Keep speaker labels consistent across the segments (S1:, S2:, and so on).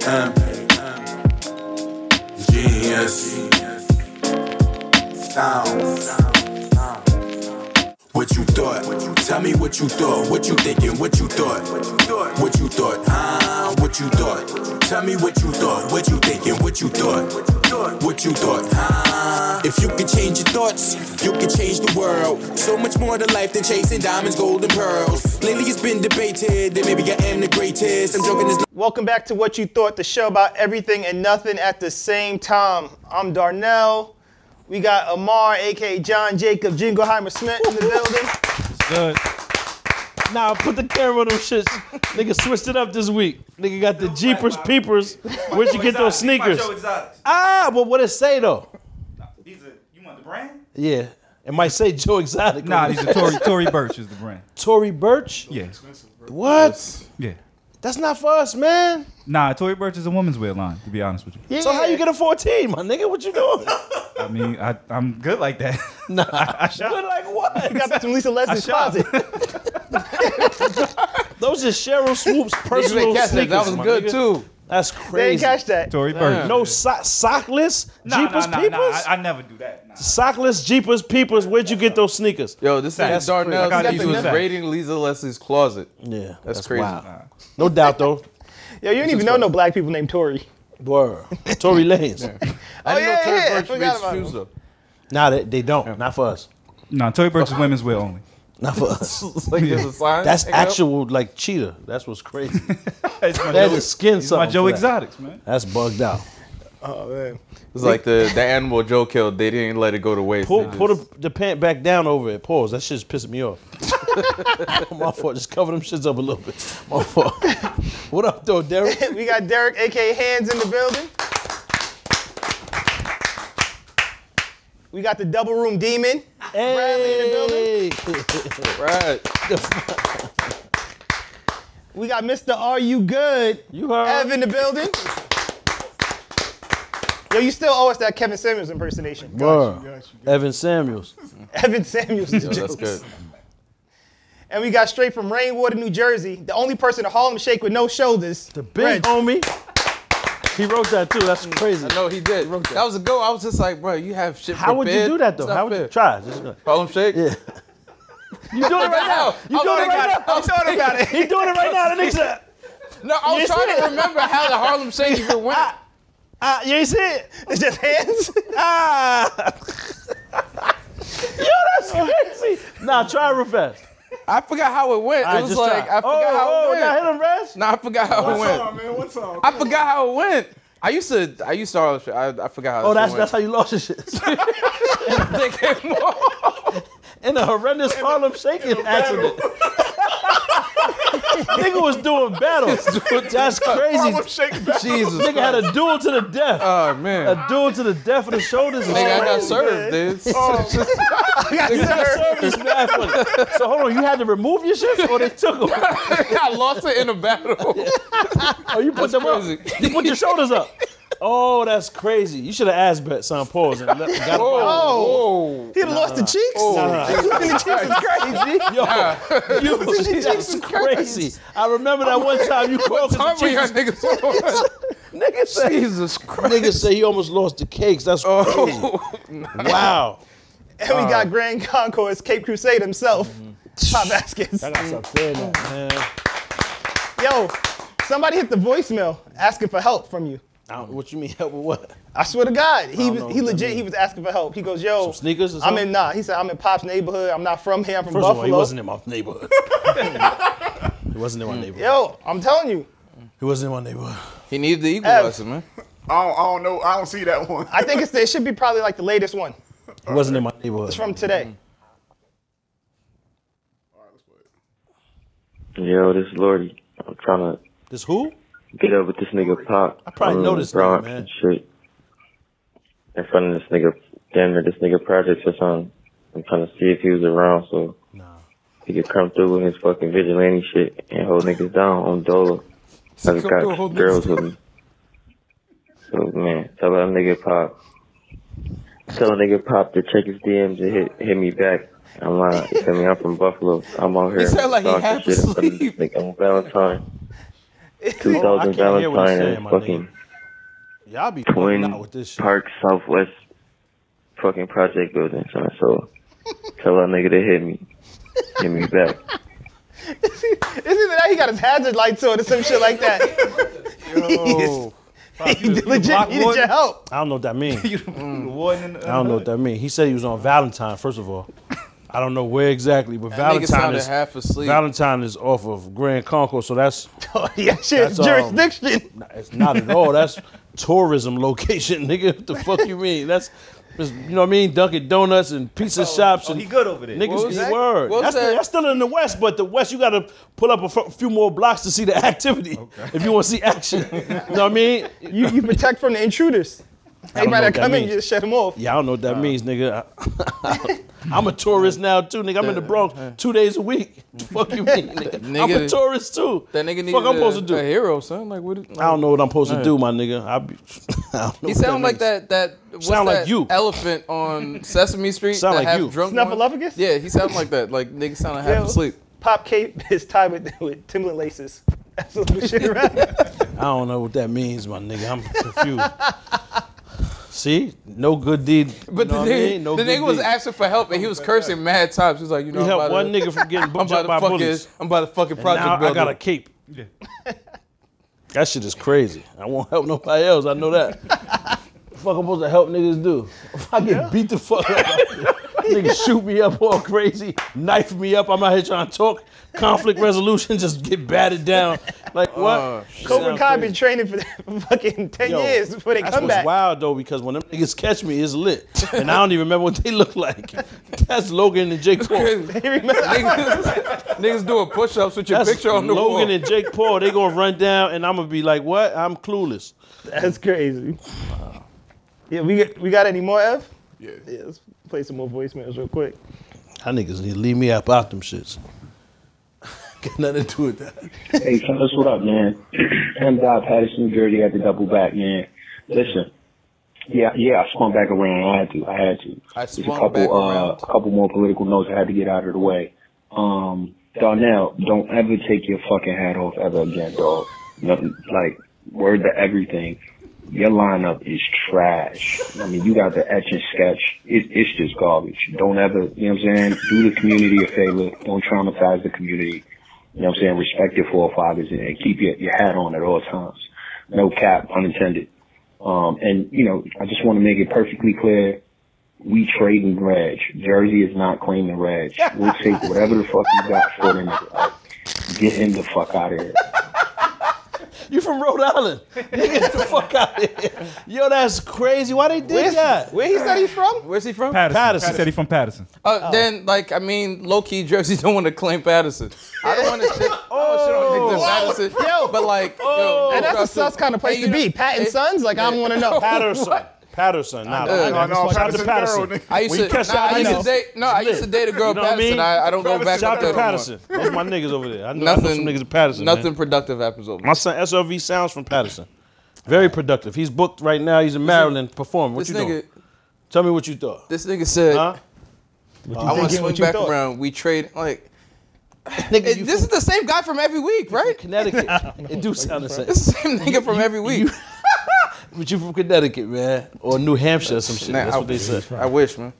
S1: time. Genius. Sound. What you thought? Tell me what you thought. What you thinking? What you thought? What you thought? Ah, what you thought? Tell me what you thought. What you thinking? What you thought? What you thought? Ah, if you could change your thoughts, you could change the world. So much more to life than chasing diamonds, gold, and pearls. Lately, it's been debated that maybe I am the greatest. I'm joking. It's
S2: Welcome back to What You Thought, the show about everything and nothing at the same time. I'm Darnell. We got Amar, aka John Jacob Jingleheimer Smith in the building.
S3: Good. Now put the camera on them shits. Nigga switched it up this week. Nigga got the Jeepers Peepers. Where'd you get those sneakers?
S4: Joe Exotics.
S3: Ah, but what it say though?
S4: These are you want the brand?
S3: Yeah. It might say Joe Exotic.
S4: Nah,
S3: on
S4: these
S3: it.
S4: are Tory Tory Burch is the brand.
S3: Tory Burch.
S4: Yeah,
S3: What?
S4: yeah.
S3: That's not for us, man.
S4: Nah, Tory Burch is a women's wear line. To be honest with you,
S3: So how you get a 14, my nigga? What you doing?
S4: I mean, I I'm good like that.
S3: nah. But like what?
S2: Got this from Lisa Leslie's
S4: shop.
S2: closet.
S3: Those are Cheryl Swoop's personal
S5: Didn't catch that.
S3: sneakers.
S5: That was
S3: my
S5: good
S3: nigga.
S5: too.
S3: That's
S2: They didn't
S3: crazy.
S2: catch that.
S4: Tory Burch.
S3: No so- sockless
S4: nah,
S3: Jeepers
S4: nah, nah,
S3: Peepers.
S4: nah. I, I never do that. Nah.
S3: Sockless Jeepers Peepers. Where'd you get those sneakers?
S5: Yo, this
S3: That's
S5: is Darnell.
S3: crazy. I
S4: got
S5: He
S4: these
S5: was
S4: back.
S5: raiding Lisa Leslie's closet.
S3: Yeah,
S5: That's crazy.
S3: wild. No doubt though.
S2: Yo, you didn't even know no black people named Tory.
S3: Word. Tory Lanez. Oh,
S5: I didn't
S2: yeah,
S5: know Tory
S2: yeah, I
S5: Burch
S2: forgot
S5: made
S2: about
S5: shoes
S2: him.
S5: though.
S3: Nah, they, they don't. Not for us.
S4: Nah, Tory Burch is women's wear only.
S3: Not for us.
S5: Like there's a sign.
S3: That's
S5: hanging up.
S3: actual like cheetah. That's what's crazy.
S4: It's my
S3: That
S4: Joe-
S3: is skin
S4: it's my
S3: something.
S4: Joe
S3: for that.
S4: Exotics, man.
S3: That's bugged out.
S2: Oh man.
S5: It's like the, the animal Joe killed. They didn't let it go to waste.
S3: Pull,
S5: They
S3: pull
S5: just-
S3: the, the pant back down over it. Pause. That shit's pissing me off. My fault. Just cover them shits up a little bit. My fault. what up, though, Derek?
S2: We got Derek, aka Hands in the building. We got the double room demon.
S3: Hey.
S2: Bradley
S5: right.
S2: We got Mr. Are You Good?
S3: You heard?
S2: Ev in the building. Yo, you still owe us that Kevin Samuels impersonation.
S3: Word. Evan Samuels.
S2: Evan Samuels is
S5: Yo,
S2: a
S5: that's
S2: joke.
S5: good.
S2: And we got straight from Rainwater, New Jersey, the only person to Harlem Shake with no shoulders.
S3: The big homie. He wrote that too. That's
S5: Mm.
S3: crazy.
S5: No, he did. That was a go. I was just like, bro, you have shit.
S3: How would you
S5: prepared?
S3: do that though?
S5: It's not
S3: How would you
S5: fair.
S3: try? Just, you
S5: Harlem Shake? Yeah.
S3: doing it right
S5: Oh,
S3: now. You doing it right now.
S5: I was thinking about it.
S3: He doing it right now. The nigga said,
S5: No, I was
S3: Yes,
S5: trying
S3: sir.
S5: to remember how the Harlem Shake even went.
S3: ah, you ain't see it?
S2: It's just hands.
S3: Ah. Yo, that's crazy. Nah, try real fast.
S5: I forgot how it went.
S3: All right,
S5: it was
S3: just
S5: like
S3: try.
S5: I forgot
S3: oh,
S5: how
S3: oh,
S5: it went.
S3: Now hit him, Rez.
S5: No, I forgot how it went.
S4: man? What's up?
S5: I forgot how it went. I used to, I used to all shit. I, I forgot how.
S3: Oh, that's that's how you lost your shit.
S5: that's how. They came off.
S3: In a horrendous Harlem shaking accident. nigga was doing battles. That's crazy.
S5: Jesus.
S3: Nigga had a duel to the death.
S5: Oh man.
S3: a duel to the death of the shoulders. and
S5: Nigga, I
S3: shit.
S5: got served, dude.
S3: Serve this mad funny. So hold on, you had to remove your shit, or they took them?
S5: I lost it in a battle.
S3: Oh, you put them
S5: crazy.
S3: up. You put your shoulders up. Oh, that's crazy. You should have asked Bet Son Paul's and let, got oh,
S5: Oh.
S2: He lost the cheeks.
S3: Yo, you, that's crazy. I remember that one time you called to
S5: Time
S3: the
S5: for your
S3: Jesus.
S5: niggas.
S3: Nigga say,
S5: Jesus Christ.
S3: nigga say he almost lost the cakes. That's crazy. Wow.
S2: and we got Grand Concourse, Cape Crusade himself,
S3: Mm-hmm.
S2: Pop Baskets. Yo, somebody hit the voicemail asking for help from you.
S3: I don't- What you mean? Help with what?
S2: I swear to God, he
S3: don't know
S2: he
S3: what that
S2: legit he was asking for help. He goes, yo,
S3: Some sneakers or
S2: I'm
S3: something?
S2: in nah. He said I'm in Pop's neighborhood. I'm not from here. I'm from
S3: First of
S2: Buffalo.
S3: all, he wasn't in my neighborhood. he wasn't in my neighborhood.
S2: Yo, I'm telling you,
S3: He wasn't in my neighborhood.
S5: He needed the equalizer, man.
S6: I don't, I don't know. I don't see that one.
S2: I think it's it should be probably like the latest one
S3: He wasn't in my neighborhood.
S2: from today.
S3: Mm-hmm.
S7: Yo, this is Lordy. I'm trying to
S3: This who?
S7: get up with this nigga Pop. I
S3: probably know this nigga,
S7: Bronx
S3: man.
S7: and shit. In front of this nigga, damn near this nigga projects or something. I'm trying to see if he was around so he could come through with his fucking vigilante shit and hold niggas down on Dolo. I just
S5: come through and
S7: got
S5: hold
S7: girls with me. So man, tell that nigga Pop. Tell that nigga Pop to check his DMs and hit hit me back. I'm lying. You feel me? I'm from Buffalo. I'm out here.
S5: sound like he
S7: talking
S5: half Oh,
S7: shit in front of this
S5: asleep.
S7: nigga. I'm Valentine.
S3: Well, I
S7: 2000
S3: can't hear what he's
S7: Valentine
S3: saying,
S7: and
S3: my
S7: fucking
S3: nigga. Y'all be fucking out
S7: Twin
S3: with this shit.
S7: Park Southwest fucking project building, son. So tell that nigga to hit me. Hit me back.
S2: It's either that he got his hazard lights on or some shit like that.
S3: Oh.
S2: he legit
S3: block
S2: needed
S3: one?
S2: your help.
S3: I don't know what that means.
S4: You the warden in the-
S3: Mm. I don't know what that means. He said he was on Valentine. First of all, I don't know where exactly, but
S5: That nigga
S3: Valentine
S5: sounded
S3: is
S5: half asleep.
S3: Valentine is off of Grand Concourse, so that's
S2: Oh, yeah, shit, it's
S3: That's, um,
S2: jurisdiction.
S3: it's not at all. That's tourism location, nigga. What the fuck you mean? That's it's- you know what I mean? Dunkin' Donuts and pizza shops
S4: Oh,
S3: and
S4: he good over there.
S3: niggas
S5: was
S3: eat
S5: that?
S3: word.
S5: What was
S3: That's, the-
S5: that?
S3: that's still in the West, but the West you gotta pull up a f- few more blocks to see the activity if you want to see action. you know what I mean?
S2: You, you protect from the intruders.
S3: don't know
S2: Everybody that
S3: what that
S2: come in,
S3: means.
S2: you just shut them off.
S3: Yeah, I don't know what that means, nigga. I'm a tourist now too, nigga. I'm in the Bronx two days a week. The fuck you mean, nigga? I'm a
S5: Nigga,
S3: tourist too.
S5: That nigga needed
S3: fuck I'm
S5: a,
S3: supposed to do.
S5: a hero, son. Like what? Like,
S3: I don't know what I'm supposed to do, my nigga. I be, I don't know
S5: He
S3: what
S5: sound like
S3: means.
S5: that that what's
S3: Sound like
S5: that
S3: you.
S5: elephant on Sesame Street.
S3: Sound
S5: that
S3: like
S5: half
S3: you.
S5: Drunk one?
S2: Snuffleupagus?
S5: Yeah, he sound like that. Like nigga sound like half
S2: Yo.
S5: asleep.
S2: Pop cape is tied with, with Timberland laces. That's what the shit around.
S3: I don't know what that means, my nigga. I'm confused. See, no good deed.
S5: But
S3: you know
S5: the
S3: what I
S5: nigga,
S3: mean? no
S5: the
S3: good
S5: nigga was
S3: deed.
S5: asking for help and he was cursing mad times. He was like, you know,
S3: He
S5: I'm
S3: helped
S5: about
S3: one
S5: to,
S3: nigga from getting
S5: I'm
S3: booked
S5: about
S3: up
S5: to
S3: by
S5: fucking,
S3: bullies.
S5: I'm about to fucking project
S3: now I
S5: builder.
S3: got a cape. that shit is crazy. I won't help nobody else. I know that. fuck, I'm supposed to help niggas do. If I get beat the fuck up, niggas shoot me up all crazy, knife me up. I'm out here trying to talk. Conflict resolution, just get battered down.
S5: Oh,
S3: Like what? Sounds
S2: Cobra Kai
S3: crazy.
S2: been training for, for fucking 10
S3: Yo,
S2: years before they
S3: That's
S2: come
S3: what's
S2: back.
S3: wild though, because when them niggas catch me, it's lit, and I don't even remember what they look like. That's Logan and Jake Paul.
S5: Niggas, niggas doing push-ups with your
S3: That's
S5: picture on the
S3: Logan
S5: wall.
S3: and Jake Paul. They gonna run down, and I'm gonna be like, "What? I'm clueless."
S2: That's crazy. Yeah, we got, we got any more, F?
S8: Yeah.
S2: Yeah, let's play some more voicemails real quick.
S3: How niggas need to leave me up out them shits. Got nothing to do with that.
S9: Hey, fellas, what up, man? I'm Doc Patterson, New Jersey, at the double back, man. Listen, yeah, yeah, I swung back around. I had to. I had to.
S5: I
S9: There's a
S5: swung
S9: couple,
S5: back
S9: uh,
S5: around.
S9: a couple more political notes I had to get out of the way. Um, Darnell, don't ever take your fucking hat off ever again, dog. Nothing, like, word to everything. Your lineup is trash. I mean, you got the etch and sketch. It, it's just garbage. Don't ever, you know what I'm saying? Do the community a favor. Don't traumatize the community. You know what I'm saying? Respect your forefathers and, and keep your, your hat on at all times. No cap, unintended. Um, and you know, I just want to make it perfectly clear. We trading Reg. Jersey is not claiming Reg. We'll take whatever the fuck you got for them. Like, get him the fuck out of here.
S3: You from Rhode Island? Nigga, get the fuck out of here. Yo, that's crazy. Why they did that?
S2: Where he said he's from?
S5: Where's he from?
S4: Patterson.
S3: Patterson.
S4: He said he from Patterson.
S5: Uh, Then, like, I mean, low key, Jersey don't want to claim Patterson. I don't want to shit. Oh, shit on Niggas in Patterson. Yo, Oh. but like, yo,
S2: And that's a
S5: trust
S2: sus
S5: him.
S2: kind of place to be. Pat and Sons? Like, I don't want to know.
S3: Patterson. Patterson. Nah,
S5: know.
S3: nah,
S8: No, no,
S3: shout out to
S8: Patterson
S3: Patterson.
S8: Girl, nigga.
S5: I used
S3: When you
S5: to,
S3: catch
S5: nah,
S3: that,
S5: I
S3: I
S5: used to
S3: know.
S5: date. No, I used to date a girl
S3: You know what I
S5: Patterson.
S3: mean?
S5: I, I, don't go back
S3: Shout
S5: up there
S3: out to
S5: no more.
S3: Patterson. Those my niggas over there. I know, I know some
S5: Nothing.
S3: niggas in Patterson. man.
S5: Nothing productive happens over.
S3: My son SOV sounds from Patterson. Very productive. He's booked right now. He's in Maryland performing.
S5: this
S3: What you
S5: nigga,
S3: doing? Tell me what you thought.
S5: this nigga said,
S3: Huh?
S5: "I want to
S2: thinking?
S5: swing
S2: What you
S5: back
S2: thought?
S5: around. We trade like
S3: Nigga, you
S5: this is the same guy from every week, right?
S3: from Connecticut. It do sound the same.
S5: This is the same nigga from every week.
S3: But you from Connecticut, man, or New Hampshire or some shit.
S5: Nah,
S3: That's
S5: I-
S3: what they said.
S5: I wish, man.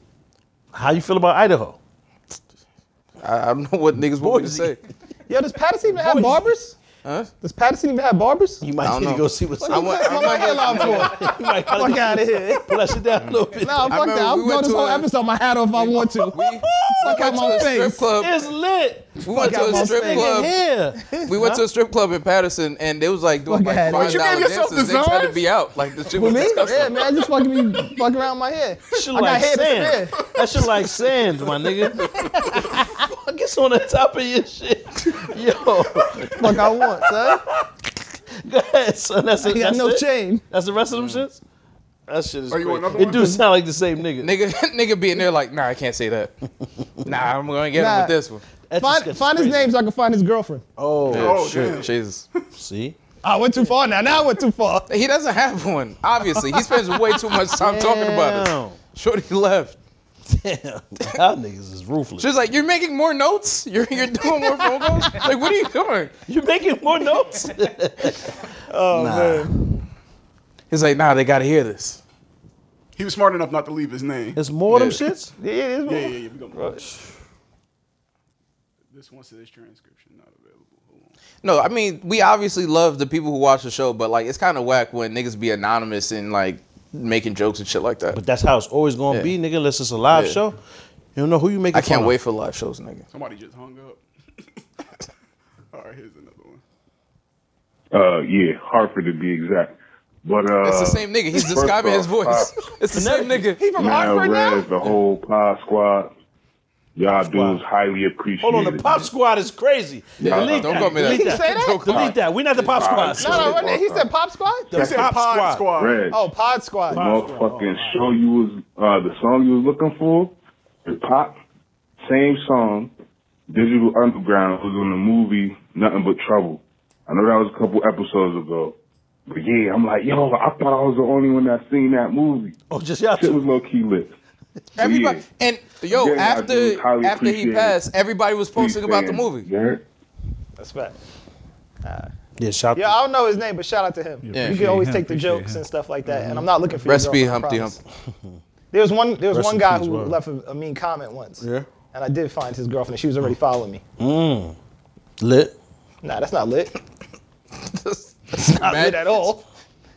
S3: How you feel about Idaho?
S5: I, I don't know what niggas want me to
S3: Boise.
S5: say.
S2: Yo, does Patterson even have barbers?
S5: Huh?
S2: Does Patterson even have barbers?
S3: You
S5: I
S3: might
S5: don't
S3: need to
S5: know.
S3: go see what's
S5: I
S3: up.
S5: went. I
S2: my
S5: remember-
S2: hairline for?
S3: You might gotta
S2: Fuck out of here.
S3: pull that shit down a little bit.
S2: Nah, fuck
S5: remember
S2: that. I'm
S5: we
S2: going
S5: went
S2: this
S5: to
S2: whole
S5: a-
S2: episode my hat off if I want to.
S5: We,
S2: fuck
S5: went
S2: out
S5: to
S2: my
S5: a strip
S2: face.
S5: club.
S3: It's lit.
S5: We went
S2: out
S5: to
S2: my
S5: a strip
S2: face.
S5: club.
S3: Yeah.
S5: We went to a strip club in Patterson, and they was like doing
S2: Fuck
S5: like
S2: outta
S5: five
S2: here. But
S8: you gave
S5: dollar
S8: yourself
S5: dances. They tried to
S8: designs?
S5: be out. Like the shit was
S2: For me?
S5: disgusting.
S2: Yeah, man, just fucking me fucking around my hair.
S3: shit
S2: I got
S3: like
S2: hair to
S3: sand.
S2: spare.
S3: That shit like sand, my nigga. Fuck, it's on the top of your shit. Yo,
S2: Fuck I want, son.
S3: go ahead, son. That's, it.
S2: You got
S3: that's
S2: no
S3: it.
S2: chain.
S3: That's the rest of them shits? That shit is
S8: Oh, you want
S3: crazy.
S8: another
S3: It
S8: one?
S3: do sound like the same nigga.
S5: Nigga, nigga being there like, nah, I can't say that. nah, I'm gonna get him
S2: Nah.
S5: with this one.
S3: That's
S2: Find,
S3: just
S2: find his
S3: crazy.
S2: name so I can find his girlfriend.
S3: Oh,
S8: Oh,
S5: shit,
S8: damn.
S5: Jesus.
S3: see?
S2: I went too far now. Now I went too far.
S5: He doesn't have one. Obviously, he spends way too much time talking about it.
S3: Damn.
S5: Shorty left.
S3: Damn, y'all niggas is ruthless.
S5: She was like, "You're making more notes. You're you're doing more phone calls. Like, what are you doing?"
S3: you making more notes?
S2: Oh man.
S5: He's like, "Nah, they gotta hear this."
S4: He was smart enough not to leave his name.
S3: It's more them shits?
S2: Yeah, yeah, it is
S4: Yeah, yeah,
S2: more-
S4: yeah. We gonna This one says transcription not available. Hold on.
S5: No, I mean, we obviously love the people who watch the show, but like, it's kind of whack when niggas be anonymous and like making jokes and shit like that.
S3: But that's how it's always gonna
S5: Yeah.
S3: be, nigga, unless it's a live
S5: Yeah.
S3: show. You don't know who you making
S5: I can't
S3: fun
S5: wait
S3: Of.
S5: for live shows, nigga.
S4: Somebody just hung up. All right, here's another one.
S10: Uh, yeah, Hartford to be exact. But uh,
S5: It's the same nigga. He's
S10: first
S5: describing his
S10: off,
S5: voice.
S3: uh,
S10: I-
S5: It's the same nigga. He from
S10: Man, Rez, the whole Pod Squad. Y'all dudes highly appreciated.
S3: Hold on, the pop squad is crazy. delete
S5: don't
S3: that.
S5: call me that.
S3: Delete
S5: He
S3: that.
S5: said that?
S3: Delete that. We're not the pop
S10: Alright,
S3: squad.
S10: so-
S2: No, no, what- he said Pop Squad?
S3: The
S4: Say Pod
S3: Ah,
S4: Squad.
S10: Rez,
S2: Oh, Pod Squad.
S10: the motherfucking show you was uh, the song you was looking for, the pop, same song, Digital Underground was on the movie Nothing But Trouble. I know that was a couple episodes ago. But yeah, I'm like, yo, I thought I was the only one that seen that movie.
S3: Oh, just y'all
S10: Shit
S3: two.
S10: was low key lit. But
S5: Everybody
S10: yeah.
S5: and yo,
S10: Yeah, I do.
S5: after
S10: Highly
S5: after he
S10: appreciate it.
S5: passed, everybody was
S10: Please
S5: posting about the
S10: stand.
S5: movie.
S10: You heard?
S2: That's fact.
S3: Yeah, shout
S2: Yeah, I don't know his name, but shout out to him.
S5: Yeah.
S2: You can always
S11: him,
S2: take the
S11: appreciate
S2: jokes
S11: him.
S2: and stuff like that. And I'm not looking for your
S5: Recipe
S2: girlfriend, I
S5: Humpty
S2: promise.
S5: Hump.
S2: There was one. There was
S3: Rest
S2: one
S3: in
S2: guy
S3: peace,
S2: who
S3: Will.
S2: left a, a mean comment once.
S3: Yeah.
S2: And I did find his girlfriend. She was already following me.
S3: lit.
S2: Nah, that's not lit.
S5: Mad-
S2: Lit at all.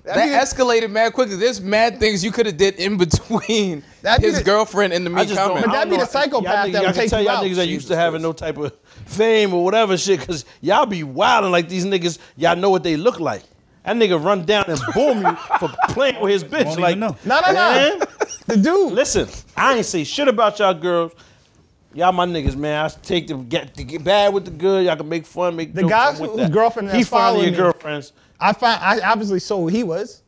S2: That,
S5: That
S2: nigga-
S5: escalated mad quickly. There's mad things you could have did in between
S2: That
S5: his
S2: nigga-
S5: girlfriend and the
S3: I
S5: mean
S3: just don't-
S5: comment.
S2: But
S3: I
S2: that'd
S3: don't
S2: be
S3: know.
S2: the psychopath
S3: Y'all niggas-
S2: that would
S3: I can
S2: take
S3: tell
S2: you
S3: y'all
S2: out.
S3: niggas that used to having no type of fame or whatever shit, cause y'all be wilding like these niggas. Y'all know what they look like. That nigga run down and boom you for playing with his bitch.
S11: Won't even
S3: like
S11: know.
S2: no, no, no.
S3: Man,
S2: The dude.
S3: listen, I ain't say shit about y'all girls. Y'all my niggas, man. I take the get the get bad with the good. Y'all can make fun, make
S2: The
S3: jokes
S2: guy
S3: with
S2: whose
S3: that.
S2: girlfriend
S3: he
S2: that's
S3: finally
S2: following
S3: your
S2: me.
S3: girlfriends.
S2: I find. I obviously saw who he was,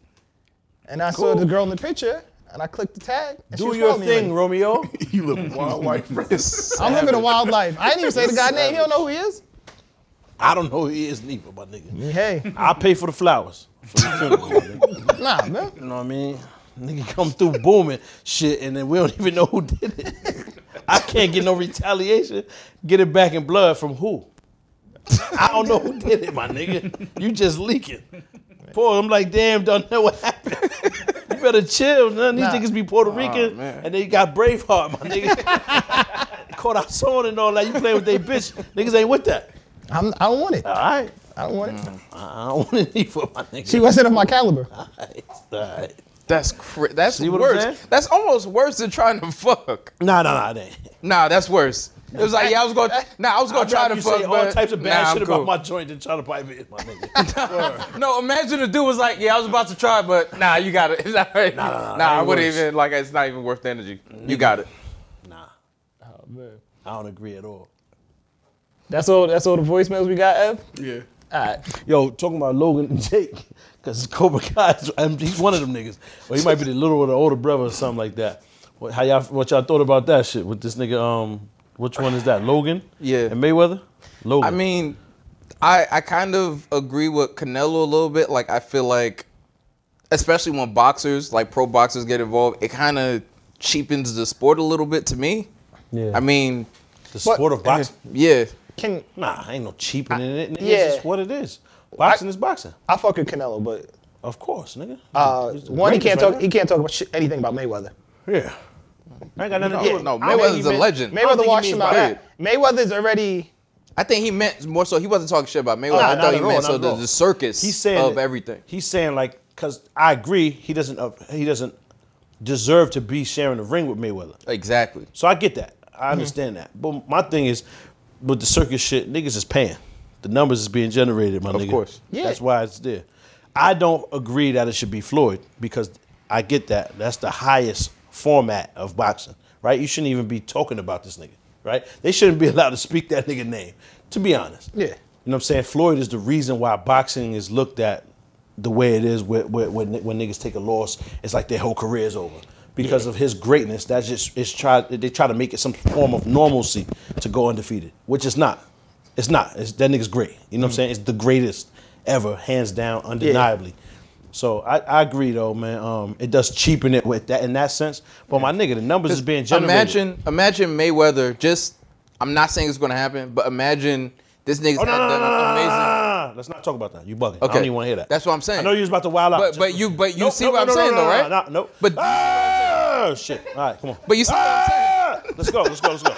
S2: and I saw the girl in the picture, and I clicked the tag. And she
S3: Do
S2: was
S3: your
S2: following me
S3: thing,
S2: already.
S3: Romeo.
S4: You live wild life, friends.
S2: I'm living a wild life. I didn't even say the guy's name. He don't know who he is.
S3: I don't know who he is neither, my nigga.
S2: Hey,
S3: I pay for the flowers. For the funeral, nigga.
S2: nah, man.
S3: You know what I mean? Nigga come through booming shit, and then we don't even know who did it. I can't get no retaliation. Get it back in blood from who? I don't know who did it, my nigga. You just leaking. Poor, I'm like, damn, don't know what happened. You better chill. None of these
S2: Nah.
S3: niggas be Puerto Rican,
S5: man.
S3: and they got Braveheart, my nigga. Caught our song and all that. You playing with they bitch. Niggas ain't with that.
S2: I'm, I don't want it.
S3: All right.
S2: I don't want it.
S3: I don't want any for my nigga.
S2: She wasn't of my caliber.
S3: All right.
S5: That's cra- that's
S3: what I'm
S5: worse.
S3: saying?
S5: that's almost worse than trying to fuck.
S3: Nah, nah, nah, it ain't.
S5: Nah, that's worse. It was like, yeah, I was going. to Nah, I was going
S3: I'd
S5: to try
S3: rather
S5: to
S3: you
S5: fuck.
S3: say all
S5: but
S3: types of bad
S5: nah, I'm
S3: shit
S5: cool.
S3: about my joint than try to pipe me in, my nigga.
S5: No, imagine the dude was like, yeah, I was about to try, but nah, you got it. It's all right. Nah,
S3: nah,
S5: I
S3: ain't
S5: wouldn't
S3: worse.
S5: even like. It's not even worth the energy. You got it.
S3: nah. I don't agree at all.
S2: That's all. That's all the voicemails we got. Ev.
S4: Yeah.
S2: All right.
S3: Yo, talking about Logan and Jake, because Cobra Kai, is- um, he's one of them niggas. Or he might be the little or the older brother or something like that. What, how y'all, what y'all thought about that shit with this nigga? Um, which one is that? Logan?
S5: Yeah.
S3: And Mayweather? Logan.
S5: I mean, I I kind of agree with Canelo a little bit. Like I feel like, especially when boxers, like pro boxers, get involved, it kind of cheapens the sport a little bit to me.
S3: yeah.
S5: I mean,
S3: the sport of boxing.
S5: yeah,
S2: Can
S3: Nah, ain't no cheaping in it. Nigga.
S2: yeah.
S3: It's just what it is. Boxing is boxing.
S2: I fuck with Canelo, but
S3: Of course, nigga.
S2: uh,
S3: He's the
S2: one he
S3: greatest
S2: can't
S3: right
S2: talk. He can't talk about shit, anything about Mayweather.
S3: there. Yeah. I ain't got nothing to do
S5: no,
S3: with
S5: no,
S3: I don't
S5: Mayweather's
S3: even-
S5: a legend.
S3: don't
S2: Mayweather
S3: think he
S2: washed him
S3: means
S2: out.
S5: bad.
S2: Mayweather's already.
S5: I think he meant more so. He wasn't talking shit about Mayweather.
S3: Nah,
S5: I
S3: not
S5: thought he
S3: at all,
S5: meant
S3: not
S5: so
S3: at
S5: the,
S3: all.
S5: the circus
S3: He's saying
S5: of
S3: that-
S5: everything.
S3: He's saying like, cause I agree, he doesn't uh, he doesn't deserve to be sharing the ring with Mayweather.
S5: Exactly.
S3: So I get that,
S5: Mm-hmm.
S3: I understand that. But my thing is, with the circus shit, niggas is paying. The numbers is being generated, my nigga.
S5: course.
S2: Yeah.
S3: That's why it's there. I don't agree that it should be Floyd because I get that. That's the highest format of boxing, right? You shouldn't even be talking about this nigga, right? They shouldn't be allowed to speak that nigga name. To be honest.
S2: Yeah.
S3: You know what I'm saying? Floyd is the reason why boxing is looked at the way it is when, when, when, when niggas take a loss. It's like their whole career is over. Because of his greatness, that's just it's try they try to make it some form of normalcy to go undefeated, which it's not. It's not. It's, that nigga's great. You know what I'm saying? It's the greatest ever, hands down, undeniably. So I, I agree though, man. Um, it does cheapen it with that in that sense. But my nigga, the numbers is being generated.
S5: Imagine, imagine Mayweather. Just, I'm not saying it's going to happen, but imagine this nigga's
S3: Oh, no,
S5: had
S3: no, no,
S5: the
S3: no, no, no,
S5: amazing.
S3: no, no. Let's not talk about that. You bugging. I
S5: Okay.
S3: don't even want to hear that.
S5: That's what I'm saying.
S3: I know you was about to wild out.
S5: But- but you- but you see what I'm saying, though, right?
S3: No, no,
S5: But-
S3: oh shit! All right, come on.
S5: But you see what I'm
S3: Ah! Let's go. Let's go. Let's go.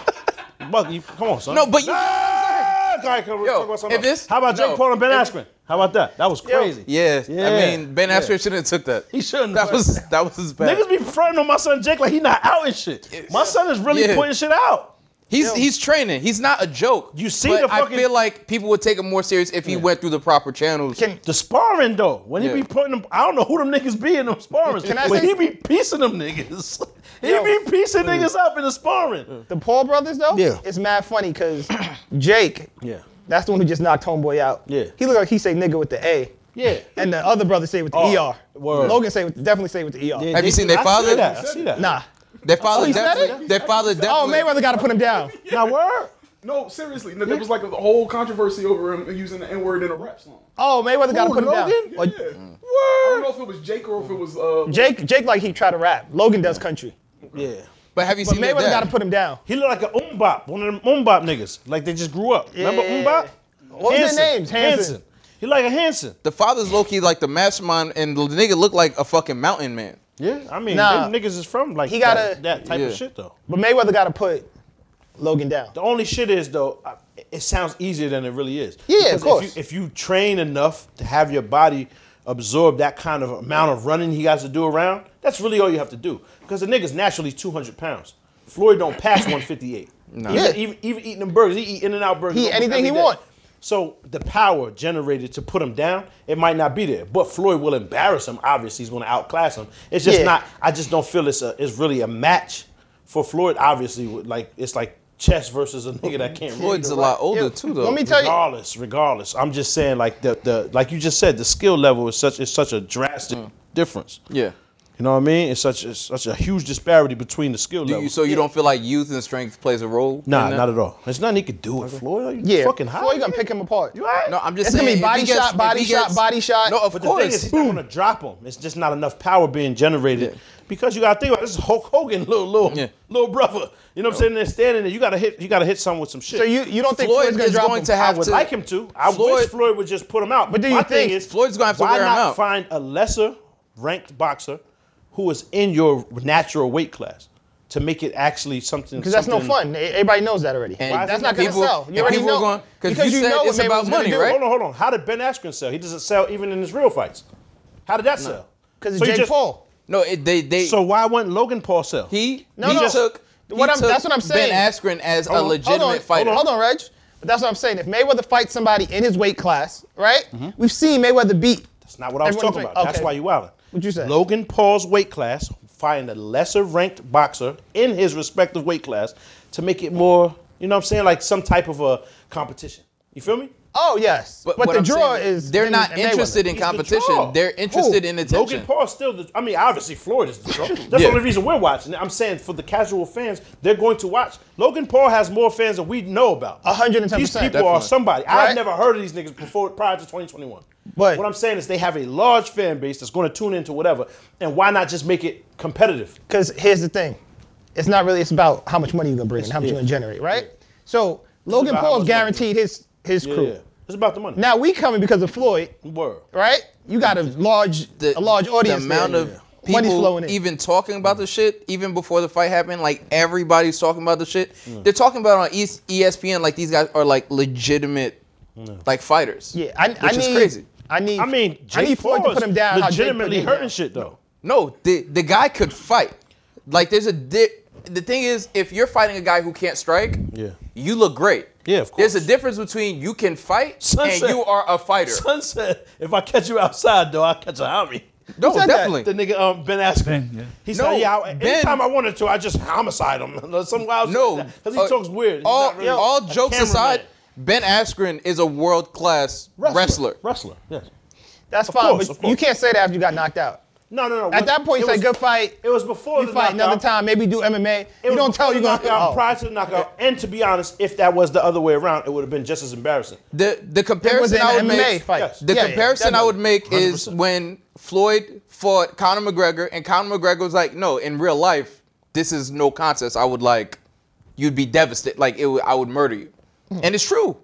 S3: You bugging. You, come on, son.
S5: No, but you.
S3: Ah! All right, come on,
S5: Yo,
S3: talk about something
S5: if
S3: else.
S5: it's-
S3: How about Jake
S5: no,
S3: Paul and Ben
S5: if-
S3: Askren? How about that? That was crazy.
S5: Yeah,
S3: Yeah.
S5: I mean, Ben
S3: Yeah.
S5: Askren shouldn't have took that.
S3: He shouldn't.
S5: That
S3: have.
S5: was that was his bad.
S3: Niggas be fronting on my son Jake like he not out and shit. My son is really
S5: Yeah.
S3: putting shit out.
S5: He's he's training. He's not a joke.
S3: You see
S5: but
S3: the
S5: I
S3: fucking-
S5: feel like people would take him more serious if he went through the proper channels.
S2: Can
S3: The sparring though, when
S5: Yeah.
S3: he be putting them, I don't know who them niggas be in them sparring,
S2: Can I
S3: but
S2: say-
S3: he be piecing them niggas. he
S2: Yo. Mm.
S3: be piecing niggas up in the sparring.
S2: the Paul brothers though?
S3: Yeah.
S2: It's mad funny because Jake,
S3: Yeah,
S2: that's the one who just knocked homeboy out.
S3: Yeah.
S2: He look like he say nigga with the A.
S3: yeah.
S2: And the other brother say with the
S3: Oh,
S2: ER.
S3: word.
S2: Logan say with, definitely say with the ER.
S5: Have you seen their
S3: I
S5: father?
S3: See that. I see that.
S2: Nah.
S5: Their father
S2: Oh, he said
S5: definitely.
S2: it?
S5: Their father
S2: Oh,
S5: definitely.
S2: Mayweather got to put him down.
S3: Now where?
S12: No, seriously. No, There was like a whole controversy over him using the N word in a rap song.
S2: Oh, Mayweather got to put him down.
S3: Oh,
S2: Or-
S12: Yeah. I don't know if it was Jake or if it was. Uh,
S2: Jake, Jake like he try to rap. Logan does country.
S3: Yeah.
S5: But have you
S2: But
S5: seen their
S2: Mayweather got to
S5: dad?
S2: put him down.
S3: He look like a umbop, one of them umbop niggas. Like they just grew up. Remember
S2: Yeah.
S3: umbop?
S2: What was their names? Hanson.
S3: He like a Hanson.
S5: the father's low key like the mastermind, and the nigga looked like a fucking mountain man.
S3: Yeah. I mean,
S2: Nah.
S3: them niggas is from like
S2: He gotta-
S3: that, that type
S5: Yeah.
S3: of shit though.
S2: But Mayweather got to put Logan down.
S3: The only shit is though, I- it sounds easier than it really is.
S2: Yeah, of
S3: Because if
S2: course.
S3: you- If you, train enough to have your body absorb that kind of amount of running he has to do around, that's really all you have to do. Because the nigga's naturally 200 pounds. Floyd don't pass 158. No. Even,
S2: Yeah.
S3: even, even eating them burgers, he eat in and out burgers.
S2: He eat anything
S3: every
S2: he
S3: day.
S2: want.
S3: So the power generated to put him down, it might not be there. But Floyd will embarrass him. Obviously, he's going to outclass him. It's just
S2: Yeah.
S3: not. I just don't feel it's a. It's really a match for Floyd. Obviously, with, like it's like chess versus a nigga that can't.
S5: Floyd's
S3: read
S5: a
S3: or
S5: lot
S3: write.
S5: older too, though.
S2: Let me tell you.
S3: Regardless, regardless, I'm just saying like the the like you just said the skill level is such is such a drastic
S2: Mm.
S3: difference.
S5: yeah.
S3: You know what I mean? It's such it's such a huge disparity between the skill
S5: Do
S3: level.
S5: you, so you don't feel like youth and strength plays a role?
S3: Nah,
S5: in that?
S3: not at all. There's nothing he could do with Floyd. Are you
S2: Yeah.
S3: fucking high?
S2: Floyd gonna
S3: nigga?
S2: pick him apart.
S3: You all right?
S5: No, I'm just
S2: It's gonna
S5: saying.
S2: be
S5: if he
S2: body
S5: gets-
S2: shot,
S5: if
S2: body
S5: he
S2: shot,
S5: gets-
S2: body shot.
S5: No, of
S3: But the thing
S5: course.
S3: is, he's not gonna drop him. It's just not enough power being generated.
S5: Yeah.
S3: Because you gotta think about it, this is Hulk Hogan, little little
S5: Yeah.
S3: little brother. You know what I'm saying? They're standing there. You gotta hit. You gotta hit someone with some shit.
S2: So you, you don't think
S5: Floyd
S2: Floyd's gonna
S5: is
S2: drop
S5: going
S2: him?
S5: to have
S3: I would
S5: to-
S3: like him to. I wish
S5: Floyd-
S3: Floyd would just put him out.
S2: But do you
S3: My thing
S2: think
S3: is,
S5: Floyd's gonna have to
S3: why
S5: wear him
S3: not
S5: out?
S3: find a lesser ranked boxer who is in your natural weight class to make it actually something?
S2: Because that's no
S3: something-
S2: fun. E- Everybody knows that already.
S5: And
S2: that's not gonna
S5: people-
S2: sell.
S5: and
S2: You already
S5: people are
S2: know.
S5: going- 'cause you said
S2: what
S5: it's about
S2: Mayweather's gonna
S5: money,
S2: do.
S5: right?
S3: Hold on, hold on. How did Ben Askren sell? He doesn't sell even in his real fights. How did that sell?
S2: Because
S3: So
S2: it's
S3: you
S2: Jake
S3: just-
S2: Paul.
S5: no, it, they they.
S3: So why wouldn't Logan Paul sell?
S5: he
S2: No,
S5: he
S2: no.
S5: took. he
S2: What I'm-
S5: took
S2: that's what I'm saying.
S5: Ben Askren as a
S2: Hold
S5: legitimate
S2: on,
S5: fighter.
S2: Hold on, hold on, Reg. But that's what I'm saying. If Mayweather fights somebody in his weight class, right? We've seen Mayweather beat.
S3: That's not what I was
S2: Everyone's
S3: talking
S2: like,
S3: about. That's
S2: okay.
S3: why you wildin'.
S2: What'd you say?
S3: Logan Paul's weight class, find a lesser ranked boxer in his respective weight class to make it more, you know what I'm saying, like some type of a competition. You feel me?
S2: Oh yes, but,
S5: what
S2: the
S5: I'm
S2: draw
S5: saying
S2: is
S5: they're
S2: him
S5: not
S2: and Mayweather.
S5: interested in
S3: He's the
S5: competition.
S3: draw.
S5: they're interested
S3: Who?
S5: in attention.
S3: Logan Paul's still the I mean, obviously Floyd is the draw. That's the
S5: Yeah.
S3: only reason we're watching it. I'm saying for the casual fans, they're going to watch. Logan Paul has more fans than we know about.
S2: 110%,
S3: These people are
S5: definitely.
S3: somebody.
S2: Right.
S3: I've never heard of these niggas before prior to 2021.
S2: But-
S3: what I'm saying is they have a large fan base that's going to tune into whatever, and why not just make it competitive?
S2: Because here's the thing, it's not really. It's about how much money you're gonna bring and how much
S3: yeah.
S2: you're gonna generate, right? So Logan
S3: about how
S2: Paul's
S3: much money.
S2: guaranteed his his
S3: Yeah,
S2: crew.
S3: yeah. it's about the money.
S2: Now we coming because of Floyd,
S3: Word.
S2: right? You got a large
S5: the,
S2: a large audience.
S5: The amount
S2: there.
S5: of
S2: money's
S5: people
S2: flowing in.
S5: even talking about the shit, even before the fight happened, like everybody's talking about the shit. They're talking about it on E- ESPN, like these guys are like legitimate, like fighters.
S2: yeah, I, I
S5: which
S2: need,
S5: is crazy.
S2: I need.
S3: I mean, Jake
S2: I need Floyd to
S3: Paul is
S2: put him down. how Jake put
S3: Legitimately
S2: him down.
S3: hurting shit though.
S5: No, the the guy could fight. Like there's a di- the thing is, if you're fighting a guy who can't strike,
S3: Yeah.
S5: you look great.
S3: Yeah, of
S5: There's
S3: course.
S5: a difference between you can fight
S3: Sunset.
S5: and you are a fighter.
S3: Sunset. If I catch you outside though, I catch a homie.
S5: no,
S2: said that?
S5: definitely.
S3: The nigga um, Ben Askren.
S13: Ben, yeah.
S3: He
S5: No,
S3: said, "Yeah, I,
S5: Ben-
S3: anytime I wanted to, I just homicide him." Some wild
S5: No,
S3: because he
S5: uh,
S3: talks weird. He's
S5: All,
S3: not really
S5: all
S3: a
S5: jokes
S3: cameraman.
S5: aside, Ben Askren is a world class wrestler.
S3: Wrestler. Yes.
S2: That's
S3: Of
S2: fine,
S3: course, of
S2: but you
S3: course.
S2: can't say that after you got knocked out. No, no,
S14: no.
S2: At that
S14: It
S2: point, it's like
S14: was-
S2: good fight.
S14: It was before
S2: you
S14: the
S2: fight another
S14: knockout.
S2: time. Maybe do MMA. you don't tell you
S14: before
S2: gonna
S14: the knockout,
S2: oh.
S14: prior to the knockout. And to be honest, if that was the other way around, it would have been just as embarrassing.
S5: The the
S14: was
S5: comparison
S14: an
S5: I would
S14: MMA
S5: make.
S14: fight. Yes.
S5: The
S14: Yeah, yeah,
S5: comparison I would
S14: definitely.
S5: make is when Floyd fought Conor McGregor, and Conor McGregor was like, "No, in real life, this is no contest. I would like, you'd be devastated. Like, it, would- I would murder you."
S3: Hmm.
S5: And it's true.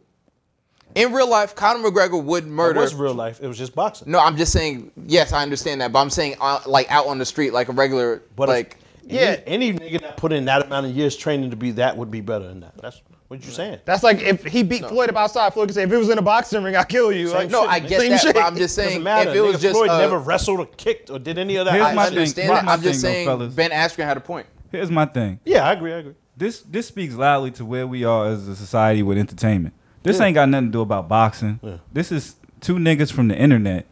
S5: In real life, Conor McGregor would murder.
S3: was real life. It was just boxing.
S5: No, I'm just saying. Yes, I understand that, but I'm saying uh, like out on the street, like a regular,
S3: But
S5: like
S3: yeah, any, nigga that put in that amount of years training to be that would be better than that. That's what you saying.
S2: That's like if he beat Floyd up outside, Floyd could say, if it was in a boxing ring, I'll kill you. like,
S5: no, I
S2: nigga.
S5: get
S2: Same
S5: that,
S2: shit.
S5: but I'm just saying,
S3: Doesn't matter.
S5: if it was
S3: Nigga,
S5: just
S3: Floyd
S5: uh,
S3: never wrestled or kicked or did any of that.
S4: Here's
S5: I
S4: my thing.
S5: understand
S4: Here's
S5: that.
S4: my
S5: I'm just
S4: thing, though,
S5: saying,
S4: fellas.
S5: Ben Askren had a point.
S4: Here's my thing.
S3: Yeah, I agree. I agree.
S4: This this speaks loudly to where we are as a society with entertainment. This ain't got nothing to do about boxing. This is two niggas from the internet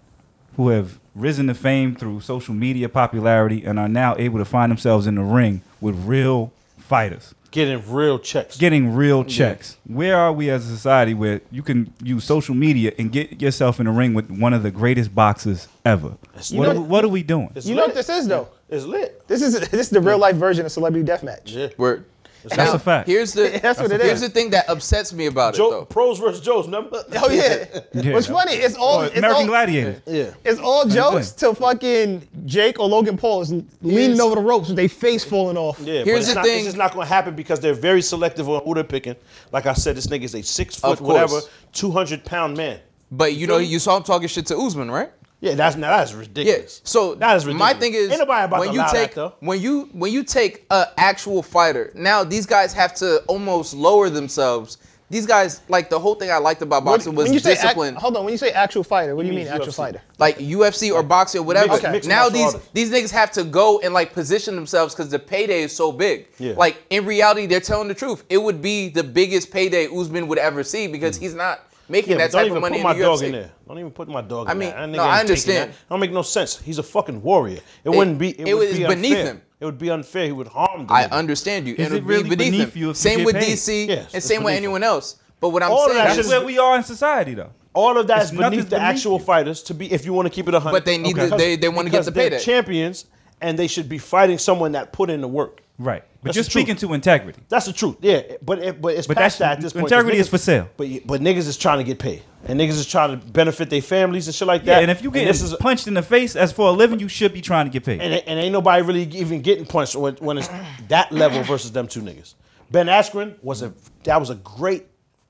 S4: who have risen to fame through social media popularity and are now able to find themselves in the ring with real fighters.
S3: Getting real checks.
S4: Getting real checks. Where are we as a society where you can use social media and get yourself in the ring with one of the greatest boxers ever?
S2: You
S4: What, are,
S2: know-
S4: what are we doing?
S3: It's
S2: You know what
S3: lit.
S2: this is though?
S3: It's lit.
S2: This is this is the real life version of celebrity deathmatch.
S3: Yeah.
S5: Word.
S4: That's a fact.
S5: Here's the
S2: That's what it
S5: here's the
S2: is.
S5: thing that upsets me about
S3: Joe,
S5: it though.
S3: pros versus Joes. Remember?
S2: Oh yeah. What's funny? It's all
S4: Or
S2: it's
S4: American
S2: all,
S4: Gladiator.
S3: yeah.
S2: It's all jokes till fucking Jake or Logan Paul is leaning over the ropes with their face falling off.
S3: Yeah, but
S5: Here's
S3: it's
S5: the
S3: not,
S5: thing.
S3: This is not going to happen because they're very selective on who they're picking. Like I said, this nigga is a six foot,
S5: Of course.
S3: whatever, two hundred pound man.
S5: But you know, you saw him talking shit to Usman, right?
S3: Yeah, that's now that's
S5: Yeah.
S3: ridiculous.
S5: So
S3: that is ridiculous.
S5: my thing is
S3: Ain't nobody about
S5: when
S3: to
S5: you
S3: allow
S5: take
S3: that, though.
S5: when you when you take a actual fighter. Now these guys have to almost lower themselves. These guys like the whole thing I liked about
S2: What-
S5: boxing was
S2: you say act-
S5: discipline.
S2: hold on, when you say actual fighter, what do you mean
S3: means
S2: actual
S3: UFC?
S2: fighter?
S5: like UFC or boxing or whatever.
S3: Mixed- Okay. mixed
S5: Now
S3: martial
S5: these
S3: artists.
S5: these niggas have to go and like position themselves because the payday is so big.
S3: Yeah.
S5: Like in reality, they're telling the truth. It would be the biggest payday Usman would ever see because he's not making
S3: Mm. Yeah,
S5: that
S3: but don't
S5: type
S3: even
S5: of money
S3: put
S5: in
S3: my
S5: the
S3: dog
S5: UFC.
S3: in there. Don't even put my dog
S5: I
S3: in
S5: mean,
S3: there. That
S5: no,
S3: nigga
S5: I
S3: ain't taking
S5: understand.
S3: That. that don't make no sense. He's a fucking warrior. It, wouldn't be. It,
S5: it
S3: would
S5: was
S3: be
S5: beneath
S3: unfair.
S5: him.
S3: It would be unfair. He would harm. The
S5: I
S3: nigga.
S5: understand you.
S4: Is
S5: It'll
S4: it
S5: be
S4: really beneath
S5: him.
S4: you if you
S5: same
S4: get
S5: with
S4: paid?
S5: DC
S3: Yes,
S5: and
S3: it's
S5: same with
S3: beneath
S5: anyone else. But what I'm
S3: All of
S5: saying
S3: that
S5: is
S4: That's where we are in society, though.
S3: All of that is
S4: It's nothing
S3: beneath the
S4: beneath
S3: actual
S4: you.
S3: fighters to be, if you want to keep it a hundred.
S5: But they need to- they- they wanna get
S3: Because
S5: the
S3: they're
S5: payday.
S3: Champions, and they should be fighting someone that put in the work.
S4: Right. But
S3: That's
S4: you're
S3: the truth.
S4: speaking to integrity.
S3: That's the truth. Yeah, but it, but it's
S4: But
S3: past
S4: that's-
S3: that at this point. 'cause
S4: integrity is
S3: niggas-
S4: for sale.
S3: But but niggas is trying to get paid, and niggas is trying to benefit their families and shit like that.
S4: Yeah, and if you get
S3: this is
S4: punched in the face as for a living, you should be trying to get paid.
S3: and, and ain't nobody really even getting punched when, when it's that level versus them two niggas. Ben Askren was a that was a great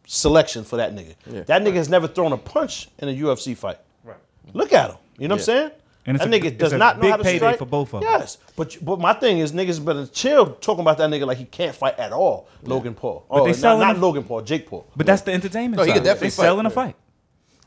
S3: selection for that nigga. That nigga has never thrown a punch in a UFC fight. Right. Look at him. You know what I'm saying?
S4: And it's
S3: that
S4: a-
S3: nigga
S4: it's
S3: does
S4: a
S3: not know
S4: big
S3: how to
S4: payday
S3: strike.
S4: for both of 'em.
S3: Yes, but but my thing is niggas better chill talking about that nigga like he can't fight at all. Logan Paul. Oh,
S4: they
S3: not,
S4: selling
S3: not
S4: him-
S3: Logan Paul. Jake Paul.
S4: but that's the entertainment
S5: No, he
S4: side.
S5: could definitely
S4: They're selling
S5: fight.
S4: a fight.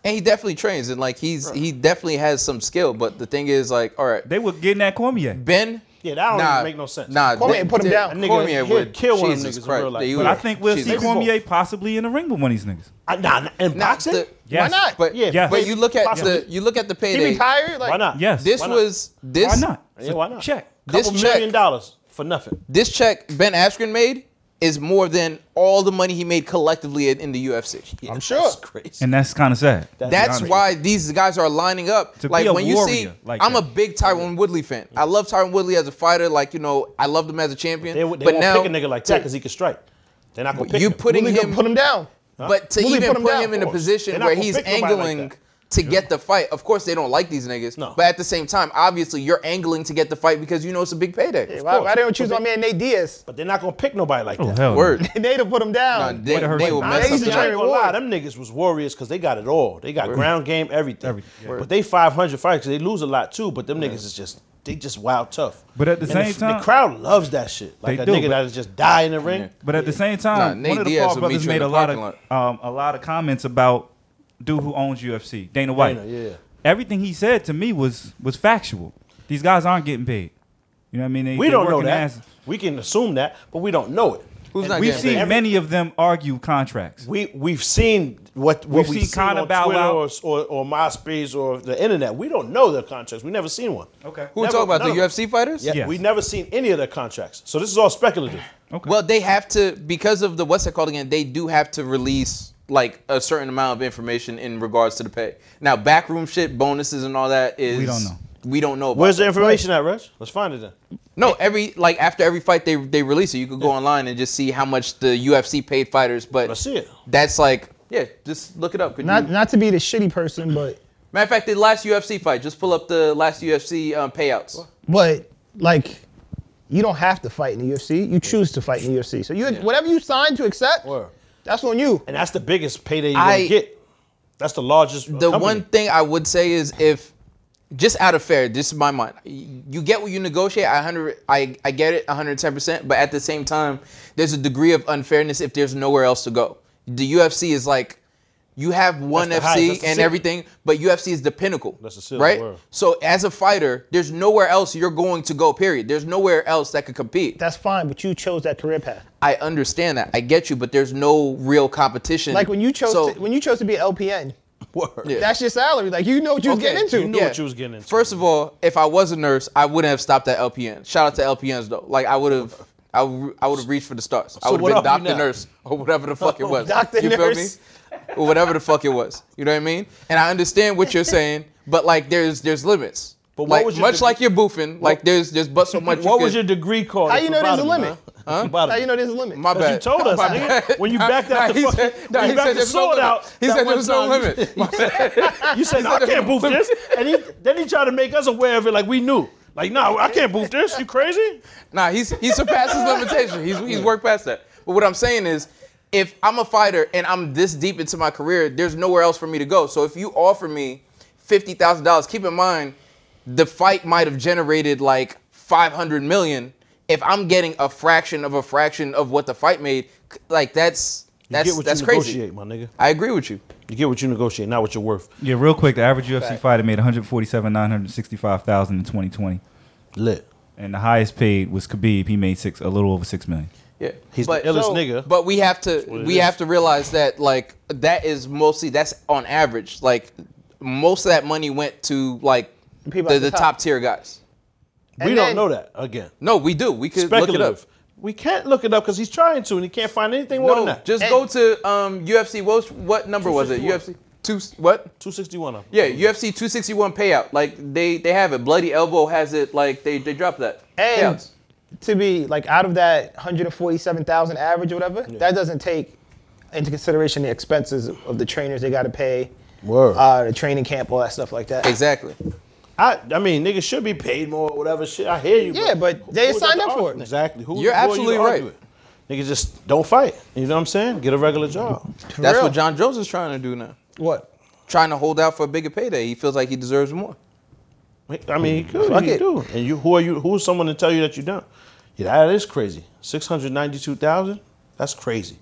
S5: and he definitely trains and like he's he definitely has some skill. But the thing is like all right,
S4: They were getting that Cormier.
S5: Ben.
S3: Yeah, that don't
S5: nah,
S3: even make no sense.
S5: Nah,
S2: Cormier
S5: they-
S2: put him
S5: they-
S2: down.
S3: That nigga-
S5: Cormier
S3: he'll
S5: would
S3: kill one of
S5: Jesus
S3: niggas in
S5: Christ.
S3: real life.
S5: They
S3: But
S5: would.
S4: But I think we'll see
S5: Jesus.
S4: Cormier possibly in the ring with one of these niggas.
S3: I, nah, nah, in
S5: Not
S3: boxing.
S5: the-
S4: Yes.
S2: not?
S5: But
S3: Yeah,
S4: yes.
S5: but you look at the
S3: Possibly.
S5: you look at the
S2: He be
S5: payday.
S2: tired? Like
S3: why not?
S4: Yes.
S5: This
S4: why not?
S5: was this
S4: Why not?
S3: Yeah, why not?
S4: Check.
S5: This
S3: Couple million
S5: check-
S3: dollars for nothing.
S5: this check Ben Askren made is more than all the money he made collectively in, in the UFC.
S3: I'm
S2: sure.
S3: That's crazy.
S4: And that's kind of sad.
S5: That's
S4: honest.
S5: why these guys are lining up.
S4: To
S5: like
S4: be a
S5: when you see,
S4: warrior like
S5: I'm a
S4: that.
S5: big Tyron Woodley fan. I love Tyron Woodley as a fighter. Like you know, I loved him as a champion.
S3: They, they won't
S5: but now,
S3: pick a nigga like that because he can strike. They're not gonna pick
S5: you
S3: him.
S5: putting
S2: Really gonna
S5: him,
S2: put him down.
S5: but to
S2: Woodley
S5: even
S2: put
S5: put
S2: him
S5: him,
S2: down,
S5: in a
S2: of course. They're
S5: position
S3: not
S5: where
S3: gonna
S5: he's
S3: pick nobody like
S5: angling
S3: that.
S5: to get the fight. Of course, they don't like these niggas.
S3: No.
S5: But at the same time, obviously, you're angling to get the fight because you know it's a big payday.
S2: Why, why
S3: course.
S2: they don't choose my man Nate Diaz?
S3: but they're not gonna pick nobody like
S4: Oh,
S3: that.
S4: hell. no.
S5: Word.
S2: And Nate'll put him
S5: Nah,
S2: down.
S5: they, they will
S4: Nah,
S5: mess
S2: they
S5: up
S2: used
S5: the
S2: to
S5: joint.
S3: I ain't gonna
S2: Warriors.
S3: lie, them niggas was warriors because they got it all. They got ground game, everything.
S4: Everything, yeah.
S3: But they 500 fights. They lose a lot too. But them niggas is just they just wild tough.
S4: But at the
S3: And
S4: same
S3: the,
S4: time-
S3: the crowd loves that shit. Like
S4: They
S3: a
S4: do,
S3: nigga
S4: but-
S3: that just die in the ring.
S4: But at the same
S5: Nah,
S4: time,
S5: Nate
S4: one of the
S5: Diaz
S4: Paul
S5: will
S4: brothers
S5: meet you in
S4: made
S5: the
S4: a lot of
S5: parking
S4: um, a lot of comments about dude who owns UFC, Dana White.
S3: Dana, yeah.
S4: Everything he said to me was was factual. These guys aren't getting paid. You know what I mean? They,
S3: We
S4: they're
S3: don't know
S4: working
S3: that.
S4: ass-
S3: We can assume that, but we don't know it.
S5: Who's
S3: And
S5: not
S4: We've
S5: Yeah,
S4: seen
S5: but
S3: every-
S4: many of them argue contracts.
S3: We we've seen what what
S4: We've
S3: we've,
S4: seen
S3: seen,
S4: Conor
S3: on
S4: bow
S3: Twitter
S4: out.
S3: or, or or MySpace or the internet. We don't know their contracts. We never seen one.
S4: Okay.
S5: Who we
S3: Never-
S5: talking about?
S3: none
S5: The
S3: of them.
S5: UFC fighters?
S3: Yeah,
S4: Yes.
S3: we never seen any of their contracts. So this is all speculative.
S4: Okay.
S5: Well, they have to because of the what's it called again? They do have to release like a certain amount of information in regards to the pay. Now, backroom shit, bonuses, and all that is
S4: We don't know.
S5: we don't know. About
S3: Where's the
S5: that.
S3: information at, Rush? Let's find it then.
S5: No, every like after every fight they they release it. You could go online and just see how much the UFC paid fighters. But
S3: Let's see it.
S5: that's like yeah, just look it up. Could
S2: Not
S5: you-
S2: not to be the shitty person, but
S5: Matter of fact, the last UFC fight. Just pull up the last UFC um, payouts.
S2: but like you don't have to fight in the UFC. You choose to fight in the UFC. So you whatever you sign to accept,
S3: Word.
S2: that's on you.
S3: And that's the biggest payday you're going
S5: I-
S3: to get. That's the largest. uh,
S5: The one thing I would say is if just out of fair, this is my mind. You get what you negotiate. I hundred, I, I get it, one hundred ten percent. But at the same time, there's a degree of unfairness if there's nowhere else to go. The UFC is like, you have one
S3: the
S5: FC
S3: highest, that's the
S5: and
S3: ceiling.
S5: everything, but UFC is the pinnacle.
S3: That's the ceiling,
S5: right?
S3: word.
S5: So as a fighter, there's nowhere else you're going to go. Period. There's nowhere else that could compete.
S2: That's fine, but you chose that career path.
S5: I understand that. I get you, but there's no real competition.
S2: Like when you chose
S5: So-
S2: to, when you chose to be an LPN,
S3: word.
S5: Yeah.
S2: that's your salary. Like you know what you was
S3: Okay,
S2: getting into.
S3: you knew what you was getting into.
S5: First of all, if I was a nurse, I wouldn't have stopped at LPN. Shout out to LPNs though. Like I would have, I would have reached for the stars. I would
S3: what
S5: have been
S3: are we
S5: doctor,
S3: now?
S5: nurse, or whatever the fuck it was.
S2: Doctor,
S5: you
S2: nurse.
S5: feel me? Or whatever the fuck it was. You know what I mean? And I understand what you're saying, but like there's there's limits. But
S3: what
S5: like,
S3: was your
S5: much
S3: deg-
S5: like you're boofing, like there's there's but so much. you
S3: What was your
S5: could-
S3: degree called?
S2: How you know there's a
S3: Phlebotomy,
S2: limit?
S3: man? Phlebotomy.
S2: Now you know there's a limit.
S5: My bad.
S3: You told us,
S5: My
S3: nigga.
S5: bad.
S3: When you backed
S5: Nah,
S3: out the
S5: he
S3: fucking,
S5: said- nah,
S3: when
S5: he
S3: you backed
S5: said
S3: the
S5: there's no
S3: sword
S5: limit.
S3: out.
S5: He
S3: that
S5: said
S3: one
S5: there's no
S3: time,
S5: limit.
S3: You said, you said, "Nah, I
S5: there's
S3: can't
S5: no
S3: boof this, and he then he tried to make us aware of it, like we knew. Like, nah, I can't boof this. You crazy?
S5: Nah, he's he surpasses limitation. He's he's worked past that. But what I'm saying is, if I'm a fighter and I'm this deep into my career, there's nowhere else for me to go. So if you offer me fifty thousand dollars, keep in mind, the fight might have generated like five hundred million. If I'm getting a fraction of a fraction of what the fight made, c- like that's that's
S3: you get what
S5: that's
S3: you
S5: crazy.
S3: negotiate, my nigga.
S5: I agree with you.
S3: You get what you negotiate, not what you're worth.
S4: Yeah, real quick, the average UFC fighter made 147,965,000 in 2020,
S3: Lit.
S4: and the highest paid was Khabib. He made six, a little over six million.
S5: Yeah,
S3: He's the illest nigga.
S5: But we have to we
S3: is.
S5: have to realize that like that is mostly that's on average. Like most of that money went to like the,
S2: people
S5: the,
S2: at the top.
S5: top. tier guys.
S3: we
S2: And
S3: don't
S2: then-
S3: know that again.
S5: No, we do. We could look it up.
S3: Speculative. We can't look it up because he's trying to, and he can't find anything more than
S5: No,
S3: that.
S5: just
S2: And-
S5: go to um, UFC. What, what number was it?
S3: 261.
S5: UFC two what?
S3: 261. Up.
S5: Yeah, UFC 261 payout. Like they they have it. Bloody elbow has it. Like they they dropped that.
S2: And-
S5: Payouts.
S2: to be like out of that 147,000 average or whatever, that doesn't take into consideration the expenses of the trainers they got to pay,
S3: Word.
S2: uh, the training camp, all that stuff like that.
S5: exactly.
S3: I, I mean, niggas should be paid more, whatever shit. I hear you.
S2: Yeah, but they
S3: who is
S2: signed
S3: that to
S2: up for
S3: argue?
S2: it.
S3: Exactly. Who,
S5: You're
S3: who are you
S5: absolutely
S3: to argue
S5: right.
S3: with? Niggas just don't fight. You know what I'm saying? Get a regular job.
S5: That's
S2: real.
S5: what John Jones is trying to do now.
S2: What?
S5: Trying to hold out for a bigger payday. He feels like he deserves more.
S3: I mean, he could.
S2: Fuck
S3: he
S2: it.
S3: do. And you, who are you? Who is someone to tell you that you don't? Yeah, that is crazy. Six hundred ninety-two thousand. That's crazy.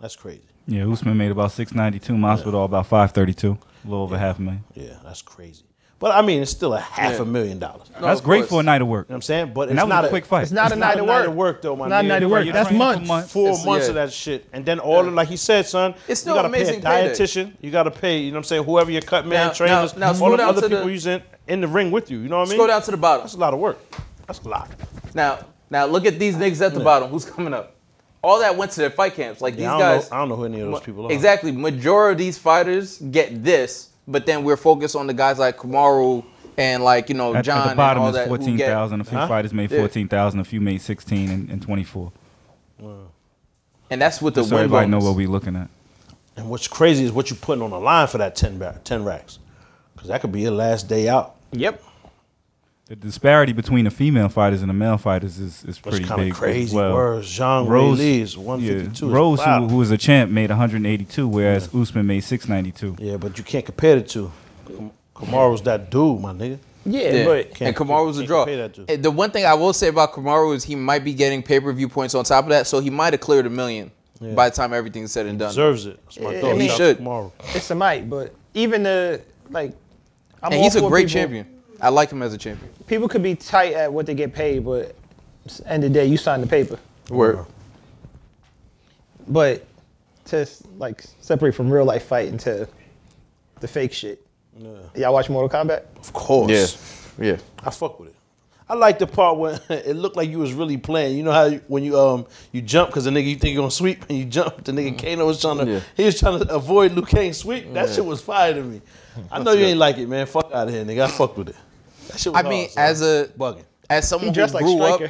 S3: That's crazy.
S4: Yeah, Usman made about 692, Masvidal about 532, a little over half a million.
S3: Yeah, that's crazy. But I mean, it's still a half
S5: Yeah.
S3: a million dollars. You know
S4: That's
S5: of
S4: great
S5: course.
S4: for a night of work.
S3: what I'm saying? But it's
S4: and that was
S3: not
S4: a quick fight.
S2: It's not a night of work.
S3: though, my
S2: Not a
S3: nigga.
S2: night of work.
S4: You're
S2: That's
S4: training for
S2: months.
S4: months.
S3: Four
S5: It's-
S3: months
S5: yeah.
S3: of that shit, and then all of like he said, son,
S5: It's still
S3: you gotta
S5: amazing
S3: pay a
S5: payday.
S3: dietitian. You gotta pay. You know what I'm saying? Whoever your cut man,
S5: Now-
S3: trainers,
S5: now- now
S3: all
S5: scroll
S3: the
S5: down
S3: other
S5: to the-
S3: people you in in the ring with you. You know what I mean?
S5: Scroll down to the bottom.
S3: That's a lot of work. That's a lot.
S5: Now, now look at these niggas at the bottom. Who's coming up? All that went to their fight camps. Like
S3: Yeah, I
S5: these
S3: don't
S5: guys.
S3: know. I don't know who any of those people are.
S5: Exactly. Majority of these fighters get this, but then we're focused on the guys like Kamaru and like you know
S4: At,
S5: John
S4: at the bottom
S5: and all
S4: is
S5: that. who get-
S4: 14,000. A few
S3: Huh?
S4: fighters made
S5: Yeah.
S4: 14,000, a few made 16 and, and 24.
S5: And that's with the
S4: So
S5: win
S4: everybody
S5: bonus.
S4: know what we looking at.
S3: And what's crazy is what you putting on the line for that 10, ba- 10 racks. Because that could be your last day out.
S5: Yep.
S4: The disparity between the female fighters and the male fighters is, is
S3: That's
S4: pretty
S3: kind
S4: big.
S3: of
S4: as
S3: crazy.
S4: well.
S3: Words. Jean Rose
S4: Rose,
S3: Lee's
S4: yeah,
S3: 152. is
S4: Rose, who,
S3: wild.
S4: who was a champ, made 182, whereas Usman made 692.
S3: yeah, but you can't compare the two. Kam- Kamaru's that dude, my nigga.
S2: Yeah,
S5: Yeah.
S2: but
S3: Can't-
S5: and Kamaru's a
S3: can't
S5: draw.
S3: compare that to-
S5: And the one thing I will say about Kamaru is he might be getting pay per view points on top of that, so he might have cleared a million by the time everything's said and done.
S3: Deserves it. That's my
S2: Yeah,
S3: thought.
S2: he
S3: Shout out
S5: should.
S3: to Kamaru.
S2: it's a might. But even the like, I'm
S5: And
S2: all
S5: he's a
S2: for
S5: great
S2: people-
S5: champion. I like him as a champion.
S2: People could be tight at what they get paid, but it's the end of the day, you sign the paper.
S5: Word.
S2: But to like separate from real life fighting to the fake shit. Y'all watch Mortal Kombat?
S3: Of course.
S5: Yeah.
S3: I fuck with it. I like the part when it looked like you was really playing. You know how you, when you um you jump because the nigga you think you gonna sweep and you jump. The nigga Kano was trying to
S5: Mm-hmm. Yeah.
S3: he was trying to avoid Liu Kang's sweep. That shit was fire to me. I know you ain't like it, man. Fuck out of here, nigga. I fucked with it. shit was
S5: I mean,
S3: hard, son.
S5: as a as someone who grew up,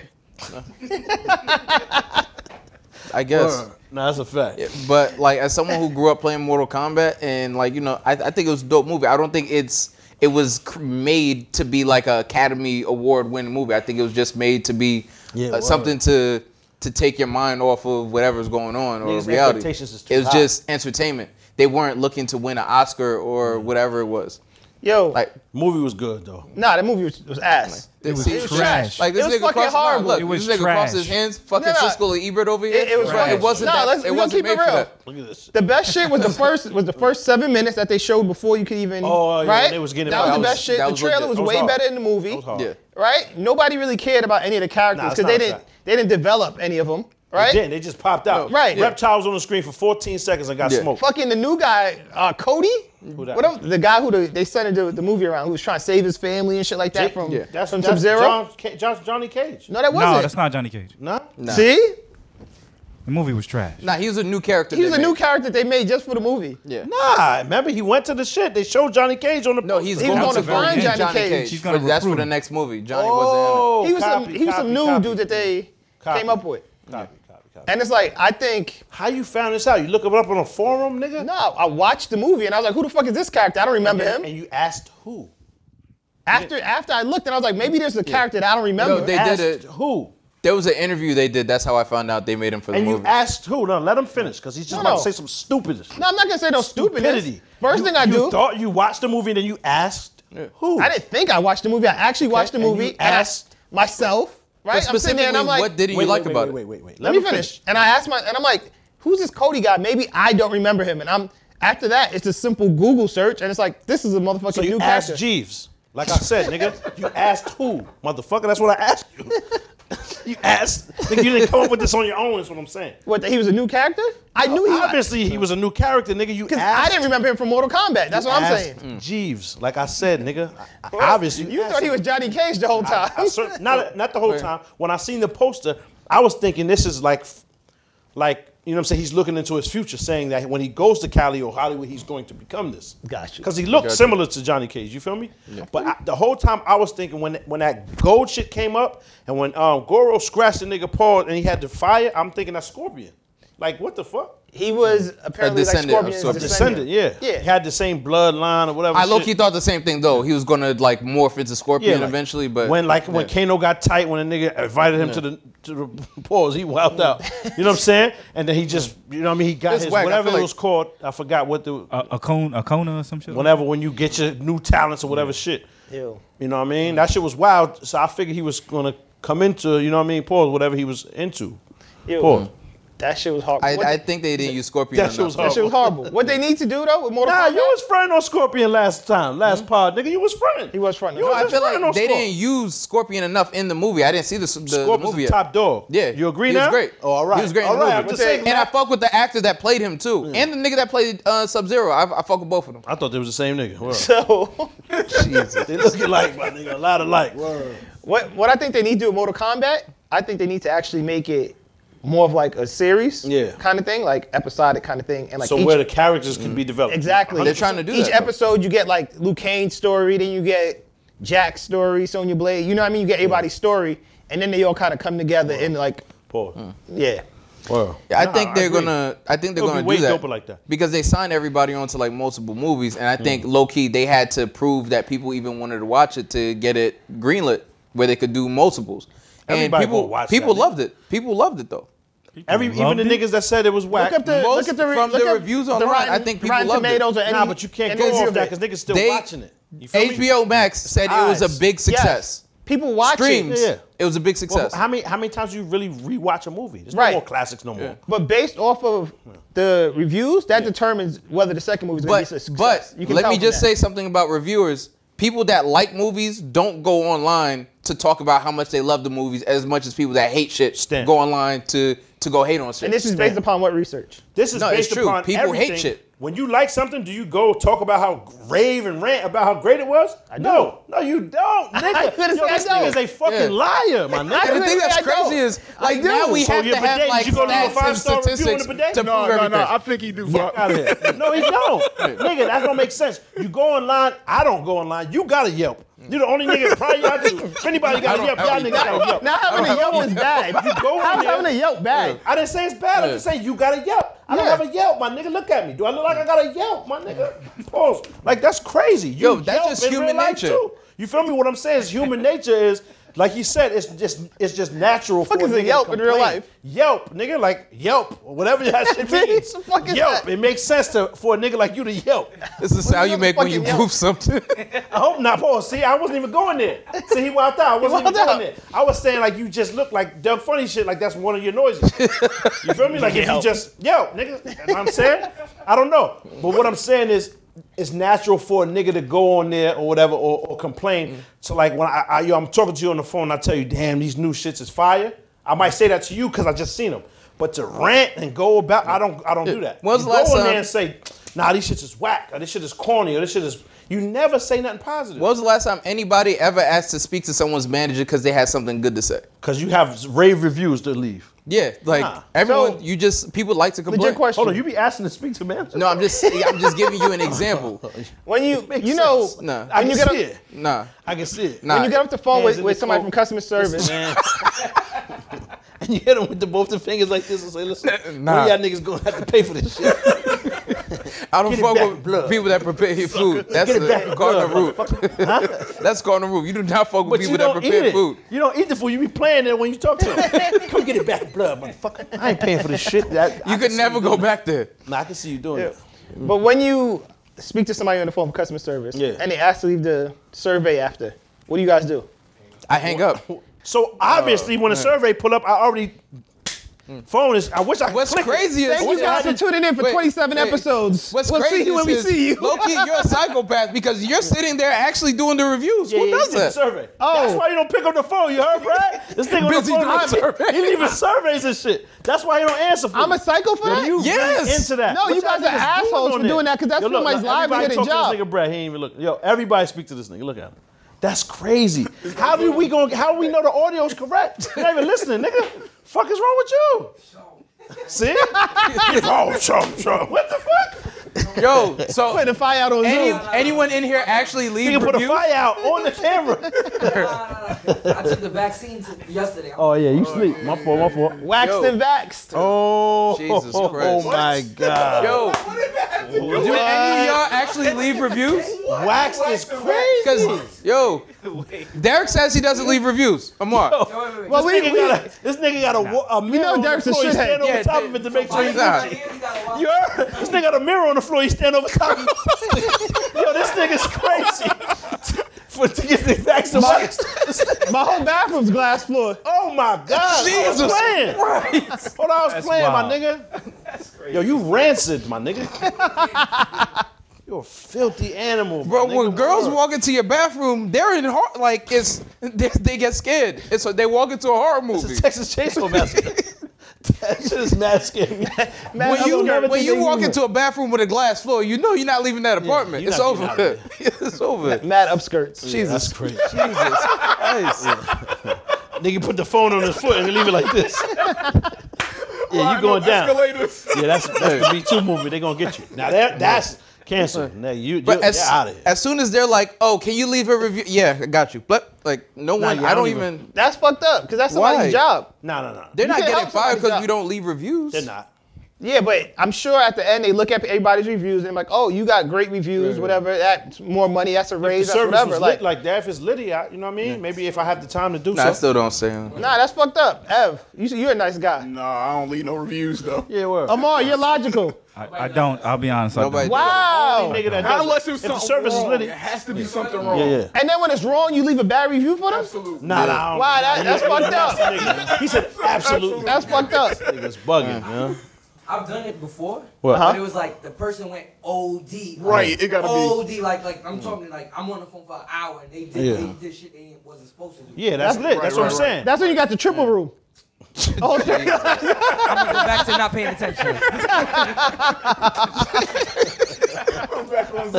S5: I guess.
S3: Word. No, that's a fact.
S5: But like as someone who grew up playing Mortal Kombat and like you know, I, I think it was a dope movie. I don't think it's it was cr- made to be like a Academy Award winning movie. I think it was just made to be
S3: Yeah,
S5: uh,
S3: word.
S5: something to to take your mind off of whatever's going on or
S3: Niggas'
S5: reality.
S3: expectations is too
S5: it was
S3: high.
S5: just entertainment. They weren't looking to win an Oscar or whatever it was.
S2: Yo,
S5: like
S3: movie was good though.
S2: Nah, that movie was, was ass.
S5: It was trash. Like, this
S2: it was
S5: nigga
S2: fucking
S5: crossed- nah,
S2: horrible.
S5: look, It was this nigga crossed trash. his hands, fucking Siskel and Ebert over here?
S2: It, it was
S5: Right.
S2: fucking-
S5: It wasn't
S2: Nah,
S5: that-
S2: let's-
S5: it
S2: we gonna
S5: wasn't
S2: keep
S5: made for
S2: real.
S5: that.
S3: Look at this.
S2: The best shit was the first was the first seven minutes that they showed before you could even.
S3: Oh, yeah,
S2: right?
S3: they was getting it
S2: that was
S3: right.
S2: the
S3: That
S2: best
S3: was-
S2: shit.
S3: that
S2: The
S3: was
S2: trailer
S3: legit.
S2: was
S3: That was
S2: way
S3: hard.
S2: better than the movie.
S3: hard. Yeah.
S2: Right? Nobody really cared about any of the characters
S3: Nah, it's
S2: because they
S3: not
S2: didn't
S3: that.
S2: they didn't develop any of them. Right?
S3: They, didn't. They just popped out.
S2: No, right. Yeah.
S3: Reptile was on the screen for 14 seconds and got
S5: Yeah.
S3: smoked.
S2: Fucking the new guy, uh, Cody.
S3: that?
S2: Whatever the guy who the, they sent the, the movie around, who was trying to save his family and shit like that from
S5: Yeah.
S3: That's
S2: from
S3: that's
S2: Sub Zero.
S3: John, Ca- John, Johnny Cage.
S2: No, that wasn't.
S4: No, that's not Johnny Cage.
S3: No.
S5: Nah.
S2: See,
S4: The movie was trash.
S5: Nah, he was a new character.
S2: he was
S5: they
S2: a new
S5: made.
S2: character they made just for the movie.
S5: Yeah.
S3: Nah, remember he went to the shit. They showed Johnny Cage on the.
S5: No, he's
S2: He was
S5: going to
S2: gonna find
S5: find Johnny,
S2: Johnny Cage.
S5: Cage.
S4: He's gonna
S5: but that's for
S4: recruit
S5: the
S4: him.
S5: next movie. Johnny wasn't in
S3: Oh,
S2: He was
S3: copy,
S2: some he was
S3: copy,
S2: some new
S3: copy.
S2: dude that they
S3: Copy.
S2: came up with.
S3: Copy, copy, copy.
S2: And it's like I think
S3: How you found this out? You look it up on a forum, nigga.
S2: no, I watched the movie and I was like, who the fuck is this character? I don't remember
S3: And,
S2: him.
S3: you asked who?
S2: After after I looked and I was like, maybe there's a character that I don't
S5: No,
S2: remember.
S5: they did
S3: asked
S5: it.
S3: Who?
S5: it. There was an interview they did. That's how I found out they made him for the
S3: And you
S5: movie.
S3: asked who? No, let him finish because he's just
S2: No,
S3: about
S2: no.
S3: to say some stupidness.
S2: no, I'm not gonna say no stupidness.
S3: Stupidity.
S2: First
S3: You-
S2: thing I
S3: you
S2: do,
S3: thought you watched the movie and then you asked who?
S2: I didn't think I watched the movie. I actually watched the
S3: and you
S2: movie. and I
S3: asked-
S2: myself, right?
S5: But
S2: I'm sitting there and I'm like,
S5: what did you
S3: Wait,
S5: like
S3: wait,
S5: about
S3: wait,
S5: it?
S3: Wait, wait, wait.
S2: let me finish. And I asked my, and I'm like, who's this Cody guy? Maybe I don't remember him. And I'm after that, it's a simple Google search, and it's like, this is a motherfucking
S3: So you
S2: new
S3: asked
S2: character.
S3: Jeeves. Like I said, nigga, you asked who? Motherfucker, that's what I asked you. you asked. Nigga, you didn't come up with this on your own, is what I'm saying.
S2: what? That he was a new character? I knew he was.
S3: Obviously, he was a new character, nigga. You
S2: Because
S3: asked.
S2: I didn't remember him from Mortal Kombat. That's
S3: you
S2: what I'm
S3: asked
S2: saying.
S3: Jeeves. Like I said, nigga. I- I-
S2: Well,
S3: obviously.
S2: you
S3: asked
S2: thought he
S3: him.
S2: was Johnny Cage the whole time.
S3: I cer- not not the whole time. When I seen the poster, I was thinking this is like, like you know what I'm saying. He's looking into his future, saying that when he goes to Cali or Hollywood, he's going to become this.
S2: Gotcha.
S3: Because he looked similar to Johnny Cage. You feel me? But I, the whole time I was thinking when when that gold shit came up and when um, Goro scratched the nigga paw and he had the fire, I'm thinking that's Scorpion. Like what the fuck?
S2: he was apparently like
S5: descendant of
S2: Scorpion's
S5: Scorpion.
S2: descendant.
S3: Descendant, yeah.
S2: Yeah.
S3: He had the same bloodline or whatever.
S5: I
S3: shit.
S5: low key thought the same thing though. He was gonna like morph into Scorpion
S3: like,
S5: eventually, but
S3: when like when
S5: Yeah.
S3: Kano got tight, when a nigga invited him to the to the pause, he wowed out. You know what I'm saying? And then he just, you know what I mean? He got
S5: That's
S3: his
S5: whack. I
S3: whatever
S5: feel
S3: it
S5: like-
S3: was called. I forgot what the
S4: A, a cone, a Kona or some shit.
S3: whenever when you get your new talents or whatever shit.
S2: Ew.
S3: You know what I
S5: Mm.
S3: mean? That shit was wild. So I figured he was gonna come into, you know what I mean? Pause whatever he was into.
S2: Ew.
S3: Pause.
S2: Mm.
S5: Mm.
S2: That shit was horrible.
S5: I,
S2: What-
S5: I think they didn't use Scorpion.
S3: That shit
S5: enough.
S3: was
S2: that shit was horrible. What they need to do though with Mortal
S3: Nah,
S2: Kombat?
S3: you was fronting on Scorpion last time, last pod, nigga. You was fronting. He
S2: was fronting.
S3: You
S2: No,
S3: was
S5: Mm. I
S3: just
S5: feel
S3: fronting on
S5: like they
S3: Scorp.
S5: didn't use Scorpion enough in the movie. I didn't see the, the, the
S3: Scorpion's
S5: movie
S3: the
S5: yet.
S3: top dog.
S5: Yeah,
S3: you agree
S5: he
S3: now?
S5: Was great.
S3: Oh, all right.
S5: He was great.
S3: All
S5: in the
S3: right,
S5: movie.
S3: I'm just saying, Mm.
S5: and I fuck with the actor that played him too, and the nigga that played uh, Sub Zero. I, I fuck with both of them.
S3: I thought they was the same nigga. Word.
S2: so
S3: they look alike, my nigga. A lot alike.
S2: what what I think they need to do with Mortal Kombat? I think they need to actually make it more of like a series
S3: Yeah.
S2: kind of thing, like episodic kind of thing, and like
S3: so
S2: each-
S3: where the characters can be developed.
S2: Exactly.
S5: They're trying to do
S2: Each
S5: that, though.
S2: episode, you get like Luke Kane's story, then you get Jack's story, Sonya Blade. You know what I mean? You get everybody's story, and then they all kind of come together and like,
S3: Pause.
S2: yeah.
S3: Wow.
S5: I think
S3: I
S5: Hmm. they're
S3: agree.
S5: gonna. I think they're
S3: It'll be
S5: gonna
S3: way
S5: do that,
S3: doper like Mm. that.
S5: because they signed everybody onto like multiple movies, and I think low key they had to prove that people even wanted to watch it to get it greenlit, where they could do multiples.
S3: Everybody
S5: and people
S3: gonna watch that,
S5: people
S3: nigga.
S5: loved it. People loved it though.
S3: Every even
S4: Loved
S3: the
S4: it?
S3: niggas that said it was whack.
S2: Look up the
S5: Most
S2: look at the re-
S5: from
S2: look
S5: the
S2: up
S5: reviews online,
S2: Rotten-
S5: I think people
S2: Rotten
S5: loved it.
S2: Tomatoes or any.
S3: nah, but you can't
S2: any
S3: go
S2: review
S3: off
S2: of
S3: that
S2: it.
S3: because niggas still
S5: They-
S3: watching it. You feel me?
S5: HBO Max said it was
S3: Eyes.
S5: a big
S2: Yes.
S5: success.
S2: People watch it.
S5: Streams.
S3: Yeah.
S5: It was a big
S3: Well,
S5: success.
S3: how many how many times you really rewatch a movie? There's
S2: Right.
S3: no more classics no more.
S2: But based off of the reviews, that determines whether the second movie is going to be a
S5: but
S2: success.
S5: but let
S2: tell
S5: me
S2: from
S5: just
S2: that.
S5: say something about reviewers. People that like movies don't go online to talk about how much they love the movies as much as people that hate shit
S3: Stan.
S5: go online to to go hate on shit.
S2: And this is based upon what research?
S3: This is
S5: No, it's
S3: based
S5: true.
S3: upon
S5: People hate
S3: everything.
S5: shit.
S3: When you like something, do you go talk about how rave and rant about how great it was? I no, no, you don't, nigga.
S2: couldn't
S3: Yo,
S2: say I
S3: this nigga
S2: don't.
S3: is a fucking
S5: Yeah.
S3: liar, my nigga.
S5: And the thing that's
S2: I don't.
S5: crazy is
S2: I
S5: like now
S2: do.
S5: we
S3: So
S5: have
S3: your
S5: to have
S3: bidet,
S5: like
S3: you go to a
S5: stats and
S3: five-star review on
S5: statistics
S3: the bidet?
S5: to
S3: No,
S5: prove everything.
S6: I think he do.
S3: Fuck out of here. No, he don't. Nigga, that don't make sense. You go online, I don't go online, you gotta Yelp. You the only nigga probably out there. If anybody got a
S2: I
S3: Yelp,
S2: don't-
S3: y'all
S2: I
S3: niggas
S2: don't-
S3: got a Yelp.
S2: Not having a Yelp is bad.
S3: You go in
S2: How's
S3: there-
S2: having a Yelp bad?
S3: I didn't say it's bad. I'm
S2: Yeah.
S3: just saying you got a Yelp. I don't have a Yelp, my nigga. Look at me. Do I look like I got a Yelp, my nigga? Pause. Like that's crazy. You
S5: Yo, that's
S3: Yelp
S5: just
S3: in real
S5: human
S3: life,
S5: nature.
S3: too. You feel me? What I'm saying is human nature is like he said. It's just it's just natural for
S2: is
S3: a
S2: a
S3: nigga
S2: Yelp
S3: to
S2: in real
S3: complain.
S2: life?
S3: Yelp, nigga, like Yelp or whatever that shit
S2: What
S3: means.
S2: the fuck is
S3: Yelp.
S2: that?
S3: It makes sense to for a nigga like you to Yelp.
S5: This is how you make when you prove something.
S3: I hope not, Paul. See, I wasn't even going there. See, he walked out. I wasn't even
S2: walked
S3: going
S2: out.
S3: there. I was saying like you just look like Doug Funny shit. Like that's one of your noises. You feel me? Like if
S2: Yo.
S3: you just yo nigga, you know what I'm saying I don't know, but what I'm saying is it's natural for a nigga to go on there or whatever or, or complain. So like when I, I yo, I'm talking to you on the phone, and I tell you, damn, these new shits is fire. I might say that to you because I just seen them, but to rant and go about, I don't, I don't do that.
S5: When's
S3: You
S5: the last
S3: go on
S5: time-
S3: there and say, nah, these shits is whack, or this shit is corny, or this shit is. You never say nothing positive.
S5: When was the last time anybody ever asked to speak to someone's manager because they had something good to say?
S3: Because you have rave reviews to leave.
S5: Yeah, like
S3: Nah.
S5: everyone, you just people like to complain.
S3: Hold on, you be asking to speak to manager.
S5: No, I'm just I'm just giving you an example.
S2: When you you know
S5: Nah,
S2: when you get up,
S3: it.
S5: nah,
S3: I can see it.
S5: nah.
S2: when you get off the phone
S3: Hands
S2: with,
S3: in
S2: with
S3: the
S2: somebody
S3: phone.
S2: from customer service,
S3: man. and you hit him with the, both the fingers like this and say, listen,
S5: Nah.
S3: one of y'all niggas gonna have to pay for this shit.
S5: I don't
S3: Get it
S5: fuck
S3: back,
S5: with
S3: blood.
S5: people that prepare your food. That's
S3: Get it
S5: a
S3: back,
S5: Gardner
S3: blood,
S5: root. That's Gardner root. You do not fuck with
S3: But
S5: people
S3: you
S5: that
S3: don't eat
S5: prepare
S3: it.
S5: food.
S3: You don't eat the food. You be playing it when you talk to them. Come get it back, blood, motherfucker. I ain't paying for this shit. That,
S5: You could never go back there.
S3: Nah, I can see you doing it.
S2: but when you speak to somebody on the phone from customer service,
S3: Yeah.
S2: and they ask to leave the survey after, what do you guys do?
S5: I hang up.
S3: So obviously, when the survey pull up, I already phone is. I wish I could
S5: What's
S3: click it.
S5: crazy is-
S3: I
S5: Thank
S3: wish
S5: you
S3: I
S5: guys
S3: had-
S2: tuning in
S5: Wait, wait. What's crazy is- Loki, you're a psychopath because you're sitting there actually doing the reviews. Who
S3: Yeah,
S5: does
S3: he did the
S5: that?
S3: Survey.
S2: Oh.
S3: That's why you don't pick up the phone. You heard, Brad? This thing on
S5: Busy
S3: the phone.
S5: doing
S3: like,
S5: surveys.
S3: He leaving surveys and shit. That's why he don't answer. For
S2: I'm
S3: you.
S2: a psycho for
S3: Yo,
S2: that?
S3: You
S5: Yes.
S3: really into that?
S2: No, you
S3: y'all
S2: guys are
S3: niggas
S2: assholes
S3: doing
S2: for
S3: on there?
S2: doing that 'cause that's
S3: Yo, look,
S2: somebody's
S3: look, everybody
S2: livelihood and
S3: talk to
S2: job.
S3: This nigga Brad, he ain't even look. Yo, everybody speak to this nigga. Look at him. That's crazy. How do we going How do we know the audio's correct? You're not even listening, nigga. Fuck is wrong with you? See? oh, show, show. What the fuck?
S5: Yo, so
S2: Put the fire out on
S5: any,
S2: Zoom.
S5: anyone in here actually
S3: You
S5: leave
S3: can put a
S5: reviews?
S3: fire out on the camera.
S15: I took the vaccine t- yesterday.
S3: Oh yeah, you sleep. My fault. My fault.
S2: Waxed
S5: Yo.
S2: and vaxed.
S3: Oh,
S5: Jesus
S3: oh,
S5: Christ.
S3: my God.
S5: Yo, do any of y'all
S3: Uh,
S5: actually leave reviews?
S3: Wax is crazy.
S5: Because yo, Derek says he doesn't leave reviews. Amar,
S2: Well, we,
S3: This nigga
S2: we,
S3: got a, this nigga got a, wa- a mirror
S2: know
S3: on the
S2: Dirk's a
S3: floor. He
S2: shithead.
S3: stand over
S5: Yeah,
S3: top
S5: Dirk-
S3: of it to make sure
S15: Why
S3: he
S15: you
S5: Nah.
S15: got my ears? You gotta watch.
S3: You heard? This nigga got a mirror on the floor. He stand over top of it. Yo, this nigga's crazy. For to get the facts of
S2: my whole bathroom's glass floor.
S3: Oh my God. I
S5: Jesus
S3: was playing. Hold on, I was playing,
S4: wild.
S3: my nigga. Yo, you rancid, my nigga. You're a filthy animal,
S5: bro,
S3: my nigga.
S5: when girls
S3: Word.
S5: walk into your bathroom, they're in heart like it's they, they get scared. It's so they walk into a horror movie.
S3: It's a Texas Chainsaw Massacre. that shit is mad scary.
S2: Man,
S5: When
S2: I
S5: you
S2: don't ever
S5: when
S2: think
S5: you
S2: they
S5: walk
S2: do
S5: into a bathroom with a glass floor, you know you're not leaving that apartment.
S3: you're
S5: it's,
S3: not
S5: over.
S3: getting out of
S5: it's over.
S2: that. Mad upskirts.
S5: Jesus,
S3: crazy.
S5: Jesus Christ.
S3: Nigga put the phone on his foot and leave it like this. yeah, you going down.
S6: Escalators.
S3: Yeah, that's, that's the Me Too movement. They gonna get you. Now that that's cancer. Now you,
S5: But
S3: you're,
S5: as,
S3: you're out of here.
S5: as soon as they're like, "Oh, can you leave a review?" Yeah, I got you. But like, no one.
S3: yeah,
S5: I
S3: I
S5: don't
S3: don't
S5: even.
S2: That's fucked up because that's
S5: Why?
S2: somebody's job.
S3: No, no, no.
S5: They're not
S2: can't
S5: getting
S2: help somebody's
S5: fired because
S2: job.
S5: you don't leave reviews.
S3: They're not.
S2: Yeah, but I'm sure at the end they look at everybody's reviews and they're like, oh, you got great reviews, whatever. That's more money. That's a
S3: The
S2: raise. That's
S3: service
S2: whatever.
S3: was
S2: Like,
S3: lit like that. If it's litty, I, you know what I mean. Maybe if I have the time to do
S5: Nah, I
S3: something.
S5: still don't say. them.
S2: nah, that's fucked up. Ev, you, you're a nice guy.
S6: Nah, I don't leave no reviews though.
S3: yeah, word.
S2: Amar, you're logical.
S4: I, I don't. I'll be honest. I
S5: Nobody.
S4: don't.
S2: Wow.
S3: Nigga that
S6: Not
S3: does it.
S6: unless it's
S3: if the
S6: something
S3: service
S6: wrong.
S3: is litty.
S6: It has to be something wrong.
S3: Yeah, yeah.
S2: And then when it's wrong, you leave a bad review for them?
S6: Absolutely.
S3: Nah, nah, I don't-
S2: Wow, that, that's fucked up.
S3: Nigga, He said absolutely.
S2: That's fucked up.
S3: Nigga's bugging, man.
S15: I've done it before.
S3: What?
S15: But
S3: Huh?
S15: it was like the person went OD. Like,
S6: Right, it gotta be-
S15: OD,
S3: Oh,
S15: like like I'm talking like I'm on the phone for an hour and they did
S3: Yeah.
S15: they did shit they wasn't supposed to do.
S3: Yeah, that's lit. that's what I'm
S6: right, right.
S3: saying.
S2: That's when you got the triple room. Oh, shit.
S15: I'm gonna go back to not paying attention.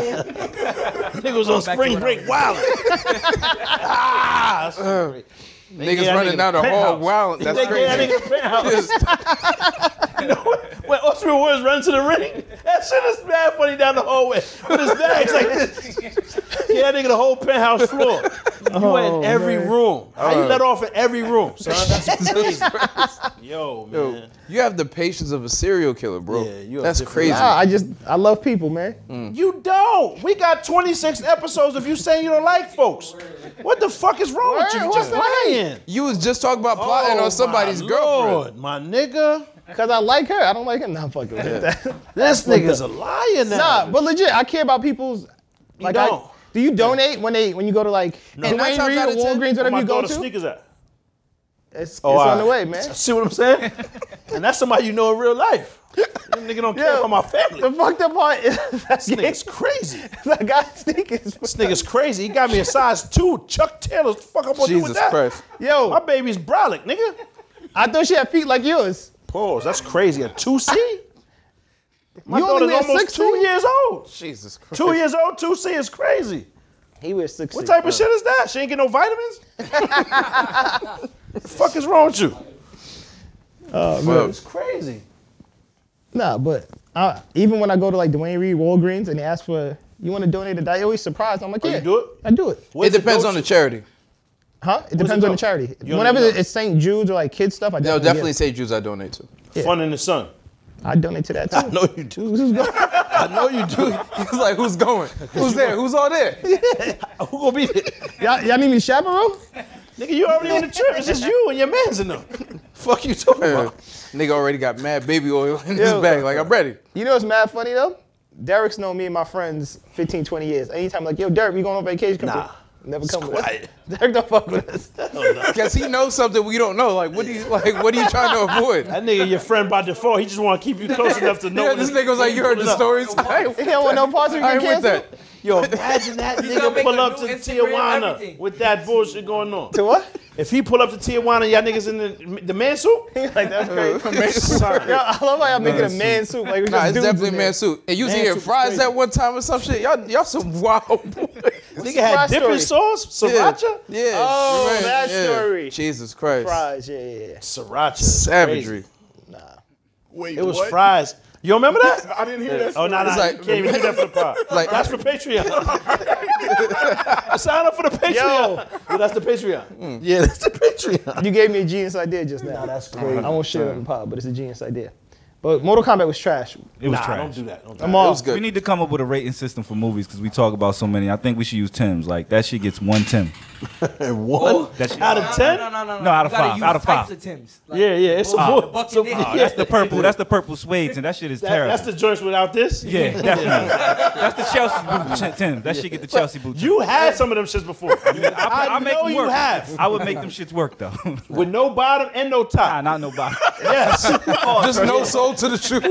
S3: Nigga was on
S15: Back to
S3: spring
S15: what I
S3: break
S15: was-
S3: wild. ah, sorry.
S5: Niggas
S3: Yeah,
S5: running
S3: nigga,
S5: down the hall.
S3: penthouse.
S5: Wow, that's
S3: They gave that
S5: crazy.
S3: nigga the penthouse. when Austin Woods runs to the ring, that shit is mad funny down the hallway with his bags like this. Yeah, that nigga the whole penthouse floor. You went
S2: Oh,
S3: in every
S5: man.
S3: room. How you
S5: Alright.
S3: let off in every room, son? That's crazy.
S5: Yo, man. you have the patience of a serial killer, bro. Yeah, you That's crazy.
S2: Nah, I just I love people, man.
S3: You don't. We got 26 episodes of you saying you don't like folks. What the fuck is wrong with you? You Just lying.
S5: You was just talking about plotting
S3: Oh,
S5: on somebody's
S3: my
S5: girlfriend.
S3: My nigga.
S2: Cause I like her. I don't like him. Nah, I'm fucking with that.
S3: This
S2: What
S3: nigga's a
S2: the-
S3: liar now.
S2: Nah, but legit, I care about people's. Like, I-
S3: don't.
S2: do you donate when they when you go to like
S3: And nine
S2: Dwayne
S3: times
S2: Reed
S3: out
S2: or
S3: of ten,
S2: Walgreens,
S3: where
S2: whatever
S3: oh my
S2: you go
S3: daughter's
S2: to?
S3: sneakers at?
S2: It's,
S3: Oh,
S2: it's on
S3: alright.
S2: the way, man.
S3: See what I'm saying? and that's somebody you know in real life. That nigga don't care about my family.
S2: The fucked up part is
S3: This nigga's crazy.
S2: I got sneakers.
S3: This nigga's crazy. He got me a size two Chuck Taylor. Fuck, I'm gonna do with
S5: Jesus
S3: that.
S5: Christ.
S2: Yo,
S3: My baby's brolic, nigga.
S2: I thought she had feet like yours.
S3: Pause. That's crazy. A two C. My
S2: You only
S3: daughter's
S2: wear
S3: almost
S2: six
S3: two years old.
S5: Jesus Christ.
S3: Two years old, two C is crazy.
S2: He wears six.
S3: What type of shit is that? She ain't get no vitamins. the fuck is wrong with you?
S5: Well,
S2: Oh man.
S3: It's crazy.
S2: Nah, but I, even when I go to like Dwayne Reed, Walgreens, and they ask for you want to donate a diet, they always surprised. I'm like, yeah,
S3: Oh, you do it?
S2: I do it.
S3: Where's
S5: it depends
S3: go
S5: on the
S3: to?
S5: charity.
S2: Huh? It depends
S3: it
S2: on
S3: go?
S2: the charity.
S3: You don't
S2: Whenever
S3: even know.
S2: it's St. Jude's or like kids stuff, I
S5: No,
S2: definitely,
S5: definitely
S2: get
S5: say Jews I donate to.
S3: Fun in the sun.
S2: it. I donate to that too.
S3: I know you do.
S2: Who's going?
S5: I know you do. He's like, who's going? Who's there? Who's all there?
S3: Who gonna be there?
S2: y'all, y'all need me to chaperone?
S3: Nigga, you already on the trip. It's just you and your mans in them. Fuck you talking
S5: Yeah.
S3: about.
S5: Nigga already got mad baby oil in his
S2: Yo.
S5: bag. Like, I'm ready.
S2: You know what's mad funny though? Derek's known me and my friends 15, 20 years. Anytime like, yo, Derek, we going on vacation? Come
S3: Nah.
S2: through. Never come
S3: quiet.
S2: with us. Derek don't fuck with us.
S5: Because he knows something we don't know. Like, what do you like? What are you trying to avoid?
S3: That nigga, your friend by default, he just want to keep you close enough to know.
S5: yeah,
S3: when
S5: this
S3: it's-
S5: nigga was like, you heard the stories. I ain't
S2: he don't want no parts of you
S5: I ain't
S2: getting
S5: with
S2: canceled.
S5: that.
S3: Yo, imagine that
S15: gonna
S3: nigga
S15: make
S3: pull
S15: a
S3: up to
S15: new Instagram,
S3: Tijuana
S15: everything.
S3: with that bullshit going on.
S2: To what?
S3: If he pull up to Tijuana, y'all niggas in the the man suit.
S2: like that's crazy.
S3: Son.
S2: Yo, I love how y'all making a man soup. Like we
S5: Nah,
S2: just
S5: it's
S2: dudes in
S5: definitely a
S2: there.
S5: man suit. And you was
S3: Man
S5: eating
S3: suit's
S5: fries
S3: crazy.
S5: at one time or some shit. Y'all, y'all some wild boys.
S3: Nigga had
S2: Surprise
S3: dipping
S2: story.
S3: sauce,
S5: Yeah.
S3: sriracha,
S5: Yeah.
S2: Oh,
S5: right,
S2: that
S5: yeah.
S2: story.
S5: Jesus Christ.
S2: Fries, yeah, yeah, yeah.
S3: sriracha, is
S5: Savagery.
S3: crazy.
S6: Wait,
S3: It was
S6: what?
S3: fries. You remember that?
S6: I didn't hear that.
S3: Oh no, no,
S5: It's
S3: you
S5: like-
S3: can't even do that for the pod.
S5: like-
S3: that's for Patreon. Sign up for the Patreon.
S2: Yo.
S3: Yeah, that's the Patreon. Yeah, that's the Patreon.
S2: You gave me a genius idea just now. that's crazy. I won't share it on the pod, but it's a genius idea. But Mortal Kombat was trash.
S4: It was
S3: nah,
S4: trash.
S3: don't do that. Don't do
S2: I'm
S3: that.
S2: all.
S5: was good.
S4: We need to come up with a rating system for movies because we talk about so many. I think we should use Tim's. Like that shit gets one Tim.
S3: What?
S4: That shit-
S3: Out of ten?
S15: No, no, no, no.
S4: No, out of
S15: You gotta
S4: five,
S15: use
S4: out of
S15: types
S4: five.
S15: Timbs. Like,
S3: Yeah, yeah, it's a
S15: the
S3: bull.
S15: bucket
S3: It's a
S15: dick.
S3: bull.
S4: Oh, that's the purple. That's the purple suede Tim. That shit is
S3: That-
S4: terrible.
S3: that's the joints without this.
S4: yeah, definitely. that's the Chelsea boot ch- Tim. That shit get the Chelsea boot. Tim.
S3: You had some of them shits before. I,
S4: I'll make
S3: know
S4: them
S3: you
S4: work.
S3: have.
S4: I would make them shits work though.
S3: With no bottom and no
S4: nah,
S3: top.
S4: not nobody.
S3: Yes.
S5: Just no soul to the truth.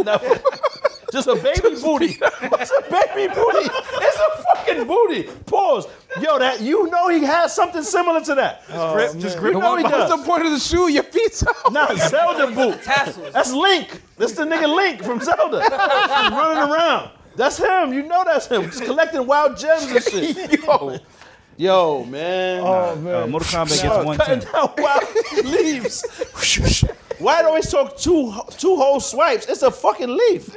S3: Just a baby booty. It's a baby booty. It's a fucking booty. Pause. Yo, that you know he has something similar to that.
S4: Grip- just grip.
S3: You know he
S5: What's the
S3: does.
S5: point of the shoe? Your feet's out.
S3: Nah, Zelda boot.
S15: Tassels.
S3: That's Link. That's the nigga Link from Zelda. He's running around. That's him. You know that's him. Just collecting wild gems and shit.
S5: Yo.
S3: Yo, man.
S2: Oh
S4: Uh,
S2: man.
S4: Mortal Kombat
S3: Yo,
S4: gets one
S3: cutting
S4: Tim.
S3: down wild leaves. Why it always talk two two whole swipes? It's a fucking leaf.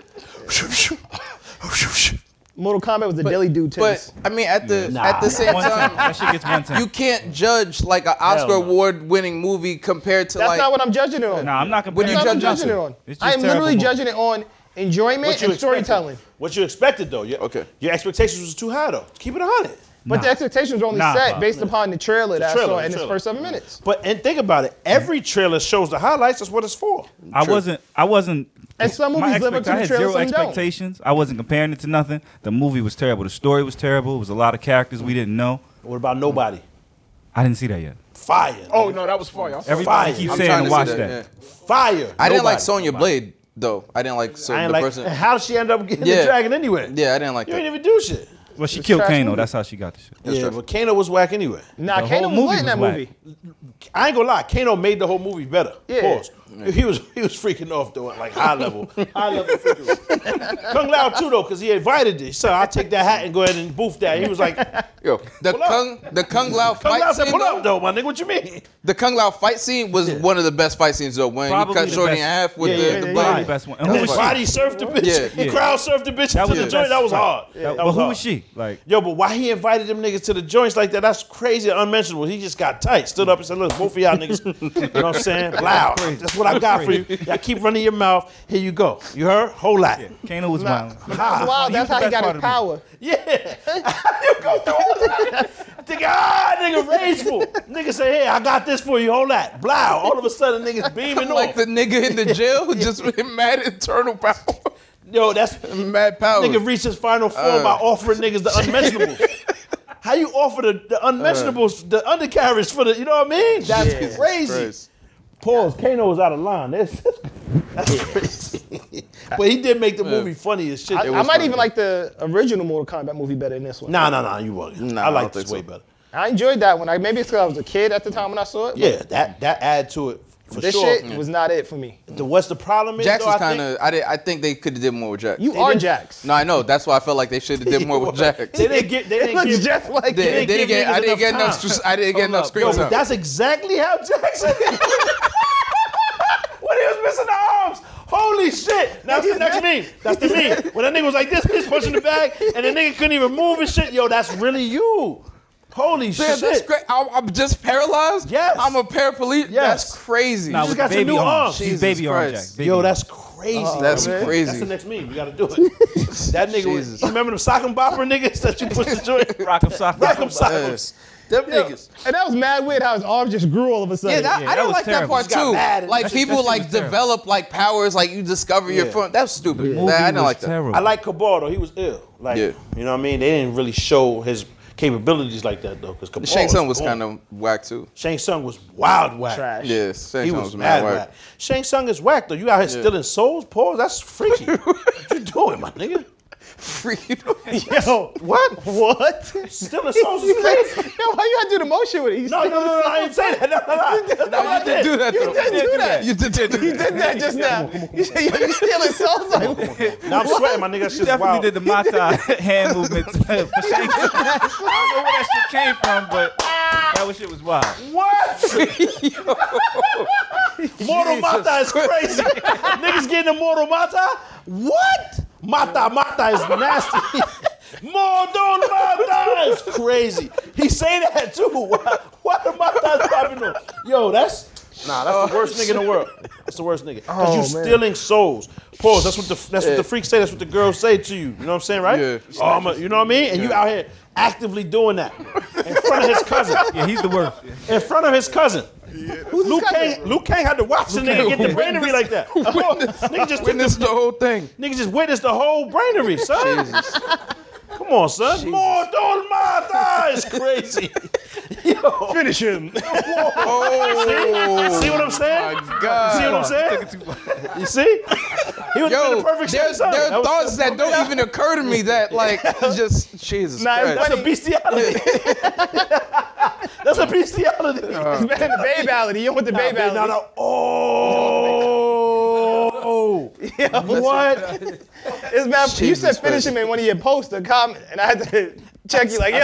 S2: Mortal Kombat was the Dilly Dude
S5: But
S2: Tims.
S5: I mean, at the at the same
S4: One Tim.
S5: time,
S4: That shit gets one Tim.
S5: you can't judge like an Oscar
S3: no.
S5: award winning movie compared to
S2: That's
S5: like
S2: not what I'm judging it on.
S4: Nah, I'm not comparing.
S5: What do you
S2: That's not what I'm
S5: judge
S2: judging it on.
S4: It's just
S2: I am literally
S4: terrible.
S2: judging it on enjoyment and
S3: expected.
S2: storytelling.
S3: What you expected though? Your,
S5: Okay.
S3: Your expectations was too high though. Keep it a hundred.
S2: But
S4: Nah.
S2: the expectations were only
S4: Nah,
S2: set
S4: Bob.
S2: based upon the trailer that
S3: trailer,
S2: I saw
S3: the
S2: in its
S3: trailer.
S2: first seven minutes.
S3: But and think about it. Every trailer shows the highlights. That's what it's for.
S4: I wasn't. I wasn't.
S2: And some
S4: my
S2: movies live up
S4: expect-
S2: to
S4: I
S2: the
S4: had
S2: trailer,
S4: zero
S2: some don't.
S4: expectations. I wasn't comparing it to nothing. The movie was terrible. The story was terrible. It was a lot of characters we didn't know.
S3: What about nobody?
S4: I didn't see that yet.
S3: Fire.
S6: Oh no, that was fire. Y'all saw
S4: Everybody
S3: Fire.
S4: keeps
S5: I'm trying
S4: saying
S5: to
S4: to watch
S5: see
S4: that.
S5: that, yeah.
S3: Fire.
S5: I didn't like
S3: Nobody.
S5: Sonya Blade though. I didn't like so
S3: I
S5: the
S3: ain't like
S5: person.
S3: how she ended up getting the
S5: Yeah.
S3: dragon anyway.
S5: yeah, I didn't like
S3: You
S5: that.
S3: ain't even do shit.
S4: Well, she killed
S2: trash
S4: Kano.
S2: movie.
S4: That's how she got the shit.
S3: Yeah, but Kano was whack anyway.
S2: Nah,
S4: The whole
S2: Kano was
S4: movie
S2: lit in that
S4: was whack.
S2: movie.
S3: I ain't gonna lie, Kano made the whole movie better.
S2: Yeah.
S3: Pause. He was he was freaking off though, at like high level, high level. Freaking. Kung Lao too though, because he invited this. So I take that hat and go ahead and boof that. He was like,
S5: Yo, the Kung the Kung Lao
S3: Kung
S5: fight
S3: Lao said,
S5: scene.
S3: "Pull up though, my nigga. What you mean?"
S5: The Kung Lao fight scene was one of the best fight scenes though. When
S3: Probably
S5: you cut
S3: the
S5: Shorty in
S3: best.
S5: half with
S3: Yeah,
S5: the,
S3: yeah,
S5: the
S3: yeah,
S5: blade.
S3: yeah. Body- And who was she? Body surfed the bitch.
S5: Yeah,
S3: He crowd surfed the bitch into the joint. That was hard.
S4: That,
S3: That
S4: but
S3: was
S4: who
S3: hard.
S4: was she? Like,
S3: Yo, but why he invited them niggas to the joints like that? That's crazy and unmentionable. He just got tight, stood up and said, Look, both of y'all niggas, you know what I'm saying? Loud. That's what I got for you. Y'all keep running your mouth. Here you go. You heard? Whole lot. Ah.
S4: Kano was wild.
S2: Wow, that's how he got his power.
S3: Yeah. you go through all that. Nigga, ah, nigga, rageful. nigga say, hey, I got this for you. Hold that. Blow. All of a sudden, niggas beaming
S5: Like
S3: off.
S5: the nigga in the jail who just mad internal power.
S3: Yo, that's
S5: mad power.
S3: Nigga reached his final form
S5: Oh. Uh.
S3: by offering niggas the unmentionables. How you offer the, the unmentionables, the undercarriage for the, you know what I mean? That's
S5: Uh. Jesus
S3: crazy.
S5: Christ.
S3: Pause. Kano was out of line. That's, that's crazy. but he did make the movie funny as shit.
S2: I, I might even like the original Mortal Kombat movie better than this one.
S3: Nah, nah, nah. You wasn't.
S5: Nah,
S3: I
S5: I
S3: like
S5: don't think
S3: this way
S5: so.
S3: better.
S2: I enjoyed that one. I, maybe it's because I was a kid at the time when I saw it. but
S3: Yeah, that that add to it for
S2: this
S3: sure.
S2: shit was not it for me.
S3: The what's the problem is? though,
S5: Jax
S3: I
S5: is
S3: think-
S5: kind of. I did, I think they could have did more with Jax.
S2: You are Jax.
S5: No, I know. That's why I felt like they should have did more with Jax.
S3: They didn't get. They
S2: It
S3: didn't
S2: looks
S3: give.
S2: just like
S5: They-
S2: it.
S5: they didn't get- I didn't get enough. sc- I didn't get enough
S3: Yo,
S5: screen
S3: but
S5: time.
S3: that's exactly how Jackson. when he was missing the arms. Holy shit! That's the next meme. That's the meme. When that nigga was like this, bitch punching the bag, and the nigga couldn't even move and shit. Yo, that's really you. Holy
S5: Damn,
S3: shit!
S5: that's great. I'm, I'm just paralyzed.
S3: Yes.
S5: I'm a paraplegic.
S3: Yes.
S5: That's crazy.
S4: Nah,
S3: just
S4: with
S3: got
S4: the
S3: some
S4: baby
S3: new
S4: arm.
S3: arms.
S4: She's
S5: Jesus
S4: baby arm,
S5: Christ.
S4: Jack. Baby
S3: Yo,
S4: arm.
S3: that's crazy.
S5: Uh-huh, that's
S3: man.
S5: crazy.
S3: That's the next meme. You gotta do it. that nigga was.
S5: Jesus.
S3: You remember them sock 'em bopper niggas that you push the joint? Rock
S4: 'em, sock 'em.
S3: em sock 'ems. Them niggas.
S2: And that was mad weird how his arms just grew all of a sudden.
S5: Yeah, that,
S4: Yeah,
S5: I
S4: that
S5: don't
S4: was
S5: like
S4: terrible.
S5: that
S4: Just
S3: got
S5: part
S3: mad
S5: too.
S3: at
S5: Like
S3: that
S5: people
S4: shit was
S5: like
S4: terrible.
S5: develop like powers, like you discover your phone. That's stupid. Nah, I
S4: Movie
S5: don't like
S4: was
S5: that.
S4: terrible.
S3: I like Cabal though. He was ill. Like,
S5: Yeah.
S3: you know what I mean? They didn't really show his capabilities like that though, because Cabal.
S5: The Shang Tsung was
S3: boom.
S5: kind of whack too.
S3: Shang Tsung was wild whack.
S2: Trash.
S5: Yeah, Shang
S3: He
S5: Tsung
S3: was,
S5: was mad
S3: mad whack.
S5: whack.
S3: Shang Tsung is whack though. You out here
S5: Yeah.
S3: stealing souls, Paul? That's freaky. what you doing, my nigga?
S5: Freaking-
S2: Yo, what? What?
S3: Stealing souls is crazy.
S2: Yo, why you gotta do the motion with it? You
S3: No, no, no, no, I didn't say that. No, no, no. no I
S5: you didn't do that.
S2: You
S5: though.
S2: didn't do that.
S5: You did do
S2: You did that just now. You said yo, you stealing souls like that.
S3: Now I'm sweating, my nigga. That
S4: You
S3: shit's
S4: definitely
S3: wild.
S4: did the Mata hand movement for Shang Tsung. I don't know where that shit came from, but that was- shit was wild.
S3: Mortal Mata is crazy. Niggas getting Mortal Mata? What? Mata Mata is nasty. Mortal Mata is crazy. He say that too. Why, why the Mata is popping up? Yo, that's nah. That's the worst nigga in the world. That's the worst nigga. Cause you stealing souls. Pause. That's what the that's what the freaks say. That's what the girls say to you. You know what I'm saying, right?
S5: Yeah.
S3: Oh, I'm a- you know what I mean? And you out here actively doing that in front of his cousin.
S4: Yeah, he's the worst.
S3: In front of his cousin.
S2: Who's
S3: Luke
S2: this guy?
S3: Kang, Luke Kang had to watch the nigga get the brainery like that. nigga just took
S5: Witness the whole thing.
S3: Nigga just witnessed the whole brainery, son. Come on, son. Mortal Mata is crazy. Yo. Finish him. see? see what I'm saying?
S5: My Oh,
S3: You see what
S5: God.
S3: I'm saying? You see? He was
S5: Yo,
S3: the perfect
S5: there,
S3: son.
S5: there
S3: That
S5: are
S3: was-
S5: thoughts that don't even occur to me that like it's just Jesus
S2: Nah, it's
S5: Christ.
S3: That's a bestiality. That's a bestiality.
S2: It's better than the babe alley. You don't want the babe
S3: Nah,
S2: alley.
S3: no, no. Oh. What?
S2: It's mad. you
S5: Jesus
S2: said finish
S5: Christ.
S2: him in one of your posts or comment, and I had to check you like, yo,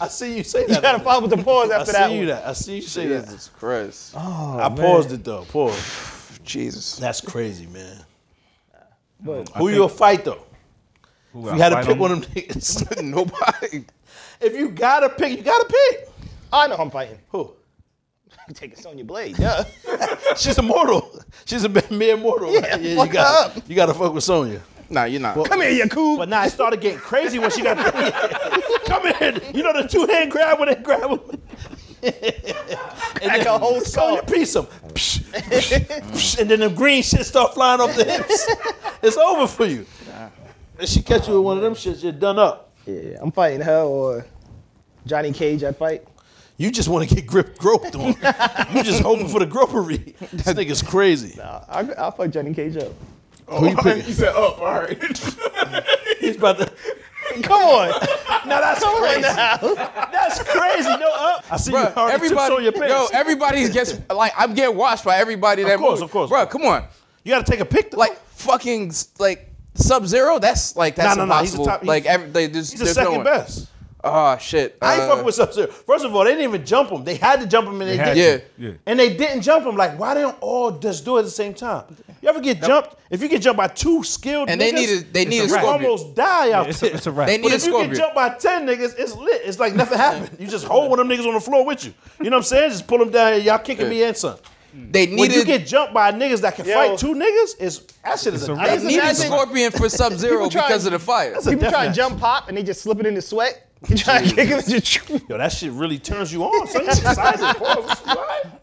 S3: I see, I see you say that.
S2: you gotta follow with the pause
S3: I
S2: after
S3: see
S2: that.
S3: you
S2: one.
S3: that. I see you say that.
S5: Jesus Christ.
S4: Oh,
S3: I paused it though. Pause.
S5: Jesus.
S3: That's crazy, man. Who you a fight though?
S4: Who
S3: If
S4: I
S3: you had to
S4: fight
S3: pick
S4: him?
S3: one of them niggas.
S5: Nobody.
S3: if you gotta pick, you gotta pick.
S2: I know I'm fighting.
S3: Who?
S2: I'm taking Sonya Blade. Yeah.
S3: She's immortal. She's a mere mortal. right?
S2: Yeah,
S3: you
S2: fuck
S3: gotta,
S2: up.
S3: you gotta fuck with Sonya.
S5: Nah, you're not.
S2: Come here, Yakub.
S3: But now it started getting crazy when she got come in. You know the two hand grab when they grab him.
S2: Like a whole
S3: Sonya
S2: skull.
S3: piece him. Psh, psh, psh, and then the green shit start flying off the hips. it's over for you. If she catch you with one of them shits, you're done up.
S2: Yeah, I'm fighting her or Johnny Cage. I fight.
S3: You just want to get grip groped on. you just hoping for the gropery. This nigga's crazy.
S2: I, I'll fuck Johnny Cage up.
S3: Who Oh, you picking?
S6: He said up. All "Oh, right.
S3: He's about to.
S2: Come on.
S3: Now that's
S2: Come on
S3: crazy.
S2: now.
S3: That's crazy. No, uh, I see you
S5: Bruh,
S3: already
S5: everybody,
S3: tips on your pants.
S5: Yo, everybody gets like I'm getting watched by everybody that
S3: Of course,
S5: moves.
S3: of course,
S5: Bro, come on.
S3: You got to take a picture.
S5: Like fucking like Sub Zero. That's like that's
S3: Nah, nah, nah, he's the
S5: impossible.
S3: top- he's-
S5: like every, they, there's,
S3: he's the
S5: there's no
S3: second
S5: one.
S3: best.
S5: Oh shit.
S3: I ain't
S5: Uh,
S3: fucking with Sub Zero. First of all, they didn't even jump him. They had to jump him and they,
S5: had
S3: didn't.
S5: to. Yeah. Yeah.
S3: And they didn't jump him. Like, why they don't all just do it at the same time? You ever get jumped? If you get jumped by two skilled
S5: And
S3: niggas,
S5: they needed- they
S3: it's
S5: needed
S3: a wrap.
S5: Scorpio.
S3: almost die out
S5: it's a-
S3: there.
S5: it's a wrap. They
S3: but
S5: needed
S3: if you get
S5: Scorpio.
S3: jumped by ten niggas, it's lit. It's like nothing happened. You just hold one of them niggas on the floor with you. You know what I'm saying? Just pull them down. and Y'all kicking
S5: Yeah.
S3: me and son.
S5: They
S3: when you
S5: needed-
S3: get jumped by niggas that can
S5: Yo.
S3: fight two niggas, is that shit is a
S5: They needed Scorpion for Sub Zero
S2: People try-
S5: because of the fire.
S2: People try to jump pop and they just slip it into sweat. You try to kick him and just
S3: Yo, that shit really turns you on. Son, you excited. Pause. What?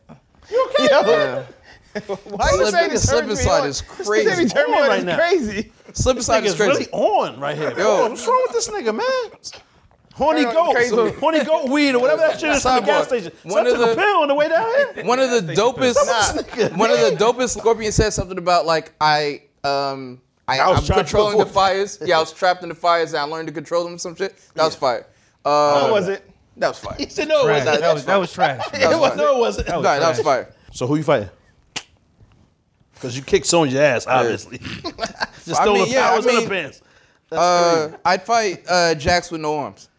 S3: You okay?
S2: Yeah. Why you
S5: Slip-
S2: saying this
S5: slip and
S2: turns me
S5: slide
S2: on?
S5: is
S2: This nigga
S5: crazy.
S2: turn me
S3: On
S2: on
S3: right
S2: is
S3: now.
S2: crazy.
S5: Slip and
S3: This
S5: slide
S3: nigga
S5: is
S3: is
S5: crazy.
S3: really on right here.
S5: Yo.
S3: Yo, what's wrong with this nigga, man? Horny
S5: Turn on the
S3: goat,
S5: crazy.
S3: horny goat weed or whatever that shit is from the
S5: Sidebar.
S3: gas station. So
S5: One
S3: I
S5: of
S3: took a
S5: the-
S3: pill on the way down here.
S5: one of the dopest one of the dopest scorpion said something about like i um i,
S3: I was
S5: am
S3: trapped
S5: controlling the
S3: before.
S5: fires yeah i was trapped in the fires and i learned to control them some shit that was fire uh
S3: No, it wasn't.
S5: that was fire
S3: He said, no, it
S5: Trash.
S3: wasn't.
S5: That- that was- that was
S3: trash.
S5: That was fire.
S3: No, it wasn't.
S5: That was No, that was trash. fire.
S3: So who you fighting? Because you kicked Sonya's ass, obviously. Just throwing powers in the pants. That's
S5: uh,
S3: crazy.
S5: i'd fight uh jax with no arms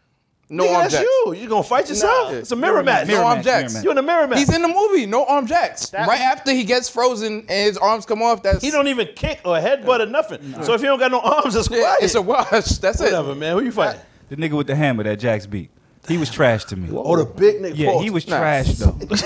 S5: no
S3: Nigga,
S5: arm
S3: that's
S5: jacks.
S3: you. You gonna fight yourself? It's a mirror match.
S5: No arm jacks.
S3: You in a mirror match?
S5: He's in the movie. No arm jacks. right after he gets frozen and his arms come off, that's
S3: He don't even kick or headbutt or nothing. So if you don't got no arms, it's quiet.
S5: it's a wash. That's it.
S3: Whatever, man. Who you fighting?
S4: The nigga with the hammer that Jax beat. He was trash to me.
S3: Oh, the big nigga.
S4: Yeah, he was trash though.
S3: Oh. the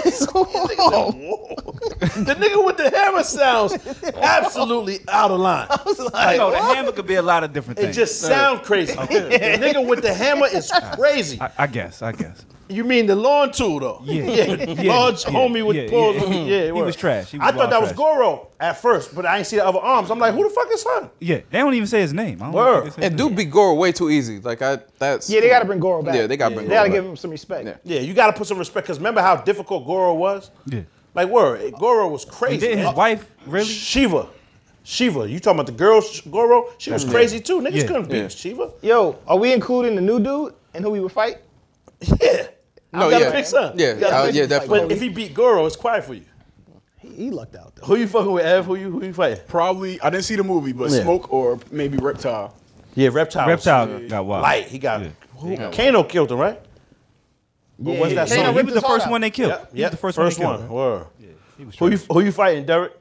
S3: nigga with the hammer sounds absolutely out of line. I was uh,
S4: I know the hammer could be a lot of different
S3: It
S4: things.
S3: just sound crazy.
S4: Okay.
S3: the nigga with the hammer is crazy.
S4: I, I guess. I guess.
S3: You mean the lawn tool though?
S4: Yeah. Yeah.
S3: Large
S4: Yeah.
S3: homie with
S4: Yeah.
S3: paws.
S4: Yeah. Mm-hmm.
S3: Yeah, it
S4: He was trash. He was
S3: I thought
S4: wild
S3: that was
S4: trash.
S3: Goro at first, but I ain't see the other arms. I'm like, who the fuck is her?
S4: Yeah, they don't even say his name. I don't
S3: Word.
S4: think they say his
S5: And dude beat Goro way too easy. Like I, that's
S3: Yeah, they gotta bring Goro back.
S5: Yeah, they got to bring.
S3: They
S5: Goro
S3: gotta
S5: back.
S3: give
S2: him some respect.
S3: Yeah, you got to put some respect because remember how difficult Goro was.
S4: Yeah.
S3: Like word, Goro was crazy.
S4: did his
S3: wife really? Shiva, Shiva. You talking about the girl Sh- Goro? She was
S2: That's
S3: crazy
S2: right.
S3: too. Niggas
S2: Yeah.
S3: couldn't beat
S2: Yeah.
S3: Shiva.
S2: Yo, are we including the new dude and who we would fight? Yeah.
S3: you gotta pick some.
S5: Yeah,
S3: You gotta
S5: uh,
S3: pick
S5: yeah,
S3: some.
S5: definitely.
S3: But if he beat Goro, it's quiet for you.
S2: He, he lucked out.
S3: Who you fucking with, Ev? Who you who you fighting?
S6: Probably I didn't see the movie, but
S3: Yeah.
S6: Smoke or maybe Reptile.
S3: Yeah, reptile. was-
S6: Reptile got wild.
S3: Light. He got. Who, Kano killed him, right? What
S4: Yeah,
S3: was
S4: he-
S3: that
S4: Kano
S3: song?
S4: ripped He was the his first heart one out. they killed.
S3: Yep,
S4: He was
S3: yep,
S4: the first one they
S3: first
S4: killed,
S3: one.
S4: right?
S3: Word. who you who you fighting, Derek?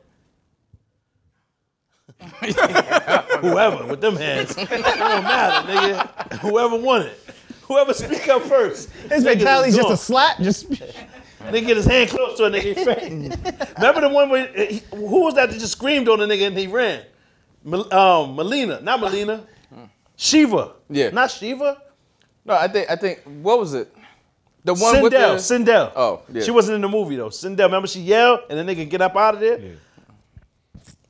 S3: Whoever with them hands, it don't matter, nigga. Whoever won it, whoever speak up first.
S2: His
S3: Nigga,
S2: mentality's
S3: it's
S2: just a
S3: gone.
S2: slap. Just
S3: They get his hand close to a nigga. He fainting. Remember the one where he, who was that that just screamed on the nigga and he ran? Mel- um, Melina, not Melina. Shiva. Yeah. Not Shiva.
S5: No, I think I think what was it? The one
S3: Sindel,
S5: with the
S3: Sindel.
S5: Oh, yeah.
S3: She wasn't in the movie though. Sindel, remember she yelled and the nigga get up out of there.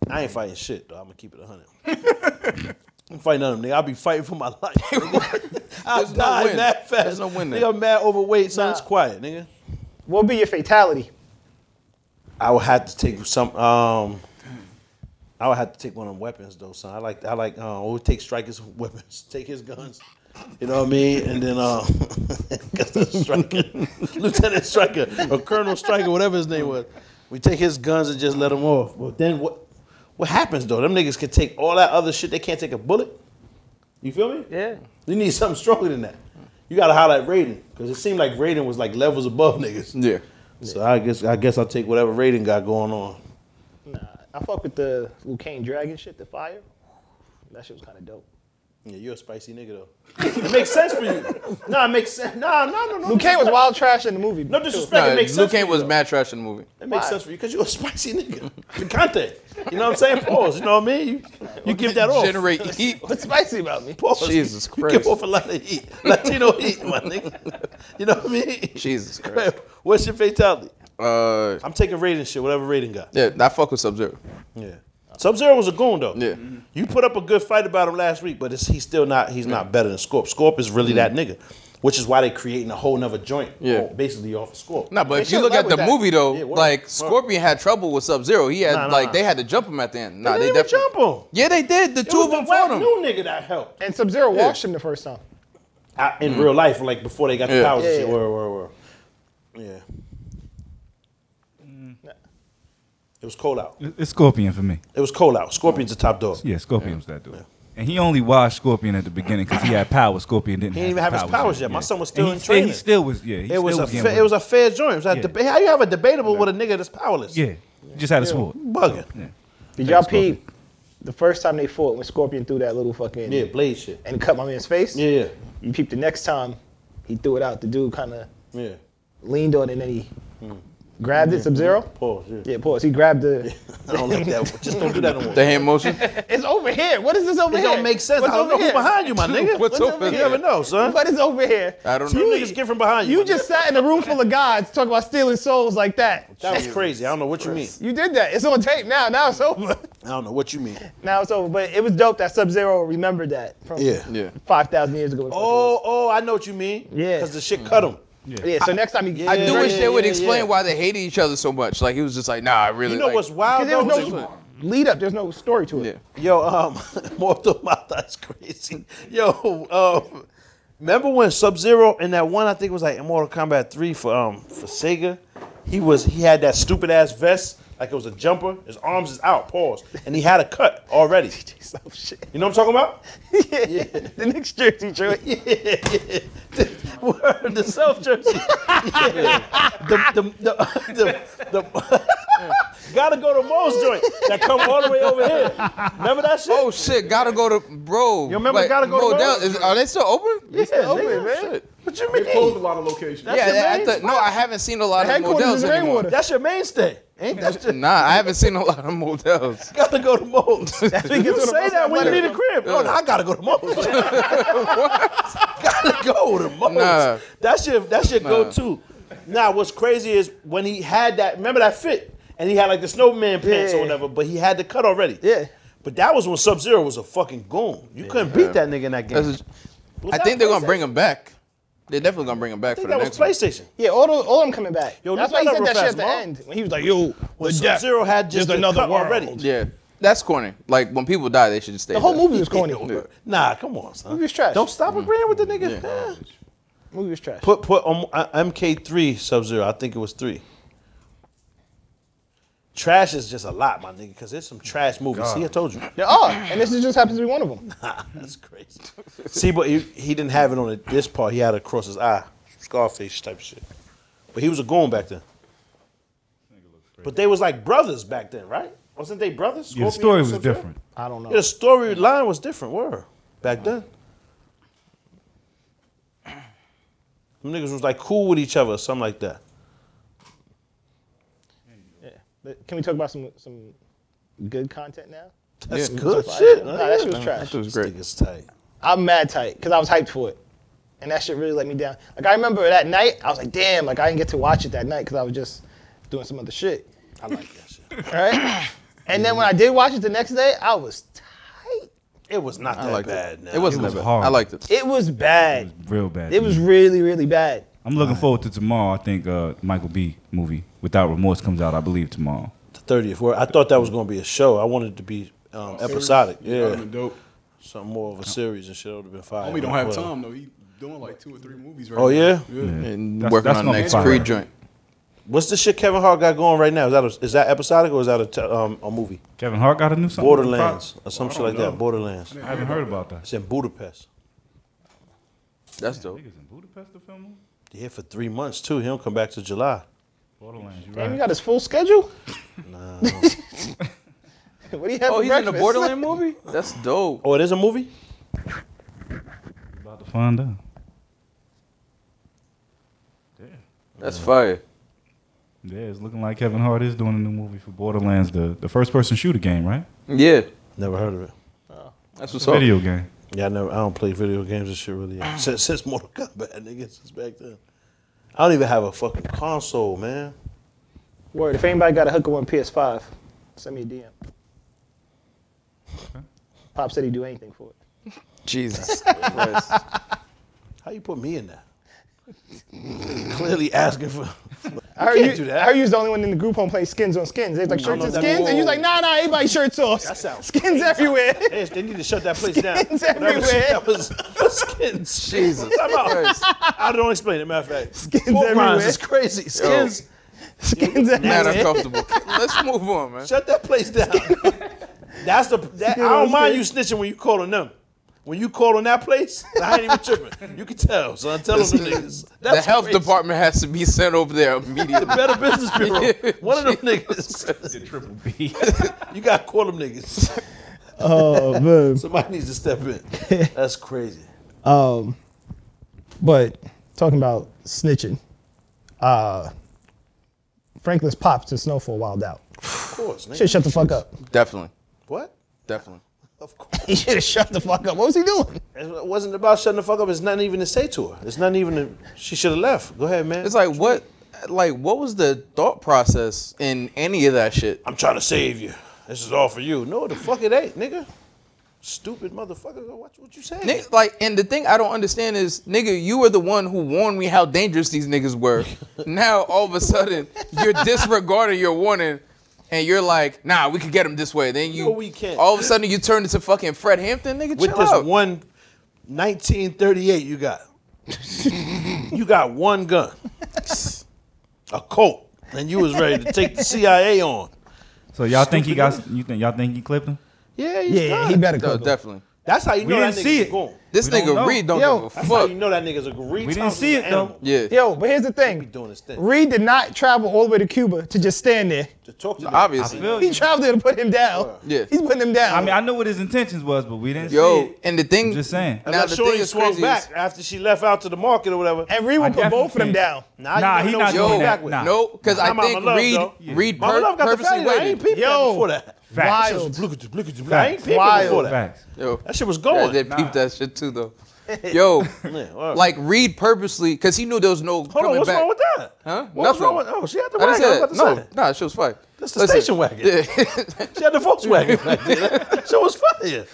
S3: I ain't fighting shit though. I'm gonna keep it hundred. I'm fighting none of them. Nigga. I'll be fighting for my life. nigga. I'll
S5: There's no
S3: die
S5: win.
S3: mad fast.
S5: There's no win there.
S3: Nigga, I'm mad overweight, son. It's quiet, nigga.
S2: what would be your fatality?
S3: I would have to take some. Um, I would have to take one of them weapons though, son. I like I like. Uh, we take strikers' weapons, take his guns. You know what I mean? And then uh, guess that's striker, Lieutenant Striker or Colonel Striker, whatever his name was. We take his guns and just let him off. But then what? What happens though? Them niggas can take all that other shit. They can't take a bullet. You feel me? Yeah. You need something stronger than that. You gotta highlight Raiden because it seemed like Raiden was like levels above niggas.
S5: Yeah.
S3: So I guess I guess I'll take whatever Raiden got going on.
S2: I fuck with the Lucane Dragon shit, the fire. That shit was kind of dope.
S3: Yeah, you're a spicy nigga though. it makes sense for you. No, it makes sense. No, no, no, no.
S2: Lucane was wild trash in the movie.
S3: No disrespect. it makes
S5: Luke
S3: sense.
S5: Cage was mad trash in the movie.
S3: It makes sense for you because you're a spicy nigga. Picante. You know what I'm saying? Pause. You know what I mean? You, you give that off.
S5: Generate heat.
S2: What's spicy about me?
S3: Pause.
S5: Jesus
S3: you, You
S5: Christ.
S3: give off a lot of heat. Latino heat, my nigga. You know what I mean?
S5: Jesus Christ.
S3: What's your fatality?
S5: Uh,
S3: I'm taking Raiden shit, whatever Raiden got.
S5: yeah, I fuck with Sub Zero.
S3: Yeah. Sub Zero was a goon though.
S5: Yeah.
S3: You put up a good fight about him last week, but it's, he's still not he's not better than Scorp. Scorp is really that nigga, which is why they creating a whole nother joint.
S5: Mm. Yeah.
S3: on- basically off of Scorp.
S5: No, but
S3: They
S5: if you
S3: should
S5: look
S3: level
S5: at the
S3: that.
S5: movie though,
S3: Yeah, word.
S5: like Scorpion had trouble with Sub Zero. He had
S3: Nah, nah,
S5: like
S3: nah.
S5: they had to jump him at the end. Nah, they,
S3: They didn't even
S5: definitely
S3: jump him.
S5: Yeah, they did. The two of them fought him.
S3: New nigga that helped.
S2: And Sub Zero
S5: Yeah.
S2: washed him the first time.
S3: out
S5: Mm.
S3: in real life, like before they got the
S16: Yeah.
S3: powers and
S16: Yeah,
S3: shit.
S16: yeah.
S3: Word, word, word.
S16: Yeah.
S3: It was cold out.
S4: It- It's Scorpion for me.
S3: It was cold out. Scorpion's the top dog.
S4: Yeah, Scorpion's that dude. And he only watched Scorpion at the beginning because he had power. Scorpion didn't.
S3: He didn't even have his powers yet. My son was still
S4: And he
S3: in
S4: still- he
S3: training.
S4: still was- yeah, he
S3: It was
S4: still
S3: a
S4: was getting
S3: fa-
S4: with
S3: it
S4: it.
S3: was a fair joint. It was a deba- how you have a debatable with a nigga that's powerless?
S4: Yeah, just had a sword.
S3: Bugging.
S2: Did y'all peep the first time they fought when Scorpion threw that little fucking
S3: Yeah, blade shit
S2: and cut my man's face?
S3: Yeah, yeah.
S2: You peeped the next time he threw it out. The dude kind of
S3: Yeah.
S2: leaned on it and then he
S3: Hmm.
S2: grabbed it. Sub Zero.
S3: Pause. Yeah.
S2: Yeah, pause. He grabbed the.
S3: I don't like that. Just don't do that no more.
S5: The hand motion.
S2: it's over here. What is this over
S3: It
S2: here?
S3: don't make sense.
S2: What's
S3: I don't
S2: over
S3: know who
S2: here?
S3: behind you, my nigga. What's over here? You never know, son.
S2: What is over here?
S3: I don't know. You niggas get from behind you.
S2: You just sat in a room full of gods talking about stealing souls like that.
S3: That was crazy. I don't know what you mean.
S2: You did that. It's on tape now. Now it's over.
S3: I don't know what you mean.
S2: Now it's over. But it was dope that Sub Zero remembered that from
S3: Yeah. Yeah.
S2: five thousand years ago.
S3: Oh, oh, I know what you mean.
S2: Yeah.
S3: Because the shit cut him.
S2: Yeah. so next time you,
S5: I do wish they would
S3: yeah,
S5: explain
S3: yeah.
S5: why they hated each other so much. Like he was just like, nah, I really.
S3: You know
S5: like-
S3: what's wild?
S2: Because there
S3: though?
S2: was no lead up. There's no story to it.
S3: Yo, um, Mortal Mata is crazy. Yo, um, remember when Sub Zero and that one I think it was like in Mortal Kombat Three for um for Sega, he was he had that stupid ass vest like it was a jumper. His arms is out, pause, and he had a cut already. You know what I'm talking about? yeah.
S2: The next jersey, Joey.
S3: yeah. Word, the self jersey. Yeah. The, the, the, the, the, gotta go to Mo's joint that come all the way over here. Remember that shit?
S5: Oh shit! Gotta go to bro. You
S3: remember Gotta Go
S5: bro,
S3: to Mo's?
S5: that- is- Are they still open?
S2: Yeah, nigga,
S5: Shit.
S3: What you
S6: They
S3: mean?
S6: closed a lot of locations.
S5: yeah,
S3: your
S5: that- I
S3: main
S5: thought- no, I haven't seen a lot of models anymore.
S3: That's your mainstay. Ain't that shit?
S5: Nah, I haven't seen a lot of models.
S3: Gotta go to Mo's. You say that when you need a crib. Oh, no, I gotta go to Mo's. gotta go to Mo's.
S5: Nah.
S3: That's your that's your
S5: Nah.
S3: go-to. Now, what's crazy is when he had that. Remember that fit, and he had like the snowman pants or
S2: Yeah.
S3: whatever, but he had the cut already.
S2: Yeah.
S3: But that was when Sub Zero was a fucking goon. You couldn't beat that nigga in that game.
S5: That's
S3: Was
S5: I
S3: that
S5: think they're gonna
S3: PlayStation?
S5: bring him back. They're definitely gonna bring him back
S3: I
S5: for
S3: think
S5: the
S3: that was
S5: next one.
S3: PlayStation.
S2: Yeah, all those, all them coming back.
S3: Yo,
S2: That's
S3: look
S2: why he
S3: that
S2: said
S3: up
S2: that
S3: real
S2: shit at
S3: fast,
S2: the
S3: Ma.
S2: end when he was like, "Yo,
S3: When
S2: the death.
S3: Sub-Zero had just
S2: There's
S3: the
S2: another
S3: cut
S2: world.
S3: already.
S5: Yeah, that's corny. Like when people die, they should just stay.
S2: The whole
S5: dead.
S2: movie was corny.
S5: Yeah.
S3: Nah, come on, son.
S2: Movie was trash.
S3: Don't stop agreeing with the niggas.
S5: Yeah.
S2: Mm-hmm. Movie was trash.
S3: Put put um, uh, MK3 Sub Zero. I think it was three. Trash is just a lot, my nigga, because there's some trash movies. See, I told you.
S2: There are, and this is just happens to be one of them.
S3: That's crazy. See, but he, he didn't have it on it- this part. He had it across his eye, Scarface type shit. But he was a goon back then. But they was like brothers back then, right? Wasn't they brothers?
S4: Yeah, the
S3: Scorpion
S4: story
S3: and
S4: was
S3: Sub-Zero?
S4: different.
S2: I don't know.
S3: Yeah, the story line was different. Were back then. Them niggas was like cool with each other, or something like that.
S2: But Can we talk about some some good content now?
S3: That's
S5: Yeah.
S3: good shit.
S5: Oh,
S2: Nah, that shit was trash.
S5: It was great.
S3: Niggas tight.
S2: I'm mad tight because I was hyped for it, and that shit really let me down. Like I remember that night, I was like, "Damn!" Like I didn't get to watch it that night because I was just doing some other shit.
S3: I like that shit.
S2: right? And then when I did watch it the next day, I was tight.
S3: It was not
S5: I
S3: that
S5: liked
S3: bad.
S5: it.
S3: Now.
S5: It wasn't
S4: was
S5: that bad.
S4: hard.
S5: I liked it.
S2: It was bad.
S4: Real bad.
S2: It was really, really bad.
S4: I'm looking forward to tomorrow. I think uh, Michael B. movie Without Remorse comes out. I believe tomorrow.
S3: the thirtieth. Where I thought that was gonna be a show. I wanted it to be
S6: Oh,
S3: um, episodic.
S6: That'd
S3: Yeah,
S6: been dope.
S3: something more of a series and shit would have been fire.
S6: Homie don't have
S3: uh, Well,
S6: time though. He doing like two or three movies right
S3: Oh,
S6: now.
S3: yeah?
S5: And
S4: That's-
S5: working
S4: that's
S5: on the
S4: gonna be
S5: next
S4: fire.
S5: Creed joint.
S3: uh, What's the shit Kevin Hart got going right now? Is that a, is that episodic or is that a, te- um, a movie?
S4: Kevin Hart got a new song.
S3: Borderlands or some shit like
S6: know.
S3: that. Borderlands.
S4: I haven't heard about that.
S3: It's in Budapest.
S5: That's dope.
S4: Niggas in Budapest to film. them?
S3: They here for three months too. He don't come back to July.
S4: Borderlands. You
S2: Damn, you
S4: right?
S2: got his full schedule? Nah. what do you have
S5: Oh,
S2: for
S5: he's in
S2: breakfast?
S5: the Borderland movie. That's dope.
S3: Oh, it is a movie.
S4: About to find out.
S5: That's fire.
S4: Yeah, it's looking like Kevin Hart is doing a new movie for Borderlands, the, the first person shooter game, right?
S5: Yeah,
S3: Never heard of it.
S5: that's what's up.
S4: Video game.
S3: Yeah, I never. I don't play video games and shit really. yet. Since, since Mortal Kombat, nigga, since back then. I don't even have a fucking console, man.
S2: Word, if anybody got a hooker on PS5, send me a DM. Pop said he'd do anything for it.
S5: Jesus Christ.
S3: How you put me in there? Clearly asking for.
S2: I heard
S3: can't
S2: you.
S3: do that.
S2: I heard you was the only one in the group home playing skins on skins. They was like
S3: I don't
S2: shirts
S3: know
S2: and
S3: that-
S2: skins, and you was like, nah, nah, everybody shirts off.
S3: That sounds
S2: skins everywhere.
S3: They need to shut that place down.
S2: Skins
S3: Whatever shit
S2: everywhere.
S3: That was skins.
S5: Jesus
S3: Time out.
S5: Christ.
S3: I don't explain it. Matter of fact, skins
S5: everywhere.
S3: is crazy. Skins.
S2: Skins
S5: Mad uncomfortable. Let's move on, man.
S3: Shut that place down. That's the. That, I don't mind you snitching when you calling them. When you call on that place, I ain't even tripping. You can tell, son. Tell them the niggas.
S5: the health department has to be sent over there immediately.
S3: The Better Business Bureau.
S5: Yeah.
S3: One of them niggas. The triple B. you gotta call them niggas.
S2: Oh, man.
S3: Somebody needs to step in. That's crazy.
S2: Um, but talking about snitching, uh, Franklin's pops and Snowfall wild out.
S3: Of course, nigga.
S2: Should shut the fuck up.
S5: Definitely.
S3: What?
S5: Definitely.
S2: He should have shut the fuck up. What was he doing?
S3: It wasn't about shutting the fuck up. It's nothing even to say to her. It's nothing even. To, she should have left. Go ahead, man.
S5: It's like what like what was the thought process in any of that shit?
S3: I'm trying to save you. This is all for you. No, the fuck it ain't, nigga. Stupid motherfucker. Watch what you say.
S5: Ni- Like, and the thing I don't understand is, nigga, you were the one who warned me how dangerous these niggas were. now all of a sudden, you're disregarding your warning, and you're like, nah, we could get him this way. Then you,
S3: No, we can't.
S5: All of a sudden, you turn into fucking Fred Hampton, nigga.
S3: With
S5: chill
S3: this
S5: out.
S3: one 1938 you got. you got one gun. A Colt. And you was ready to take the CIA on.
S4: So y'all think he
S3: Stupid
S4: got? You think y'all think he clipped him?
S3: Yeah, he's done.
S5: No, definitely.
S3: That's how you
S4: We
S3: know that
S4: didn't
S3: nigga's
S4: see it.
S3: gone.
S5: This
S4: We don't
S5: nigga
S4: know.
S5: Reed don't
S2: Yo,
S5: give a
S3: That's how
S5: fuck.
S3: you know that nigga's a Reed.
S4: We didn't
S3: Thomas
S4: see
S3: is
S4: it
S3: an
S4: though.
S3: animal.
S5: Yeah,
S2: Yo, but here's the thing.
S3: Doing his thing.
S2: Reed did not travel all the way to Cuba to just stand there.
S3: To talk to them.
S5: obviously.
S4: Feel
S2: He
S4: you.
S2: traveled there to put him down.
S5: Yeah.
S2: He's putting him down.
S4: I mean, I know what his intentions was, but we didn't see
S5: Yo,
S4: it.
S5: and the thing,
S4: I'm just saying.
S3: I'm
S5: Now,
S3: not
S5: the
S3: sure
S5: thing
S3: he
S5: is
S3: swung
S5: crazy
S3: back
S5: is-
S3: after she left out to the market or whatever.
S2: and Reed would put both of
S4: definitely
S2: them down.
S3: Now
S4: Nah,
S3: you
S4: he
S3: know
S4: not
S3: what you
S4: doing
S3: go
S4: that.
S3: back with.
S4: Nah.
S5: no, because I
S3: Mama
S5: think
S3: Love,
S5: Reed,
S3: though.
S5: Reed
S3: Mama
S5: per-
S3: Love got the
S5: purposely
S3: value. I ain't
S5: waited.
S3: peeping
S2: Yo.
S3: before that.
S4: Facts.
S3: That shit was
S2: Wild.
S3: look at you, look at you. I ain't
S4: Facts.
S3: peeping
S2: Wild.
S3: before that.
S4: Facts.
S5: Yo,
S3: That shit was
S5: yeah,
S3: going.
S5: they peeped that shit too, though. Yo,
S3: alright.
S5: like Reed purposely, because he knew there was no
S3: Hold
S5: coming
S3: on, what's
S5: back.
S3: wrong with that?
S5: Huh?
S3: What
S5: Nothing.
S3: was wrong with? Oh, she had
S5: I
S3: the
S5: just
S3: wagon. I was about
S5: said,
S3: to
S5: no,
S3: say.
S5: nah, she was fine.
S3: That's the station wagon. She had the Volkswagen. back there. She was fire.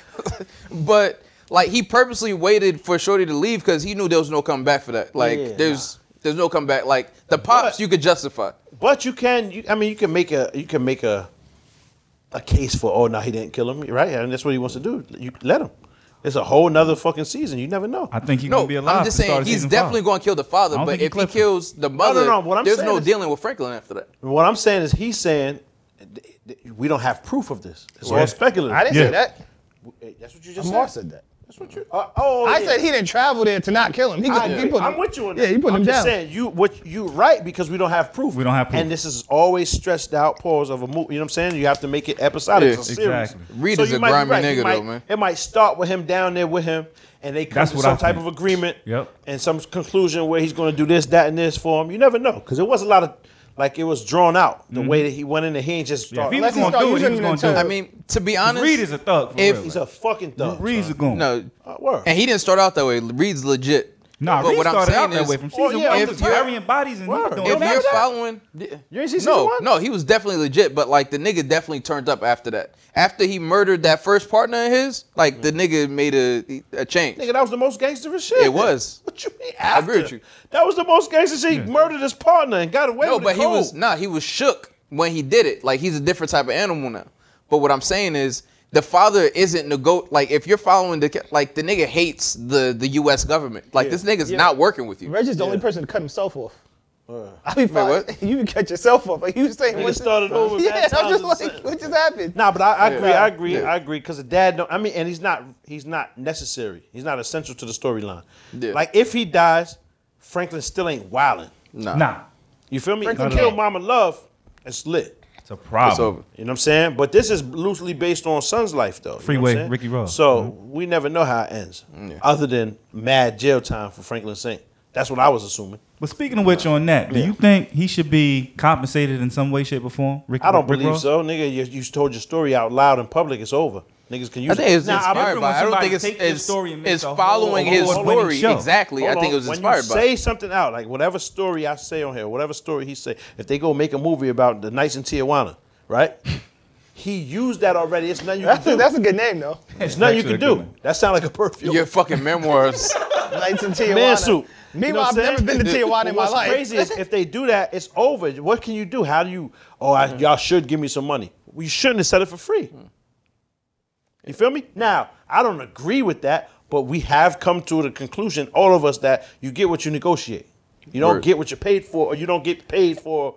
S5: But like he purposely waited for Shorty to leave because he knew there was no coming back for that. Like
S3: Yeah,
S5: there's there's no coming back. Like the pops
S3: But-
S5: you could justify.
S3: But you can, you, I mean, you can make a, you can make a, a case for, oh no, he didn't kill him, right? And that's what he wants to do. You let him. It's a whole nother fucking season. You never know.
S4: I think he's
S5: No,
S4: gonna be alive.
S5: I'm just
S4: to start
S5: saying he's
S4: season
S5: definitely
S4: five.
S5: going to kill the father.
S4: I don't
S5: But
S4: think he
S5: if he
S4: clipped him.
S5: kills the
S3: no,
S5: mother,
S3: no, what I'm
S5: there's
S3: saying
S5: no
S3: is-
S5: dealing with Franklin after that.
S3: what I'm saying is, he's saying th- th- we don't have proof of this. It's all
S4: Right.
S3: speculative.
S2: I didn't
S4: Yeah.
S2: say that.
S3: Hey, That's what you just
S2: Mark
S3: said.
S2: said that.
S3: That's what you. Uh, oh,
S2: I
S3: yeah.
S2: said he didn't travel there to not kill him. He,
S3: I
S2: he
S3: agree.
S2: put him-
S3: I'm with you on that.
S2: Yeah, he put
S3: I'm
S2: him
S3: just
S2: down.
S3: saying you what you right because we don't have proof.
S4: We don't have proof.
S3: And this is always stressed out pause of a movie. You know what I'm saying? You have to make it episodic.
S5: Yeah,
S3: it's a series.
S4: exactly.
S5: Reed is
S3: you
S5: a
S3: might be
S5: grimy
S3: You
S5: nigga,
S3: might-
S5: though, man.
S3: It might start with him down there with him, and they come
S4: That's
S3: to
S4: what
S3: some
S4: I
S3: type
S4: think.
S3: of agreement.
S4: Yep.
S3: And some conclusion where he's going to do this, that, and this for him. You never know because it was a lot of like it was drawn out the way that he went in. there. He ain't just
S4: Mm-hmm. Yeah, if
S3: start.
S4: he
S2: Unless
S4: was
S2: he
S4: going to
S2: start
S4: do it, he
S2: using
S4: was
S2: it
S4: going to do
S2: until-
S4: it.
S5: I mean, to be honest,
S4: Reed is a thug. For
S5: if-
S4: real.
S3: he's a fucking thug.
S4: Reed's a
S3: son.
S4: goon.
S5: no,
S3: Uh, word.
S5: and he didn't start out that way. Reed's legit.
S4: nah,
S5: but
S4: Reed
S5: what I'm
S4: started
S5: saying
S4: out that
S5: is-
S4: way from
S3: Oh,
S4: season
S3: yeah,
S4: one.
S3: if
S4: If
S3: you're-
S4: you're burying bodies and
S3: Word.
S4: doing
S3: If
S5: If
S3: Don't
S5: you're
S3: ask that.
S5: following,
S3: You ain't seen season
S5: no,
S3: one?
S5: no, he was definitely legit. But like the nigga definitely turned up after that. After he murdered that first partner of his, like the nigga made a a change.
S3: Nigga, that was the most gangster shit.
S5: It was.
S3: What you mean? After?
S5: agree with you.
S3: That was the most gangster shit. He murdered his partner and got away
S5: No,
S3: with
S5: but
S3: it.
S5: he was
S3: cold.
S5: nah. He was shook when he did it. Like he's a different type of animal now. But what I'm saying is, the father isn't nego. Like if you're following the ca- like the nigga hates the the U.S. government. Like this nigga's not working with you.
S2: Reggie's the only person to cut himself off. I mean, fine.
S5: what?
S2: you can cut yourself off. Like you was saying,
S3: Nigga
S2: what
S3: started over back
S2: Yeah, I'm
S3: times
S2: just
S3: and
S2: like,
S3: sentence.
S2: what just happened?
S3: Nah, but I, I agree.
S5: Yeah.
S3: I agree.
S5: Yeah.
S3: I agree. Because the dad don't. I mean, and he's not. He's not necessary. He's not essential to the storyline.
S5: Yeah.
S3: Like if he dies, Franklin still ain't wildin'.
S5: Nah,
S4: Nah,
S3: You feel me?
S2: Franklin
S3: if you kill
S2: can't.
S3: Mama Love, it's lit.
S4: it's a
S5: it's
S4: problem.
S5: over.
S3: You know what I'm saying? But this is loosely based on Son's life, though. You know what
S4: Freeway,
S3: I'm saying?
S4: Ricky Ross.
S3: So we never know how it ends, other than mad jail time for Franklin Saint. That's what I was assuming.
S4: But speaking of which, on that, do you think he should be compensated in some way, shape, or form? Rick,
S3: I don't
S4: Rick
S3: believe
S4: Ross?
S3: so, nigga. You, you told your story out loud in public. It's over. Niggas can use
S5: I think it was
S4: Nah, I'm
S5: inspired
S4: different
S5: by.
S4: when
S5: I don't
S4: somebody
S5: think it's,
S4: take their
S5: it's,
S4: story and make
S5: it's
S4: the whole
S5: following his
S4: award-winning
S5: story
S4: show.
S5: exactly. I
S3: Hold
S5: think it
S3: on.
S5: was
S3: when
S5: inspired
S3: you
S5: by.
S3: say
S5: it.
S3: something out, like whatever story I say on here, whatever story he say, if they go make a movie about the nights in Tijuana, right? he used that already. It's nothing you can
S2: That's
S3: do.
S2: a, that's a good name though.
S3: it's nothing
S4: actually
S3: you can
S4: a good
S3: do.
S4: one.
S3: That sound like a perfume.
S5: Your fucking memoirs.
S2: Nights in Tijuana.
S3: man suit. You know
S2: Meanwhile,
S3: what
S2: I've
S3: I'm saying?
S2: never been to Tijuana in my
S3: What's
S2: life.
S3: crazy is if they do that, it's over. What can you do? How do you? Oh,
S2: Mm-hmm.
S3: I, y'all should give me some money. Well, you shouldn't have set it for free.
S2: Mm.
S3: You feel me? Now, I don't agree with that, but we have come to the conclusion, all of us, that you get what you negotiate. You don't
S5: Word.
S3: get what you're paid for, or you don't get paid for.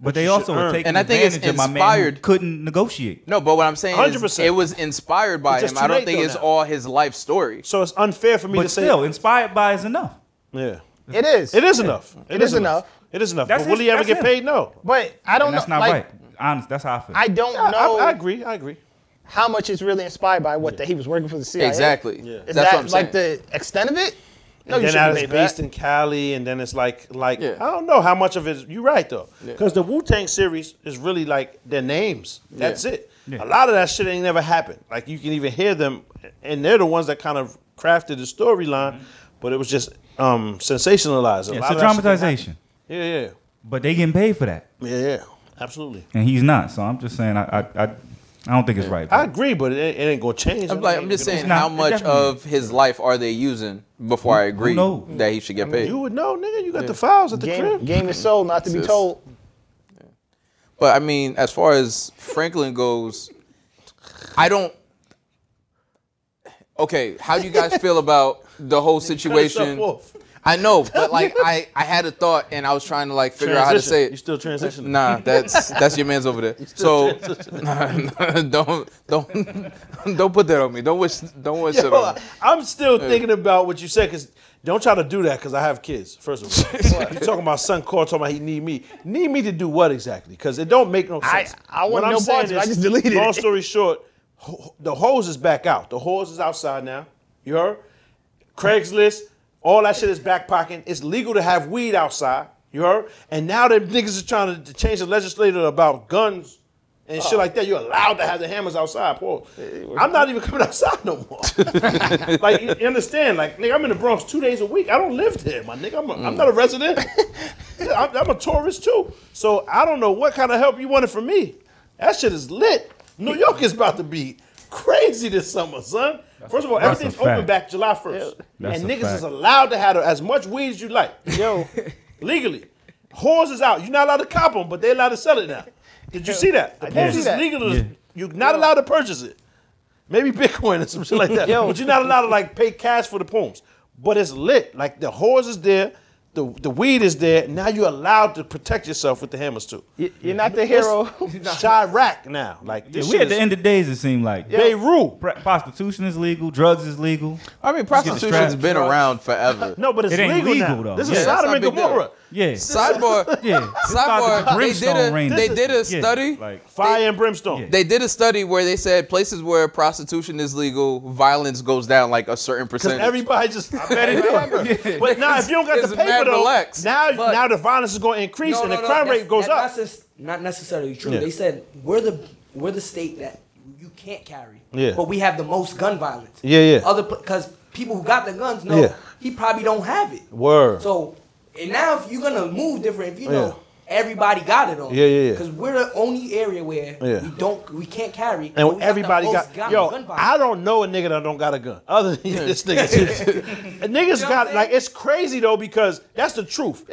S4: But they also were taking
S5: And I think it's
S4: advantage of my man who
S5: inspired-
S4: couldn't negotiate.
S5: No, but what I'm saying is
S3: 100%.
S5: it was inspired by
S3: It's just
S5: him.
S3: too
S5: I don't
S3: late
S5: think
S3: though
S5: it's
S3: now.
S5: all his life story.
S3: So it's unfair for me
S4: But
S3: to say.
S4: still, inspired by is enough.
S3: yeah,
S2: It is.
S3: it is enough.
S2: It is enough.
S3: It is enough.
S4: That's
S3: But will
S4: his-
S3: he ever
S4: that's
S3: get
S4: him.
S3: paid? No.
S2: But I don't
S4: And that's
S2: know.
S4: not
S2: like,
S4: right. Honest, that's how I feel.
S2: I don't
S3: I-
S2: know
S3: I, I agree. I agree.
S2: how much is really inspired by what that he was working for the CIA.
S5: Exactly.
S2: Is
S5: That's
S2: that
S5: what I'm saying.
S2: like the extent of it? No,
S3: And
S2: Oh, you
S3: then I
S2: shouldn't
S3: was
S2: pay
S3: based
S2: that.
S3: in Cali, and then it's like, like
S5: Yeah.
S3: I don't know how much of it. Is, you're right though, because the Wu Tang series is really like their names. That's it. A lot of that shit ain't never happened. Like you can even hear them, and they're the ones that kind of crafted the storyline,
S2: Mm-hmm.
S3: but it was just um, sensationalized. A
S4: Yeah,
S3: lot
S4: it's a
S3: of that shit didn't
S4: dramatization.
S3: happen. Yeah, yeah,
S4: But they getting paid for that.
S3: yeah, yeah. Absolutely,
S4: And he's not. So I'm just saying I I, I, I don't think it's right.
S3: I agree, but it, ain't- it ain't gonna change.
S5: I'm, like, I'm just saying,
S4: not-
S5: how
S4: it
S5: much
S4: definitely-
S5: of his life are they using before I agree
S4: knows?
S5: that he should get paid?
S3: You would know, nigga. You got the files at the
S2: Game,
S3: crib.
S2: game is sold, not to be
S5: Sis.
S2: told.
S5: But I mean, as far as Franklin goes, I don't. Okay, how do you guys feel about the whole situation?
S3: Wolf.
S5: I know, but like I, I had a thought and I was trying to like figure out how to say it.
S3: You still transitioning?
S5: Nah, that's that's your man's over there. So nah, don't don't don't put that on me. Don't wish don't wish it
S3: Yo,
S5: on. me.
S3: I'm still thinking about what you said because don't try to do that because I have kids. First of all, you talking about son called talking about he need me. Need me to do what exactly? Because it don't make no
S2: I-
S3: sense.
S2: I want
S3: What I'm
S2: no
S3: saying
S2: parts of it. I
S3: is,
S2: just deleted it.
S3: Long story short, ho- the hose is back out. The hose is outside now. You heard? Craigslist, all that shit is backpocketing. It's legal to have weed outside. You heard? And now them niggas are trying to, to change the legislator about guns and shit like that. You're allowed to have the hammers outside, Paul. I'm not even coming outside no more. like you you understand? Like nigga, I'm in the Bronx two days a week. I don't live there, my nigga. I'm, a, am not a resident. I'm, I'm a tourist too. So I don't know what kind of help you wanted from me. That shit is lit. New York is about to be crazy this summer, son. First of all,
S4: That's a
S3: everything's open
S4: fact.
S3: back July 1st,
S4: That's
S3: and
S4: a
S3: niggas
S4: fact.
S3: is allowed to have as much weed as you like. Yo, legally, whores is out. You're not allowed to cop them, but they allowed to sell it now. Did you see that? The
S2: did
S3: booze
S2: see
S3: is
S2: that.
S3: legal. to- You're not allowed to purchase it. Maybe Bitcoin or some shit like that. But you're not allowed to like pay cash for the poems. But it's lit. Like the whores is there, the the weed is there. Now you're allowed to protect yourself with the hammers too.
S2: Y- You're not the hero.
S3: It's Chirac now. Like
S4: Yeah,
S3: this
S4: we
S3: shit
S4: at the
S3: is-
S4: end of days, it seemed like.
S3: Beirut.
S4: Pr- Prostitution is legal, drugs is legal.
S5: I mean,
S4: straps.
S5: prostitution's been around forever.
S3: No, but it's
S4: It ain't
S3: legal,
S4: legal,
S3: now.
S4: though.
S3: This
S4: Yeah,
S3: is
S5: it's
S3: Sodom
S5: not
S3: and
S5: a big deal.
S3: Gomorrah.
S4: Yeah.
S5: Sidebar,
S4: Yeah.
S5: sidebar. They did
S4: Brimstone reign.
S5: a they did a
S4: Yeah,
S5: study.
S4: Like,
S3: Fire and brimstone.
S5: They did a study where they said places where prostitution is legal, violence goes down like a certain
S3: Because
S5: percentage.
S3: everybody just I bet it remember. But now if you don't got
S5: It's
S3: the
S5: mad
S3: paper though,
S5: relaxed.
S3: now
S5: But-
S3: now the violence is going to increase and the crime
S15: that's-
S3: rate goes
S15: that-
S3: up.
S15: That's just not necessarily true.
S3: Yeah.
S15: They said we're the we're the state that you can't carry.
S3: Yeah.
S15: But we have the most gun violence.
S3: Yeah, yeah.
S15: Other because people who got the guns know
S3: Yeah.
S15: he probably don't have it.
S3: Word.
S15: So and now if you're gonna move different, if you know
S3: Yeah.
S15: everybody got it on.
S3: Yeah, yeah, yeah.
S15: Because we're the only area where
S3: Yeah.
S15: we don't we can't carry. but we
S3: And
S15: the
S3: everybody
S15: most
S3: got, yo.
S15: gun violence.
S3: I don't know a nigga that don't got a gun other than this nigga. niggas
S15: what I'm
S3: got
S15: saying?
S3: like it's crazy though because that's the truth.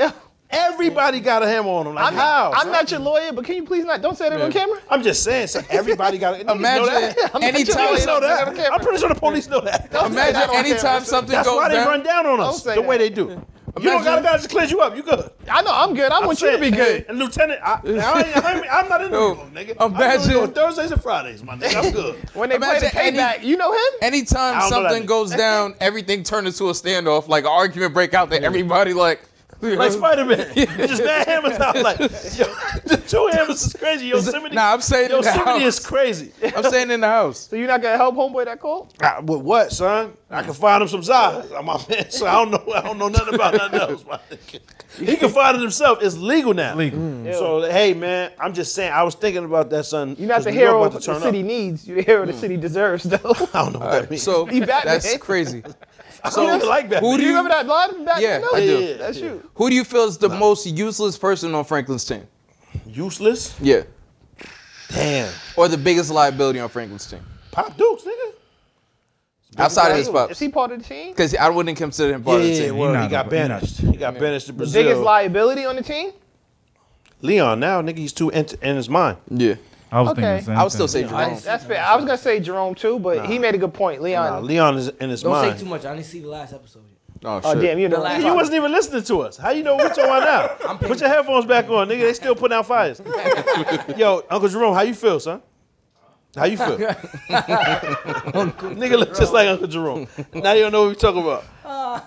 S3: Everybody got a hammer on them. Like
S2: I'm,
S3: how?
S2: I'm not your lawyer, but can you please not? Don't say that on camera.
S3: I'm just saying. So everybody got. Niggas
S5: Imagine
S3: know that.
S5: I'm any
S3: Niggas
S5: time-
S3: know that.
S2: on camera.
S3: I'm pretty sure the police know that.
S2: say that
S5: Imagine
S2: on camera.
S5: anytime something
S3: That's
S5: goes
S3: why they
S5: down.
S3: run down on us
S2: Don't say
S3: the way
S2: that.
S3: they do. you don't
S5: Imagine-
S3: got a gun to cleanse you up. You good?
S2: I know I'm good. I want you to be good.
S3: And Lieutenant, I, I, ain't- I, ain't- I'm not in the
S5: Yo,
S3: room,
S5: imagine-
S3: nigga. I'm doing it on Thursdays and Fridays, my nigga. I'm good.
S2: When they play
S5: Imagine
S2: the K
S5: any-
S2: back, you know him.
S5: Anytime
S3: I don't know
S5: something
S3: that nigga.
S5: goes down, everything turns into a standoff, like an argument break out that everybody like.
S3: like Spider Man. just mad hammers out. Like, yo, the two hammers is crazy. Yosemite.
S5: Nah, I'm saying it now.
S3: Yosemite is crazy.
S5: I'm saying in the house.
S2: So you're not gonna help homeboy that cold?
S3: I, with what, son? I can find him some Zai. I'm my man. So I don't know. I don't know nothing about nothing else. my nigga. He can find it himself. It's legal now. Mm.
S4: legal.
S3: So hey, man, I'm just saying. I was thinking about that, son.
S2: You're not
S3: 'cause
S2: the
S3: New York
S2: hero
S3: about
S2: the
S3: to turn
S2: city
S3: up.
S2: needs. You're the hero
S5: Hmm.
S2: the city deserves, though.
S3: I don't know what that means.
S5: So
S2: He Batman.
S5: that's crazy.
S3: so I don't like that.
S5: Who do
S2: you
S5: you
S2: remember that line? Back
S5: Hmm. Yeah, I do.
S3: Yeah,
S2: That's you.
S5: who do you feel is the most useless person on Franklin's team?
S3: Useless.
S5: Yeah,
S3: Damn.
S5: or the biggest liability on Franklin's team?
S3: Pop Dukes, nigga.
S5: Outside of this pop.
S2: Is he part of the team?
S5: Because I wouldn't consider him part of the
S3: Yeah,
S5: team.
S3: yeah, word. He He not got a- banished. He got banished to
S2: The
S3: Brazil.
S2: biggest liability on the team?
S3: Leon now, nigga, he's too in, in his mind.
S5: Yeah.
S3: I
S2: was thinking the Okay. same I would
S5: still say Jerome.
S2: I- that's fair. I was gonna say Jerome too, but he made a good point. Leon.
S3: Leon is in his
S15: Don't
S3: mind.
S15: say too much. I didn't see the last episode.
S5: Oh,
S2: Oh, damn, you
S15: The
S2: know.
S15: last
S3: You wasn't even listening to us. How you know what's on now? Put your headphones back on, nigga. They still putting out fires. Yo, Uncle Jerome, how you feel, son? How you feel? nigga look just like Uncle Jerome. Now you don't know what we talking about.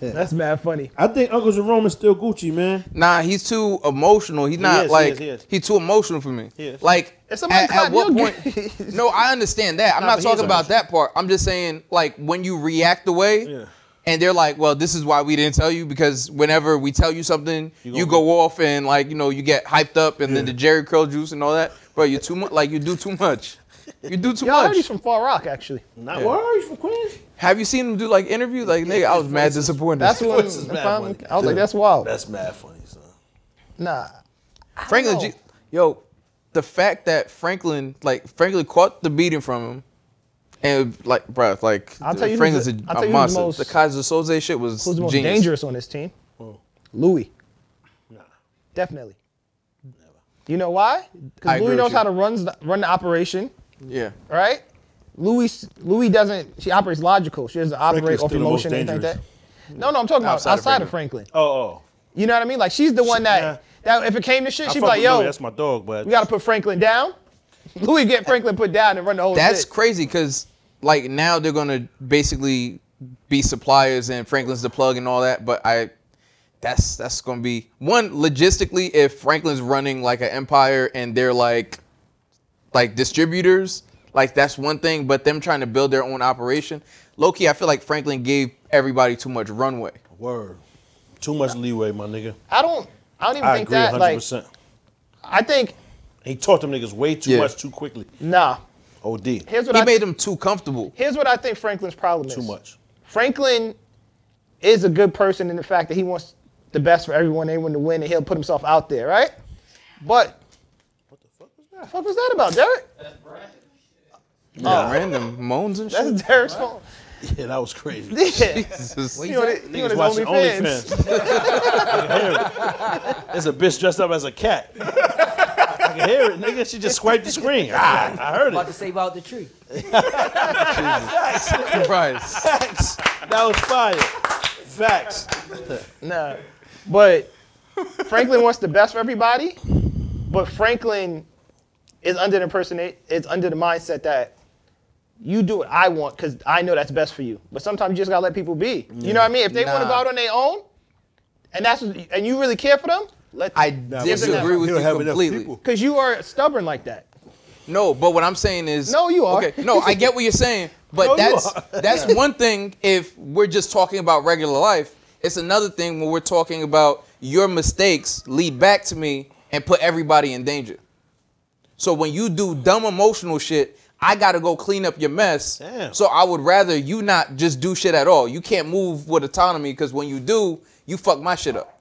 S2: That's mad funny.
S3: I think Uncle Jerome is still Gucci, man.
S5: Nah, he's too emotional. He's not
S3: is, he
S5: like
S3: is, he is.
S5: he's too emotional for me.
S3: He is.
S5: Like
S3: If
S5: at,
S3: somebody
S5: at
S3: clap,
S5: what
S3: you'll
S5: point? no, I understand that. I'm
S3: Nah,
S5: not
S3: but
S5: talking
S3: he's
S5: about that part. I'm just saying like when you react the way, and they're like, well, this is why we didn't tell you because whenever we tell you something, you, go off and like you know you get hyped up and then the Jerry curl juice and all that. Bro, you too much. Like you do too much. You do too
S2: Y'all I heard
S5: much.
S2: he's from Far Rock, actually.
S3: Not Where are you from Queens?
S5: Have you seen him do like interviews? Like nigga, I was mad disappointed.
S2: That's what
S5: Voice is
S2: if
S5: mad
S2: I'm-
S5: funny.
S2: I was like, that's wild.
S3: That's mad funny, son.
S2: Nah.
S5: Franklin,
S2: know.
S5: G- yo, the fact that Franklin, like Franklin, caught the beating from him, and like, bruh, like
S2: I'll tell you who's
S5: Franklin's
S2: the- I'll
S5: a,
S2: tell
S5: a
S2: you who's
S5: monster.
S2: the most-
S5: the Kaiser Soze shit was
S2: Who's the most
S5: genius.
S2: dangerous on this team? Louis. Nah. Definitely. You know why?
S5: I
S2: Because Louis
S5: agree
S2: knows
S5: with you.
S2: how to run the, run the operation,
S5: Yeah,
S2: right? Louis Louis doesn't. She operates logical. She doesn't operate
S3: Franklin's
S2: off
S3: still the most
S2: emotion, anything like that. No, no, I'm talking about outside,
S3: Outside of
S2: of Franklin.
S3: Oh, oh.
S2: You know what I mean? Like she's the one that that if it came to shit,
S3: I
S2: she'd be
S3: fuck
S2: like,
S3: with Louis,
S2: "Yo,
S3: that's my dog, but
S2: we got to put Franklin down." Louis get Franklin put down and run the whole
S5: That's
S2: shit.
S5: crazy because like now they're gonna basically be suppliers and Franklin's the plug and all that. But I, that's that's gonna be one logistically if Franklin's running like an empire and they're like, like distributors, like that's one thing. But them trying to build their own operation, low key, I feel like Franklin gave everybody too much runway.
S3: Word. Too much leeway, my nigga.
S2: I don't. I don't even
S3: I
S2: think
S3: agree
S2: that. Like,
S3: 100%.
S2: I think
S3: he taught them niggas way too
S5: Yeah.
S3: much too quickly.
S2: nah.
S3: OD.
S2: Here's what
S5: he
S2: I
S5: made them too comfortable.
S2: here's what I think Franklin's problem is.
S3: Too much.
S2: Franklin is a good person in the fact that he wants the best for everyone, everyone to win, and he'll put himself out there, right? But what the fuck was that about, Derek?
S5: Yeah, random moans and shit.
S2: That's Derek's phone.
S3: Yeah, that was crazy.
S2: Yeah.
S5: Jesus.
S2: You on his- you on
S3: Niggas
S2: his
S3: watching
S2: OnlyFans.
S3: OnlyFans. I can hear it. There's a bitch dressed up as a cat. I can hear it, nigga. She just swiped the screen. Ah, I heard
S15: About
S3: it.
S15: to save out the tree.
S5: Christ.
S3: Facts. That was fire. Facts.
S2: Nah. But Franklin wants the best for everybody. But Franklin is under the impersonate is under the mindset that you do what I want because I know that's best for you. But sometimes you just gotta let people be. You know what I mean? If they want to
S5: Nah.
S2: go out on their own, and that's what- and you really care for them, let
S5: I
S2: give it up.
S5: disagree with you completely.
S2: Cause you are stubborn like that.
S5: No, but what I'm saying is
S2: No, you are.
S5: Okay, no, I get what you're saying, but
S2: No, you
S5: that's
S2: are.
S5: that's one thing if we're just talking about regular life. It's another thing when we're talking about your mistakes lead back to me and put everybody in danger. So when you do dumb emotional shit, I gotta go clean up your mess.
S3: Damn.
S5: So I would rather you not just do shit at all. You can't move with autonomy because when you do, you fuck my shit up.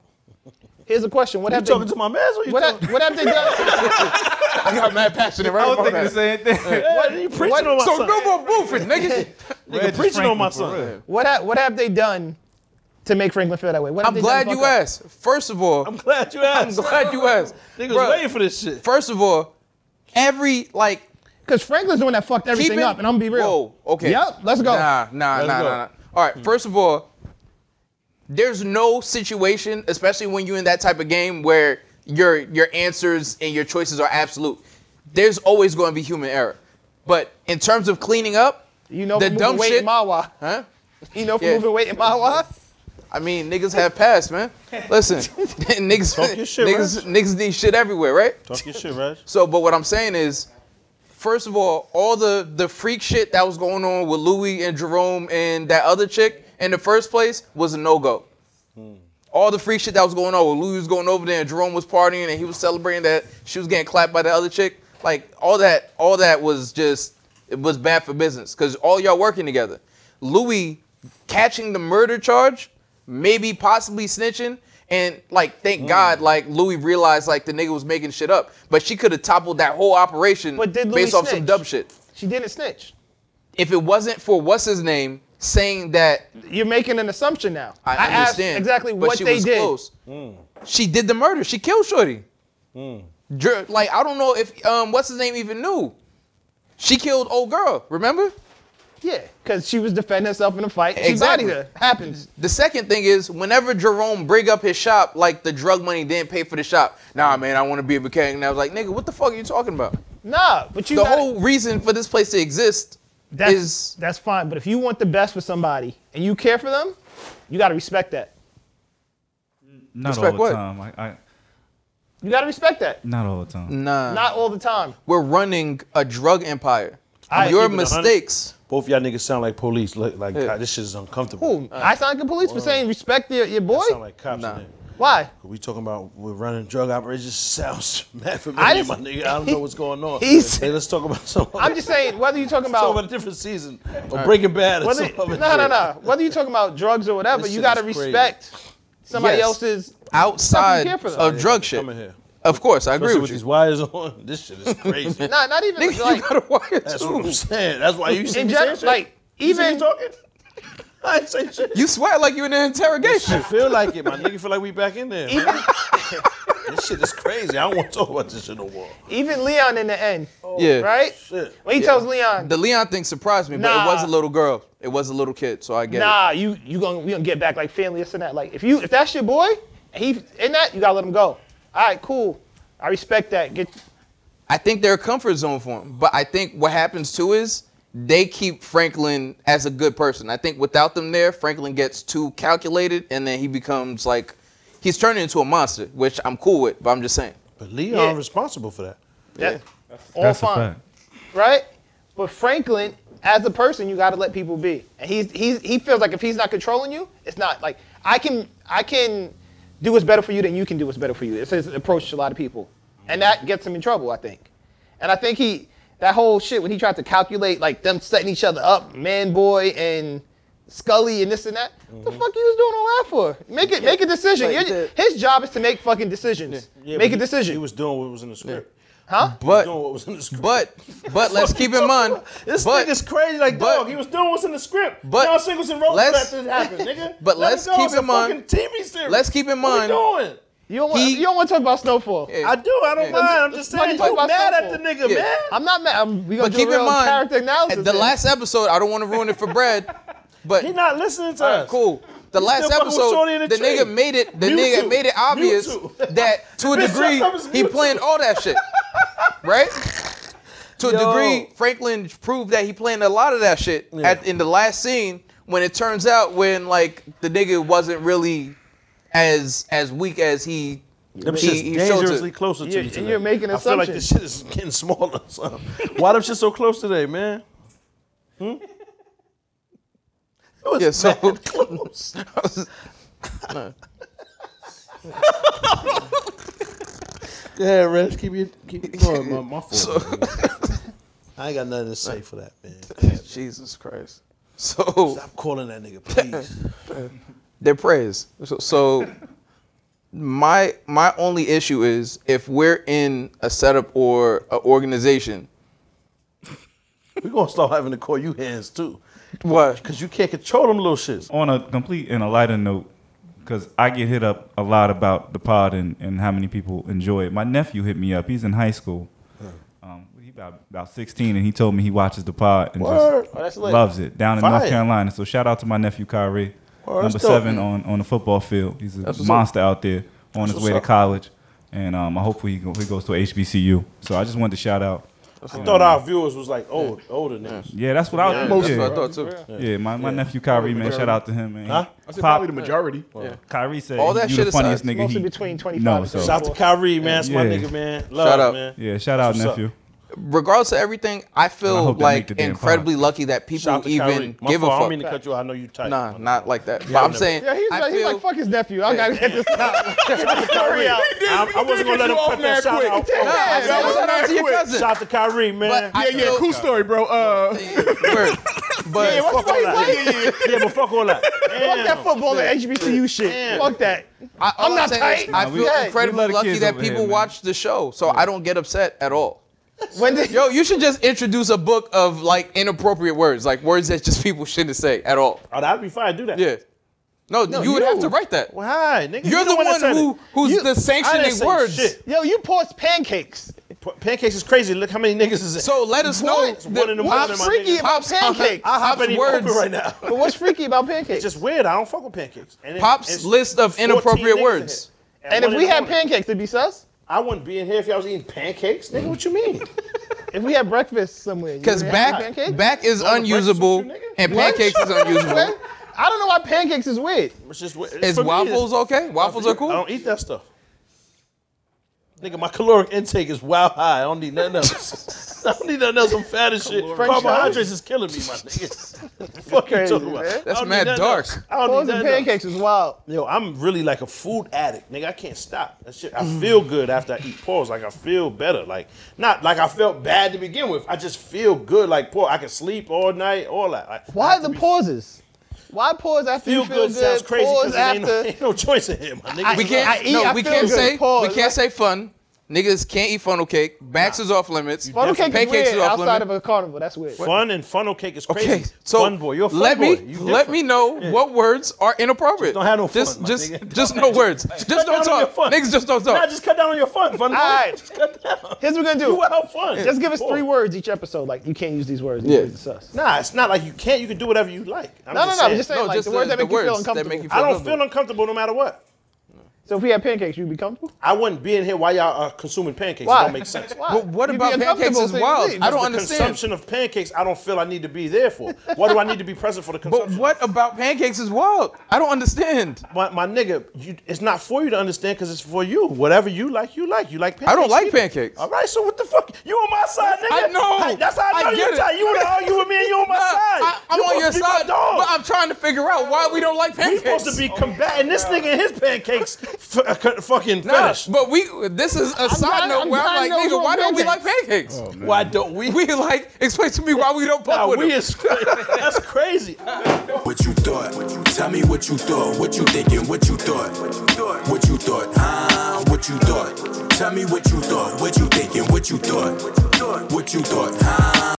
S2: Here's a question: What
S3: You
S2: have they?
S3: talking to my mans? What you
S2: What
S3: talking?
S2: have, what have they done?
S5: I got mad passionate right
S4: I was
S5: about
S4: thinking the
S5: that.
S4: same thing.
S3: What you preaching
S2: what-
S3: on my
S5: So
S3: son?
S5: no more boofing, nigga.
S3: Nigga, preaching on my son.
S2: What have, what have they done to make Franklin feel that way? What have
S5: I'm
S2: they done to
S5: glad you
S2: fuck up?
S5: asked. First of all,
S3: I'm glad you
S5: I'm
S3: asked.
S5: glad you asked.
S3: Niggas
S5: Bruh,
S3: waiting for this shit.
S5: First of all, every like
S2: Because Franklin's the one that fucked everything
S5: keeping-
S2: up, and I'm gonna be real.
S5: Whoa, okay.
S2: Yep, let's go.
S5: Nah, nah, nah,
S3: Let's go. Hmm.
S5: nah, nah. All right. First of all, there's no situation, especially when you're in that type of game where your your answers and your choices are absolute. There's always going to be human error. But in terms of cleaning up,
S2: You know,
S5: the
S2: for
S5: dumb
S2: moving weight
S5: shit,
S2: in Mawa.
S5: huh?
S2: You know, for
S5: Yeah.
S2: moving weight in Mawa.
S5: I mean, niggas have passed, man. Listen, niggas,
S3: Talk your shit,
S5: niggas, niggas need shit everywhere, right?
S3: Talk your shit, Raj.
S5: So, but what I'm saying is, first of all, all the the freak shit that was going on with Louis and Jerome and that other chick in the first place was a no go. All the freak shit that was going on with Louis was going over there and Jerome was partying and he was celebrating that she was getting clapped by the other chick. Like all that, all that was just it was bad for business because all y'all working together. Louis catching the murder charge, maybe possibly snitching. And like, thank
S2: Mm.
S5: God, like Louis realized like the nigga was making shit up, but she could have toppled that whole operation
S2: But did Louis
S5: based off some
S2: snitch?
S5: dumb shit.
S2: She didn't snitch.
S5: if it wasn't for what's his name saying that
S2: you're making an assumption now.
S5: I,
S2: I asked
S5: understand
S2: exactly
S5: but
S2: what
S5: she
S2: they
S5: was
S2: did.
S5: Close.
S3: Mm.
S5: She did the murder. She killed Shorty. Dr- Like I don't know if um what's his name even knew. She killed old girl. Remember?
S2: Yeah, because she was defending herself in a fight.
S5: Exactly.
S2: She bodied her. Happens.
S5: The second thing is, whenever Jerome bring up his shop, like the drug money didn't pay for the shop. Nah, man, I want to be a mechanic. And I was like, nigga, what the fuck are you talking about?
S2: Nah, but you.
S5: The
S2: gotta-
S5: whole reason for this place to exist
S2: that's,
S5: is
S2: that's fine. But if you want the best for somebody and you care for them, you gotta respect that.
S4: Not all
S2: Respect
S4: the
S2: what?
S4: time. I, I,
S2: You gotta respect that.
S4: not all the time.
S5: Nah.
S2: Not all the time.
S5: We're running a drug empire.
S2: I-
S5: Your
S2: Keep it a hundred.
S5: mistakes.
S3: Both y'all niggas sound like police. Like, like God, this shit is uncomfortable.
S2: Who? I sound like the police for saying respect your, your boy.
S3: Sound like cops. Nah.
S2: Why?
S3: We talking about we're running drug operations. Sounds mad familiar,
S2: I just-
S3: my nigga. I don't know what's going on.
S2: He's-
S3: hey, let's talk about some.
S2: I'm just saying whether you're talking
S3: Let's
S2: about
S3: talk about a different season. Or Breaking Bad. Or
S2: Whether,
S3: some other
S2: no, no,
S3: shit.
S2: no. Whether you're talking about drugs or whatever,
S3: This
S2: you
S3: shit
S2: gotta
S3: is crazy.
S2: respect somebody
S5: Yes.
S2: else's
S5: outside
S2: care for them.
S5: of drug shit. Of course, I agree with,
S3: Especially with
S5: you.
S3: these wires on. This shit is crazy.
S2: Nah, not even
S5: Nigga,
S2: like
S5: you gotta wire
S3: That's
S5: too.
S3: what I'm saying. That's why you see
S2: in
S3: me saying
S2: general.
S3: shit.
S2: Like even
S3: I ain't say shit.
S5: You sweat like you in an interrogation.
S3: I feel like it. My nigga feel like we back in there. man. this shit is crazy. I don't want to talk about this shit no more.
S2: even Leon in the end.
S5: Yeah.
S2: Right?
S3: Oh, Shit.
S2: When he tells Leon,
S5: The Leon thing surprised me, but
S2: Nah.
S5: it was a little girl. It was a little kid, so I get
S2: nah, you you gonna we gonna get back like family this and that. Like if you if that's your boy, and he in that you gotta let him go. All right, cool. I respect that. Get
S5: it. I think they're a comfort zone for him, but I think what happens too is they keep Franklin as a good person. I think without them there, Franklin gets too calculated, and then he becomes like he's turning into a monster, which I'm cool with. But I'm just saying.
S3: But Leon
S2: Yeah.
S3: responsible for that.
S2: that all
S4: That's a
S2: fine,
S4: fact.
S2: right? But Franklin, as a person, you gotta let people be. And he's he's he feels like if he's not controlling you, it's not like I can I can do what's better for you than you can do what's better for you. It's his approach to a lot of people, and that gets him in trouble, I think. And I think he that whole shit when he tried to calculate like them setting each other up, man boy and Scully and this and that. What
S3: Mm-hmm.
S2: the fuck you was doing all that for? Make it make a decision.
S5: like
S2: Your- his job is to make fucking decisions. make a
S3: but he-
S2: decision.
S3: He was doing what was in the script.
S2: huh?
S5: But
S3: Doing what was in the script.
S5: but but let's keep in mind.
S3: this
S5: but,
S3: nigga's crazy. Like,
S5: but-
S3: dog, he was doing what's in the script.
S5: but
S3: John Singleton wrote for
S5: let's-
S3: that to happen, nigga.
S5: but
S3: Let
S5: let's
S3: it go.
S5: keep
S3: It's a
S5: in mind-
S3: fucking TV series.
S5: let's keep in mind-
S3: What we doing?
S2: You don't, want,
S5: He-
S2: you don't want to talk about Snowfall.
S5: Yeah.
S3: I do. I don't
S5: Yeah.
S3: mind. I'm just
S2: Let's
S3: saying.
S2: talk
S3: You
S2: about
S3: mad at the
S2: Snowfall.
S3: nigga,
S5: Yeah.
S3: man?
S2: I'm not mad. I'm, we gonna
S5: But
S2: do
S5: keep
S2: a real
S5: in mind,
S2: character analysis.
S5: the
S2: here.
S5: last episode, I don't want to ruin it for Brad, but
S3: He not listening to
S5: all right,
S3: us.
S5: cool. The last
S3: fucking with Shorty
S5: episode,
S3: in
S5: the,
S3: the tree.
S5: nigga made it. The
S3: Mewtwo.
S5: nigga made it obvious
S3: Mewtwo.
S5: that to a
S3: Bitch,
S5: degree
S3: that was
S5: he
S3: Mewtwo.
S5: planned all that shit, right? To a
S3: Yo.
S5: degree, Franklin proved that he planned a lot of that shit at, in the last scene when it turns out when like the nigga wasn't really as as weak as he
S3: Them
S5: he,
S3: shit's
S5: he showed to.
S3: dangerously closer to
S2: You're-
S3: me.
S2: and
S3: Today.
S2: you're making
S3: I feel like this shit is getting smaller. So. Why them shit so close today, man? Hmm? It was
S5: Yeah, so-
S3: mad close. yeah, Reg, keep your keep it going. My, my fault. man. I ain't got nothing to say for that, man.
S5: Jesus Christ. So
S3: Stop calling that nigga, please.
S5: their praise. So, so my my only issue is if we're in a setup or an organization,
S3: We're gonna start having to call you hands too,
S5: what?
S3: cause you can't control them little shits.
S4: on a complete and a lighter note, because I get hit up a lot about the pod and, and how many people enjoy it. My nephew hit me up. He's in high school. Um, he about, about 16, and he told me he watches the pod and
S3: Word.
S4: just
S3: Oh, that's lit.
S4: loves it down in
S3: Fire.
S4: North Carolina. So shout out to my nephew Kyrie,
S3: Word,
S4: number
S3: that's dope,
S4: seven
S3: man.
S4: on, on the football field. He's a
S5: That's what's up.
S4: monster out there on his
S5: what's
S4: way
S5: up.
S4: to college, and um, I hopefully he, go, he goes to HBCU. So I just wanted to shout out.
S3: I thought our viewers was like old, older niggas.
S4: Yeah, that's what I
S5: That's
S4: was.
S5: what I
S4: Yeah,
S5: thought too.
S4: yeah my, my nephew Kyrie, man, shout out to him, man.
S3: Huh?
S1: I said
S4: Pop-
S1: probably the majority.
S4: Kyrie said
S5: All that
S4: you
S5: shit
S4: the funniest
S5: aside,
S4: nigga
S2: mostly
S4: he
S2: between 25
S4: no,
S2: and
S4: so.
S3: Shout out to Kyrie, man. That's my
S4: Yeah.
S3: nigga, man. Love,
S5: Shout out.
S3: man.
S4: Yeah, shout out
S3: That's what's
S4: nephew.
S3: up.
S5: Regardless of everything, I feel
S4: I hope they
S5: like
S4: make the damn
S5: incredibly
S4: pod.
S5: lucky that people
S3: Shout out to
S5: even
S3: Kyrie. My
S5: give
S3: fault. I don't
S5: a
S3: mean
S5: fuck.
S3: to cut you. out. I know you tight.
S5: Nah,
S3: My
S5: not like that. but I'm
S3: never.
S5: saying,
S2: Yeah, he's
S5: I
S2: like, he's
S5: feel,
S2: like, fuck his nephew. I gotta get this out.
S3: Kyrie.
S2: out.
S3: I, I wasn't gonna let him cut that shout out.
S5: Nah,
S3: Oh,
S5: shout
S1: was
S5: out to
S1: mad
S5: your
S1: quick.
S5: cousin.
S3: Shout out to Kyrie, man.
S5: But I
S1: Yeah, yeah,
S5: feel-
S1: cool story, bro. Uh,
S5: Word. But
S2: Hey, what's
S3: fuck all
S2: the
S3: that.
S2: play?
S3: Yeah, but fuck all that.
S2: Fuck that football and HBCU shit. Fuck that.
S5: I,
S2: I'm
S5: am
S2: not
S5: saying is
S2: tight.
S5: I
S2: Nah,
S5: feel
S2: we- we let
S5: incredibly
S4: the
S5: lucky
S4: kids
S5: that
S4: over here,
S5: people
S4: man.
S5: watch the show, so I don't get upset at all. Yo, you should just introduce a book of like inappropriate words, like words that just people shouldn't say at all.
S3: Oh, that'd be fine. Do that.
S5: Yeah. No,
S3: No,
S5: you would have
S3: you.
S5: to write that.
S3: Why, nigga?
S5: You're the
S3: one that
S5: one
S3: said
S5: who-
S3: it.
S5: who's the
S3: I didn't
S5: sanctioning
S3: say
S5: words.
S3: shit.
S2: Yo, you paused pancakes.
S3: Pa- Pancakes is crazy. Look how many niggas is it.
S5: So let us
S3: What?
S5: know
S3: It's one in the morning,
S2: What's
S3: my
S2: freaky
S3: nigga.
S2: about
S3: Pops-
S2: pancakes?
S3: I hop in the
S5: Pops'
S3: open right
S5: words.
S3: now.
S2: But what's freaky about pancakes?
S3: It's just weird. I don't fuck with pancakes. And it-
S5: Pop's
S3: it's
S5: list of
S3: 14
S5: inappropriate
S3: niggas
S5: words.
S3: in here.
S2: and if
S3: one
S2: we
S3: in the
S2: had
S3: morning.
S2: pancakes, it'd be sus.
S3: I wouldn't be in here if y'all was eating pancakes, nigga. What you mean?
S2: If we had breakfast somewhere, you
S5: Because
S2: would have
S5: back
S2: pancakes?
S5: back is
S3: Going to breakfast
S5: unusable
S3: with you, nigga?
S5: and pancakes is unusable.
S2: Okay? I don't know why pancakes is weird.
S3: It's just weird.
S5: Is
S3: For me,
S5: waffles
S3: it's-
S5: okay? Waffles are cool.
S3: I don't eat that stuff. Nigga, my caloric intake is wow high. I don't need nothing else. I don't need nothing else. I'm fat as shit. Carbohydrates is killing me, my nigga. fuck you
S2: Crazy,
S3: talking about?
S2: man.
S3: I
S5: That's
S3: don't need
S5: mad
S3: nothing
S5: dark.
S3: else. I don't
S2: Pause
S3: need
S2: and
S3: nothing else.
S2: pancakes is wild.
S3: Yo, I'm really like a food addict, nigga. I can't stop. That shit. I feel
S2: Mm.
S3: good after I eat pause. Like I feel better. Like not like I felt bad to begin with. I just feel good. Like pause. I can sleep all night. All that. Like, I
S2: Why
S3: have to
S2: the
S3: be-
S2: pauses? Why pause after
S3: Feel,
S2: you
S3: good, sounds crazy
S2: pause
S3: because ain't, no,
S2: after.
S3: ain't no choice in here, my nigga.
S5: We can't.
S2: I eat,
S5: no,
S2: I
S5: we
S2: feel
S5: can't
S2: good.
S5: say.
S2: Pause.
S5: We can't say fun. Niggas can't eat funnel cake. Backs is off limits.
S2: Funnel cake is
S5: Pancakes
S2: weird
S5: is off
S2: outside
S5: limits.
S2: of a carnival. That's weird.
S3: Fun and funnel cake is crazy.
S5: Okay, so
S3: fun boy, you're a fun
S5: let
S3: boy.
S5: me
S3: You
S5: let me know what words are inappropriate.
S3: Don't have no fun,
S5: Just
S3: my
S5: just
S3: nigga.
S5: just no words. Just don't
S3: down on your
S5: talk.
S3: fun.
S5: Niggas just don't
S3: Nah,
S5: talk.
S3: just cut down on your fun, fun boy.
S2: All right.
S3: Just cut down.
S2: Here's what we're gonna do.
S3: You have fun.
S2: Just give us
S3: Pause.
S2: three words each episode. Like you can't use these words.
S5: Yeah.
S2: Yeah. It's sus.
S3: Nah, it's not like you can't. You can do whatever you like. I'm
S2: No, no,
S3: just
S2: no. I'm
S3: saying.
S2: just saying
S5: No,
S2: like
S5: just
S2: the words
S5: the-
S2: that make
S5: the
S2: you feel
S5: words that
S2: uncomfortable.
S5: make you
S3: I don't
S5: Uncomfortable.
S3: feel uncomfortable no matter what.
S2: so if we had pancakes, you'd be comfortable.
S3: I wouldn't be in here while y'all are consuming pancakes.
S2: Why?
S3: It don't make sense.
S2: Why?
S5: But what
S2: You'd be
S5: about pancakes
S2: uncomfortable
S5: is
S2: so you
S5: wild?
S2: leave.
S5: I don't
S3: the
S5: understand.
S3: consumption of pancakes, I don't feel I need to be there for. Why do I need to be present for the
S5: But
S3: consumption?
S5: what about pancakes is wild? I don't understand.
S3: My, my nigga, you, it's not for you to understand because it's for you. Whatever you like, you like. You like pancakes.
S5: I don't like
S3: either.
S5: pancakes.
S3: All right, so what the fuck? You on my side, nigga.
S5: I know.
S3: that's how
S5: I
S3: I know
S5: get
S3: you.
S5: it.
S3: tight. You want to argue with me and you on my
S5: Nah,
S3: side.
S5: I, I'm
S3: You
S5: on
S3: supposed
S5: your
S3: to be my
S5: side,
S3: dog.
S5: but I'm trying to figure out why we don't like
S3: we
S5: pancakes.
S3: supposed to be combating this nigga and his pancakes. F- uh, c- fucking
S5: Nah,
S3: finish.
S5: but we. This is a side
S2: trying-
S5: note
S2: I'm
S5: where
S2: trying
S5: I'm
S2: to know
S5: like,
S2: who's
S5: nigga,
S2: on
S5: why don't we like pancakes?
S3: Why don't Oh, we?
S5: We like explain to me why we don't fuck
S3: Nah,
S5: with
S3: we
S5: them.
S3: is that's crazy.
S1: What you thought? Tell me what you thought. What you thinking? What you thought? What you thought? Huh? What you thought? Tell me what you thought. What you thinking? What you thought? What you thought? Huh?